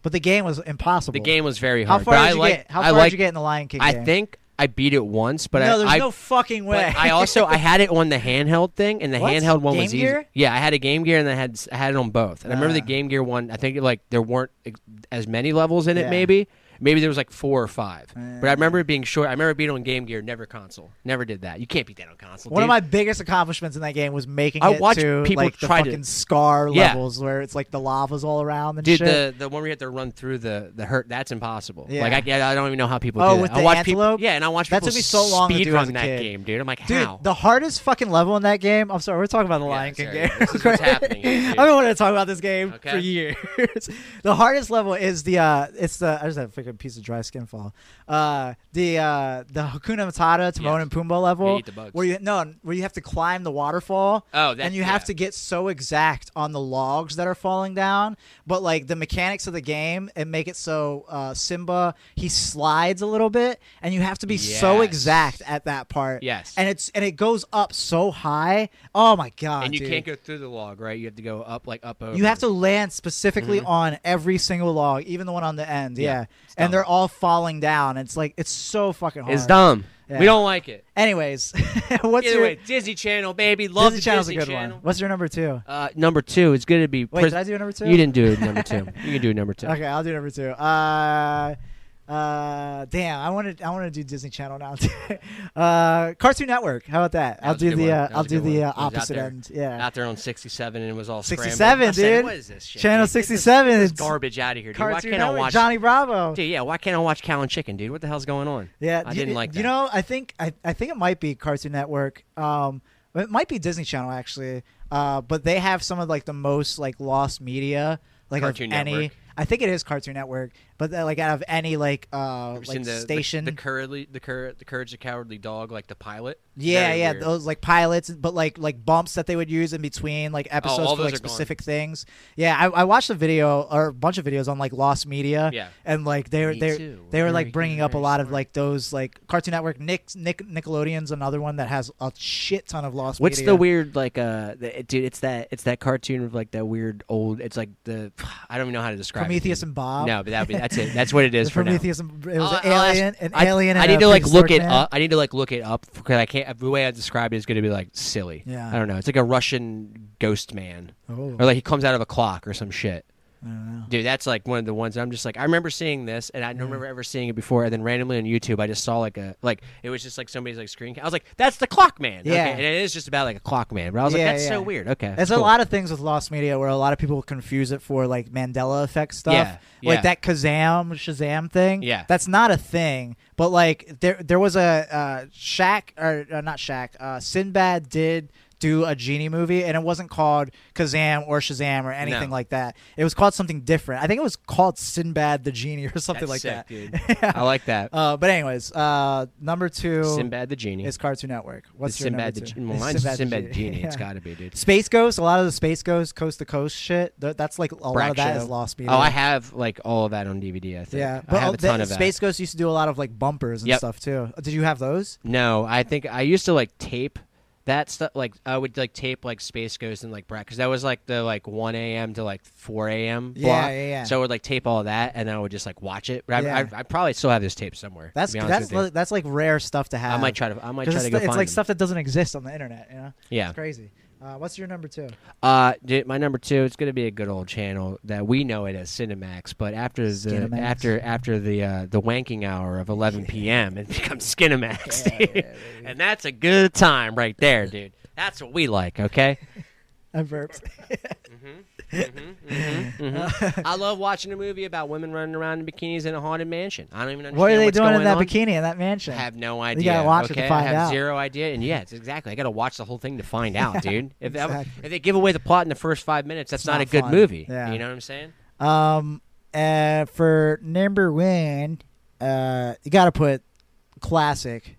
But the game was impossible.
The game was very
How
hard.
far
but
did
I
you
like,
get? How
I
far
like,
did you get in the Lion King?
I
game?
think I beat it once, but I,
no, there's
I,
no fucking way.
But I also I had it on the handheld thing, and the
What?
handheld one was
Game
easy.
Gear?
Yeah, I had a Game Gear, and I had I had it on both. And I remember the
Ah.
Game Gear one. I think like there weren't ex- as many levels in it.
Yeah. Eh.
Maybe maybe there was like four or five. But I remember it being short. I remember it being on Game Gear, never console. Never did that. You can't beat that on console.
One of
dude.
my biggest accomplishments in that game was making
I
it
watched
to
people
like the
try to-
fucking scar
Yeah.
levels where it's like the lava's all around and
Dude,
shit.
the, the one where you have to run through the, the hurt, that's impossible.
Yeah.
Like, I, can't- I don't even know how people
Oh,
do that.
with
I
the
watch
antelope?
People, yeah, and I watch
That
people
took me so long to
speed
do as
run
a
that
kid.
game, dude. I'm like,
Dude,
how?
the hardest fucking level in that game. I'm sorry, we're talking about the
Yeah,
Lion King
sorry,
game. <laughs>
this is what's happening here,
I've
dude.
been wanting to talk about this game for
Okay.
years. <laughs> the hardest level is the uh, it's the I just had a freaking piece of dry skin fall. Uh, the uh, the Hakuna Matata, Timon
Yes.
and Pumbaa level,
eat the bugs.
where you no, where you have to climb the waterfall.
Oh, that-
and you have
yeah.
to get so exact on the logs that are falling down, but like the mechanics of the game and make it so uh, Simba he slides a little bit, and you have to be so
Yes.
exact at that part.
Yes.
And it's and it goes up so high. Oh my god.
and you
dude.
can't go through the log, right? You have to go up, like, up over.
You have to land specifically on every single log, even the one on the end. Yeah.
Mm-hmm. Yeah,
And
dumb.
they're all falling down. It's like it's so fucking hard.
It's dumb.
Yeah.
We don't like it.
Anyways, <laughs> what's
Either
your
way, Disney Channel, baby. Love
Disney
the
Channel's
Disney
a good
Channel.
one. What's your number two?
Uh, number two is going to be.
Wait,
pres-
did I do number two?
You didn't do number two. You can do number two.
<laughs> Okay, I'll do number two. Uh, uh, damn, I want to I want to do Disney Channel now. <laughs> uh, Cartoon Network. How about that? I'll
was a
do
good
the
one.
uh,
That was
I'll
a
do
good
the
one.
uh,
It was out
opposite
there.
end. Yeah.
Out there on 67, and it was all
67,
scrambled. I said,
dude.
What is this shit?
Channel
dude? Get this-
67
This
is-
garbage out of here, dude. Why
Cartoon
can't I
Network.
watch
Johnny Bravo.
Dude, yeah, why can't I watch Cow and Chicken, dude? What the hell's going on?
Yeah,
I
you-
didn't like that.
You know, I think I, I think it might be Cartoon Network. Um, it might be Disney Channel actually. Uh, but they have some of like the most like lost media, like of
Cartoon
any.
Network.
I think it is Cartoon Network, but uh, like out of any like uh
Ever seen
like
the, the-
station.
the, cowardly, the, cour- the courage, the cowardly dog, like the pilot.
yeah,
Very
yeah,
weird.
those like pilots, but like like bumps that they would use in between like episodes
Oh, all
for
those
like
are gone.
specific things. Yeah, I, I watched a video or a bunch of videos on like lost media.
Yeah.
and like they were
Me
they
too.
they were like
Very-
bringing up a
very
lot of like those like Cartoon Network, Nick Nick Nickelodeon's another one that has a shit ton of lost.
What's
media.
the weird like uh the, dude? It's that it's that cartoon of like that weird old. It's like the <sighs> I don't even know how to describe
Prometheus
it. dude.
and Bob?
No, but that would be that's it. That's
<laughs>
what it is
The
for now.
Prometheus and it was
I'll-
an
I'll ask-
alien, an
Uh, I,
alien.
I
and
need
a
to like look it
prehistoric man.
up. I need to like look it up because I can't. The way I describe it is going to be like silly.
Yeah.
I don't know. It's like a Russian ghost man,
Oh.
or like he comes out of a clock or some shit. Dude, that's like one of the ones I'm just like I remember seeing this and I don't remember ever seeing it before and then randomly on YouTube I just saw like a like it was just like somebody's like screen ca- I was like that's the clock man.
Yeah.
Okay. And it is just about like a clock man. But I was
Yeah,
like that's
yeah.
so weird. Okay.
There's a
cool.
lot of things with lost media where a lot of people confuse it for like Mandela effect stuff,
Yeah,
like
yeah.
that Kazam Shazam thing.
Yeah.
that's not a thing. But like there, there was a uh, Shaq or uh, not Shaq, uh, Sinbad did do a genie movie, and it wasn't called Kazam or Shazam or anything
No.
like that. It was called something different. I think it was called Sinbad the Genie or <laughs> something
That's
like
sick,
that. <laughs>
dude. I like that.
Uh, but anyways, uh, number two
Sinbad the genie.
is Cartoon Network. What's
It's
your
Sinbad the
number two?
genie. Well,
It's
mine's Sinbad the
Genie.
genie.
<laughs>
It's
Yeah.
got to be, dude.
Space Ghost, a lot of the Space Ghost, Coast to Coast shit. th- That's like a lot
Brack
of that
show.
is lost media.
Oh, I have like all of that on DVD. I think.
Yeah,
I have
uh,
a ton
the-
of that.
Space Ghost used to do a lot of like bumpers and
Yep.
stuff too. Uh, Did you have those?
No, I think I used to like tape that stuff. Like I would like tape like Space Ghost and like Brat because that was like the like 1 a.m. to like 4 a.m.
Yeah,
block.
yeah, yeah.
So I would like tape all that and then I would just like watch it. But I,
Yeah.
I, I probably still have this tape somewhere. to
That's
be honest
that's
with you.
li- that's like rare stuff to have.
I might try to. I might
'Cause
try
it's,
to go
it's
find
like
them.
stuff that doesn't exist on the internet. You know,
Yeah.
it's crazy. Uh, what's your number two?
Uh, d- my number two. It's gonna be a good old channel that we know it as Cinemax, but after the
Skinemax.
after after the uh, the wanking hour
<laughs>
of 11 p.m. it becomes Skinemax, dude. and that's a good time right there, dude. That's what we like.
<laughs>
Okay. <laughs>
I burped.
I love watching a movie about women running around in bikinis in a haunted mansion. I don't even understand
What are they
what's
doing in
going
that
on.
bikini in that mansion?
I have no
You
idea.
gotta watch it to
okay?
find
I have
out.
zero idea. And yes, exactly. I gotta watch the whole thing to
<laughs>
find out, dude. If that-
exactly.
if they give away the plot in the first five minutes, that's not,
not
a good
fun.
movie.
Yeah.
You know what I'm saying?
Um, uh, for number one, uh, you got to put classic.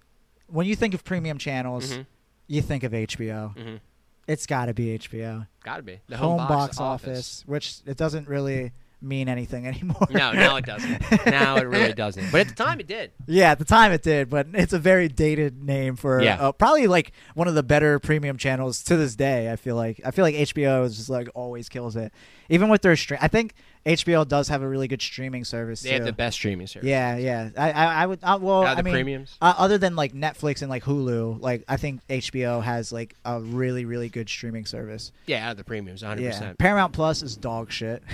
When you think of premium channels,
Mhm.
you think of HBO.
Mhm.
It's got to be HBO.
Gotta be the
Home, box, office, which it doesn't really mean anything <laughs> anymore.
no, now
<laughs>
it doesn't. Now it really doesn't. But at the time, it did.
Yeah, at the time it did, but it's a very dated name for
Yeah.
uh, probably like one of the better premium channels to this day. I feel like I feel like HBO is just like always kills it, even with their stream. I think HBO does have a really good streaming service.
They have
too.
the best streaming service.
Yeah, yeah. I, I, I would. I, well,
Now
I
the
mean,
premiums.
uh, other than like Netflix and like Hulu, like I think HBO has like a really, really good streaming service.
Yeah, out of the premiums, 100.
Yeah,
percent
Paramount Plus is dog shit. <laughs>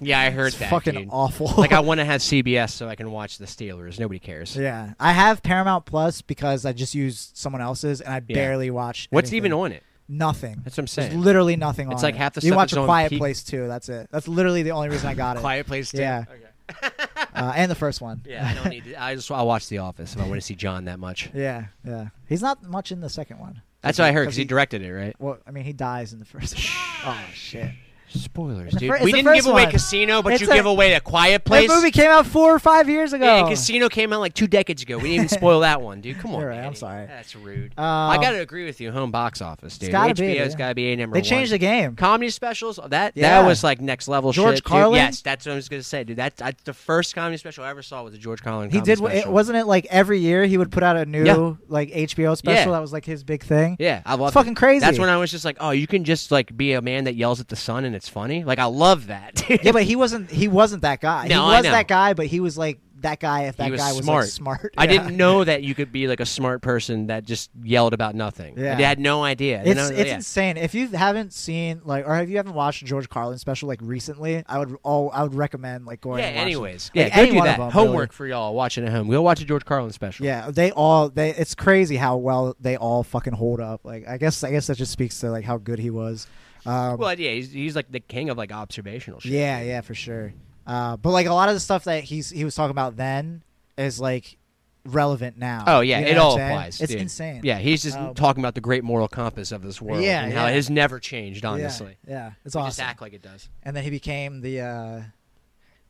Yeah, I heard
it's
that.
Fucking
dude.
awful.
Like I want to have CBS so I can watch the Steelers. Nobody
<laughs>
cares.
yeah, I have Paramount Plus because I just use someone else's and I
Yeah.
barely watch.
What's
anything.
even on it?
Nothing.
That's what I'm
There's
saying.
literally nothing on.
It's like
it.
half the
You
stuff
watch
is
a
on
Quiet
Peac-
Place too. That's it. That's literally the only reason I
<laughs>
got it.
Quiet Place. too?
Yeah.
Okay.
uh, and the first one.
<laughs> Yeah,
<laughs>
I don't need. To, I just I watch The Office if I want to see John that much.
Yeah, yeah. He's not much in the second one.
That's what I heard
'Cause
because he
he-
directed it, right?
Well, I mean, he dies in the
<laughs>
first. <laughs> oh shit!
Spoilers,
It's the
dude.
fir- it's
we
the
didn't give
first
away
one.
Casino, but
It's
you
a-
give away A Quiet Place.
That movie came out four or five years ago.
Yeah, and Casino came out like two decades ago. We didn't even spoil that one,
<laughs>
dude. Come on,
You're right, I'm
Manny.
sorry.
That's rude.
Um,
I gotta agree with you. Home box office, dude.
gotta be,
HBO's
yeah.
gotta be a number
they
one.
changed the game.
comedy specials. That
Yeah.
that was like next level
George
shit. dude.
Carlin?
Yes, that's what I was gonna say, dude. That's I, the first comedy special I ever saw was a George Carlin.
He
comedy
did. wh- It,
special.
wasn't it like every year he would put out a new
Yeah.
like HBO special
Yeah.
that was like his big thing.
Yeah, I love
It's fucking crazy.
That's when I was just like, oh, you can just like be a man that yells at the sun and it's funny. Like I love that.
<laughs>
dude.
Yeah, but he wasn't. He wasn't that guy.
No,
he
I
was
know.
that guy, but he was like that guy if that
he was
guy was
smart.
like, smart. <laughs>
I
Yeah.
didn't know that you could be like a smart person that just yelled about nothing.
Yeah.
I had no idea.
It's,
And I-
it's
yeah.
insane. If you haven't seen like, or if you haven't watched George Carlin special like recently, I would all I would recommend like going.
Yeah,
and watching-
anyways.
like,
yeah, go
any
do
one of
that.
them, really.
Homework for y'all watching at home. Go watch a George Carlin special.
Yeah, they all they. It's crazy how well they all fucking hold up. Like, I guess I guess that just speaks to like how good he was. Um,
Well, yeah, he's, he's like the king of like observational shit.
yeah, yeah, for sure. Uh, but like a lot of the stuff that he's he was talking about then is like relevant now.
Oh yeah,
You know
it
what I'm
all
saying?
applies.
It's
dude.
insane.
Yeah, he's just
Um,
talking about the great moral compass of this world
Yeah,
and how
yeah.
it has never changed.
Yeah,
Honestly,
yeah, it's
We
awesome.
just act like it does.
and then he became the uh,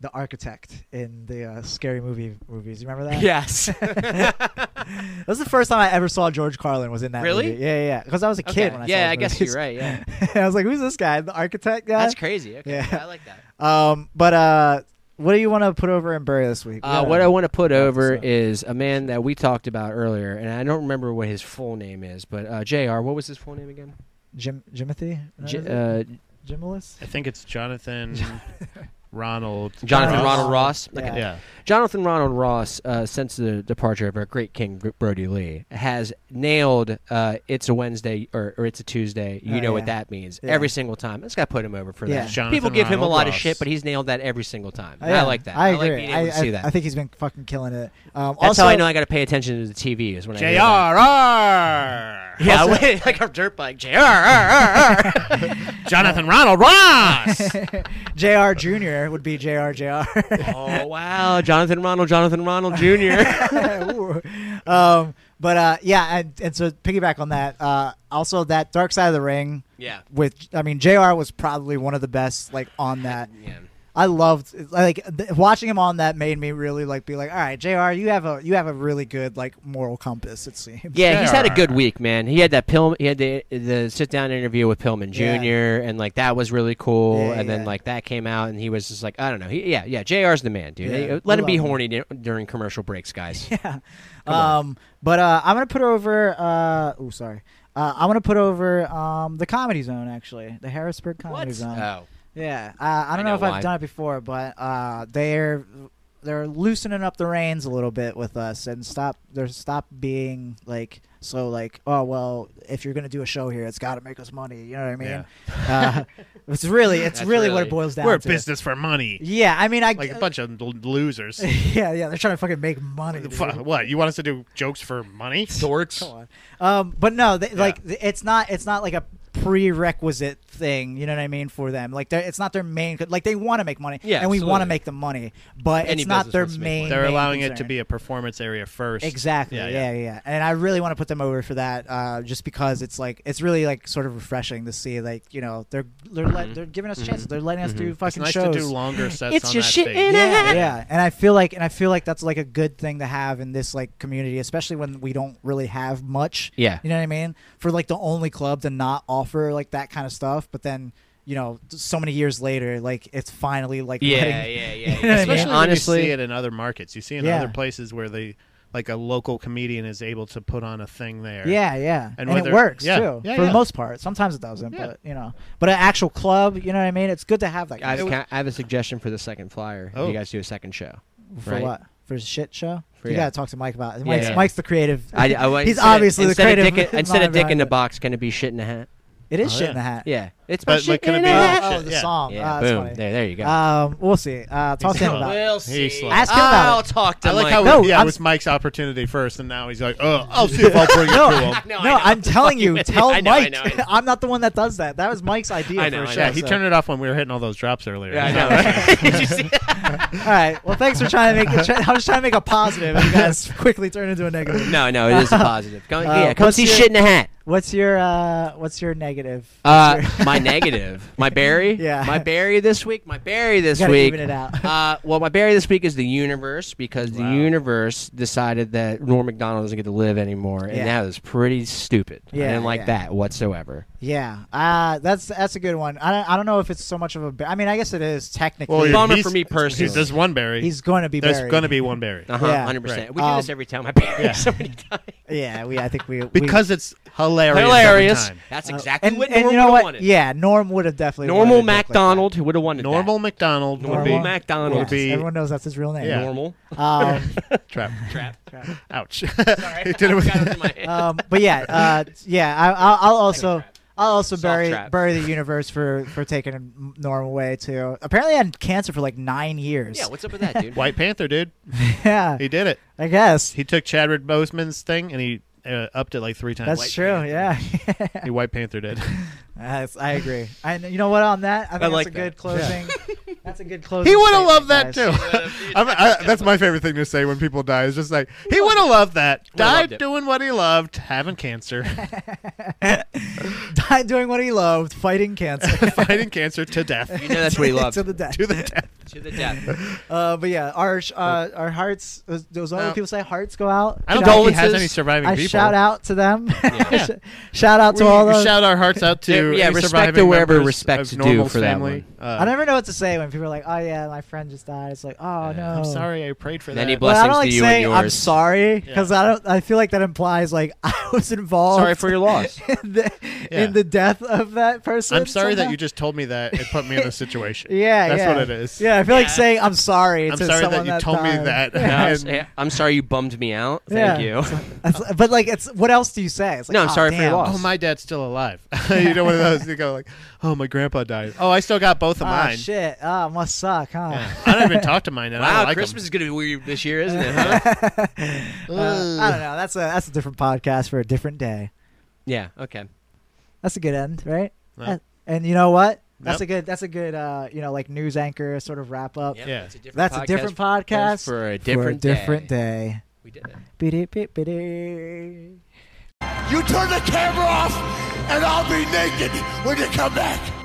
the architect in the uh, scary movie movies. You remember that? <laughs>
<laughs> Yes.
that was the first time I ever saw George Carlin was in that.
Really?
Movie. Yeah, yeah, yeah. Because I was a kid
Okay.
when I saw
yeah,
his
I guess
movies.
you're
<laughs>
right. Yeah,
I was like, "Who's this guy? The architect guy?"
that's crazy. Okay,
Yeah.
I like that.
Um, but uh, what do you want to put over and bury this week?
Uh, What I want to put over
so.
is a man that we talked about earlier, and I don't remember what his full name is, but uh, Jr. What was his full name again?
Jim Jimothy,
J-
Jim,
uh,
Jimilis.
I think it's Jonathan
<laughs>
Ronald.
Jonathan
Ross.
Ronald Ross.
Yeah.
Okay.
Yeah.
Jonathan Ronald Ross, uh, since the departure of our great king Bro- Brody Lee, has nailed uh, "It's a Wednesday" or, or "It's a Tuesday." You
Oh,
know what
yeah.
that means
Yeah.
every single time. It's got to put him over for
Yeah. Oh,
that.
Jonathan
People give him a
Ronald
lot of
Ross.
shit, but he's nailed that every single time.
Yeah,
I like that.
I
like
agree.
being able to
I,
see that.
I think he's been fucking killing it. Um,
That's
also,
how I know I got to pay attention to the TV is when I hear that. <laughs>
JRR.
Yeah, wait, like a dirt bike. JR. I
Jonathan Ronald
<laughs>
Ross.
Jr. Junior would be Jr.
<laughs>
Jr.
Oh wow, Jonathan Ronald, Jonathan Ronald
<laughs>
Jr.
<laughs> Ooh. um, but uh, yeah, and, and so piggyback on that. Uh, also, that Dark Side of the Ring.
yeah.
With I mean, Jr. was probably one of the best. Like on that,
Yeah.
I loved like th- watching him on that made me really like be like, all right, Jr. You have a you have a really good like moral compass. It seems.
Yeah, he's had a good week, man. He had that pill. He had the the sit down interview with Pillman Jr.
Yeah.
and like that was really cool.
Yeah,
and
yeah.
then like that came out, and he was just like, I don't know. He, yeah, yeah. Jr's the man, dude.
Yeah,
Hey,
we
Let him be
love him.
horny di- during commercial breaks,
<laughs>
guys.
<laughs> Um, but uh, I'm gonna put over. Uh, oh, sorry. Uh, I'm gonna put over um, the Comedy Zone actually, the Harrisburg Comedy
What?
Zone.
Oh,
Yeah, uh, I don't know,
know
if
why.
I've done it before, but uh, they're they're loosening up the reins a little bit with us and stop they're stop being like so like oh well if you're gonna do a show here it's got to make us money you know what I mean? Uh, <laughs> it's really it's
That's
really, what
really-
it boils down
We're a
to.
business for money.
Yeah, I mean I
Like a bunch of l- losers.
<laughs> yeah yeah they're trying to fucking make money. dude.
Fu- what you want us to do jokes for money?
Dorks.
Um, but no, they, like th- it's not it's not like a prerequisite thing. You know what I mean for them? Like they're- it's not their main. co- Like they want to make money,
Yeah,
and we want to
absolutely.
make the money, but
Any
it's not
business
their
wants to make
main.
money.
They're
main
allowing it to
concern.
be a performance area first.
Exactly. Yeah yeah. yeah, And I really want to put them over for that, uh, just because it's like it's really like sort of refreshing to see like you know they're they're
Mm-hmm.
let, they're giving us chances. They're letting us do
It's
fucking
nice
shows.
to do longer sets
It's
on
your
that
shit
stage.
in a
yeah, yeah, and I feel like, and I feel like that's like a good thing to have in this like community, especially when we don't really have much.
Yeah.
you know what I mean. For like the only club to not offer like that kind of stuff, but then you know, so many years later, like it's finally like <laughs>
Yeah,
letting-
yeah,
You know
yeah.
what I
yeah.
mean?
Especially when you see
honestly,
it in other markets. You see in
Yeah.
other places where they, like a local comedian is able to put on a thing there.
Yeah, yeah, and,
And
it
whether-
works
yeah,
too
yeah,
for the
yeah.
most part. Sometimes it doesn't,
Yeah.
but you know, but an actual club, you know what I mean? It's good to have that.
I,
Kind of
have,
stuff.
I have a suggestion for the second flyer.
Oh.
You guys do a second
<laughs>
show.
for
right?
what? For his shit show?
For-
you
yeah.
gotta talk to Mike about it. Mike's,
yeah.
Mike's the creative. <laughs>
I, I, want-
He's
instead of-
obviously the
instead
creative. <laughs>
Of dick, in- instead of
mind
dick in
behind
the
it.
box, going to be shit in a hat.
It is
Oh,
shit
yeah.
in the hat.
Yeah, it's my
But,
shit
like, can
in
it
a
be-
hat.
Oh,
Shit,
the
yeah.
song.
Yeah,
Ah, that's
boom.
funny.
There, there you go.
Um, we'll see. Uh, talk to him
slow.
about. it.
we'll oh, see.
slow.
Ask him about
I'll
it.
talk to
I like
<laughs>
Mike.
how
No,
yeah,
I'm-
it was Mike's opportunity first, and now he's like, "Oh, I'll see if I'll bring it to him."
No,
I know.
I'm telling you, tell
<laughs> I know, I
Mike.
know, I
<laughs>
know.
am not the one that does that. That was Mike's idea
I
for
know,
a
I
show.
know.
Yeah, he
so-
turned it off when we were hitting all those drops earlier.
Yeah, I know. right?
<laughs>
Did you see
All right. Well, thanks for trying to make. It, I was trying to make a positive, and you
<laughs>
guys quickly turned into a negative.
No, no,
<laughs>
it is a positive. Come,
Uh,
yeah, come
what's
see
your-
shit in a hat.
What's your uh, What's your negative?
Uh,
What's your-
my negative, my berry.
Yeah.
my berry this week. My berry this
Gotta
week.
even it out.
uh, well, my berry this week is the universe because the universe decided that Norm Macdonald doesn't get to live anymore, and
Yeah.
that was pretty stupid.
Yeah,
I didn't like
yeah.
that whatsoever.
<laughs> Yeah, uh, that's that's a good one. I don't, I don't know if it's so much of a. ba- I mean, I guess it is technically.
Well,
Bummer
he's-
for me personally.
he's- There's one berry.
he's going to be
there's
buried.
going to be one berry
Uh huh.
Yeah.
Hundred percent.
Right.
We do this
Um,
every time. I berry <laughs>
yeah.
so many times.
Yeah, we. I think we we-
because it's hilarious. every
Hilarious.
time.
That's
uh,
exactly
and,
what
and
Norm
you know
would've
what?
wanted.
Yeah, Norm would have definitely.
Normal
wanted a dick like that.
McDonald who would have wanted
Normal
that.
McDonald would
Normal
be
McDonald
would be
Everyone knows that's his real name.
Yeah.
normal.
Um,
<laughs> trap.
Trap.
Ouch.
Sorry,
He <laughs> did it with-
got it in <laughs> my head.
um, but yeah, uh, yeah. I, I'll, I'll also. I'll also
Soft
bury
trap.
bury the universe for for taking Norm away too. Apparently, I had cancer for like nine years.
Yeah, what's up with that, dude?
White Panther, dude.
<laughs> Yeah,
He did it.
I guess
He took Chadwick Boseman's thing and he uh, upped it like three times.
that's
White
true. Yeah, <laughs>
He White Panther did.
Yes, I agree. I you know what on that I think
like
that's a good
that.
closing. <laughs> That's a good closing.
he would have
statement,
loved
guys.
that too. <laughs>
I'm, I, that's my favorite thing to say when people die. Is just like he would have loved that.
Would've loved
Died
it.
doing what he loved, having cancer, <laughs>
<laughs> Died doing what he loved, fighting cancer
<laughs> fighting cancer to death. <laughs>
You know that's what he
<laughs>
loved.
to the death.
To the death.
to the death.
Uh, but yeah, our sh- uh, our hearts. Those, those other
Uh,
people say hearts go out.
I don't
Shout-
think he has
Condolences.
any surviving
I
people.
shout out to them. <laughs>
Yeah.
Sh- shout out to
We
all those.
shout our hearts out to
Yeah, yeah,
any
respect
surviving
to wherever
members
respect's
of
due
Normal's
for that
family. Uh,
I never know what to say when people are like, "Oh yeah, my friend just died." It's like, "Oh no."
I'm sorry, I prayed for that.
Many
But I don't
Blessings to
like
you and
saying I'm
yours.
sorry because I don't. I feel like that implies like <laughs> I was involved.
Sorry for your loss.
<laughs> in the,
Yeah.
in the death of that person.
I'm sorry that
somehow.
you just told me that. It put me in this
<laughs>
situation.
Yeah,
that's
yeah.
what it is.
Yeah, I feel like saying I'm sorry.
I'm
to
sorry that
someone
you told
died.
me that.
Yeah, I'm
And
s- yeah, <laughs> I'm sorry you bummed me out.
Yeah.
Thank
<laughs>
you.
That's- but like, it's what else do you say? It's like,
No, I'm
"Aw,
sorry for your
damn."
loss.
oh, my dad's still alive. <laughs> you know, one of those. You go like, oh, my grandpa died. Oh, I still got both of
Ah,
mine.
shit. Ah, must suck, huh?
Yeah. I don't even talk to mine. And I
Wow,
don't like 'em.
Christmas is gonna be weird this year, isn't it?
<laughs>
Huh?
Uh, <laughs> I don't know. That's a that's a different podcast for a different day.
yeah. Okay.
That's a good end, right?
No.
And- And you know what? That's
Nope.
a good. That's a good. Uh, you know, like news anchor sort of wrap up.
Yep,
Yeah.
That's a different
That's
podcast
a different podcast
for a
for a
different
different
day.
day.
We did it.
Biddy, biddy, biddy.
You turn the camera off, and I'll be naked when you come back.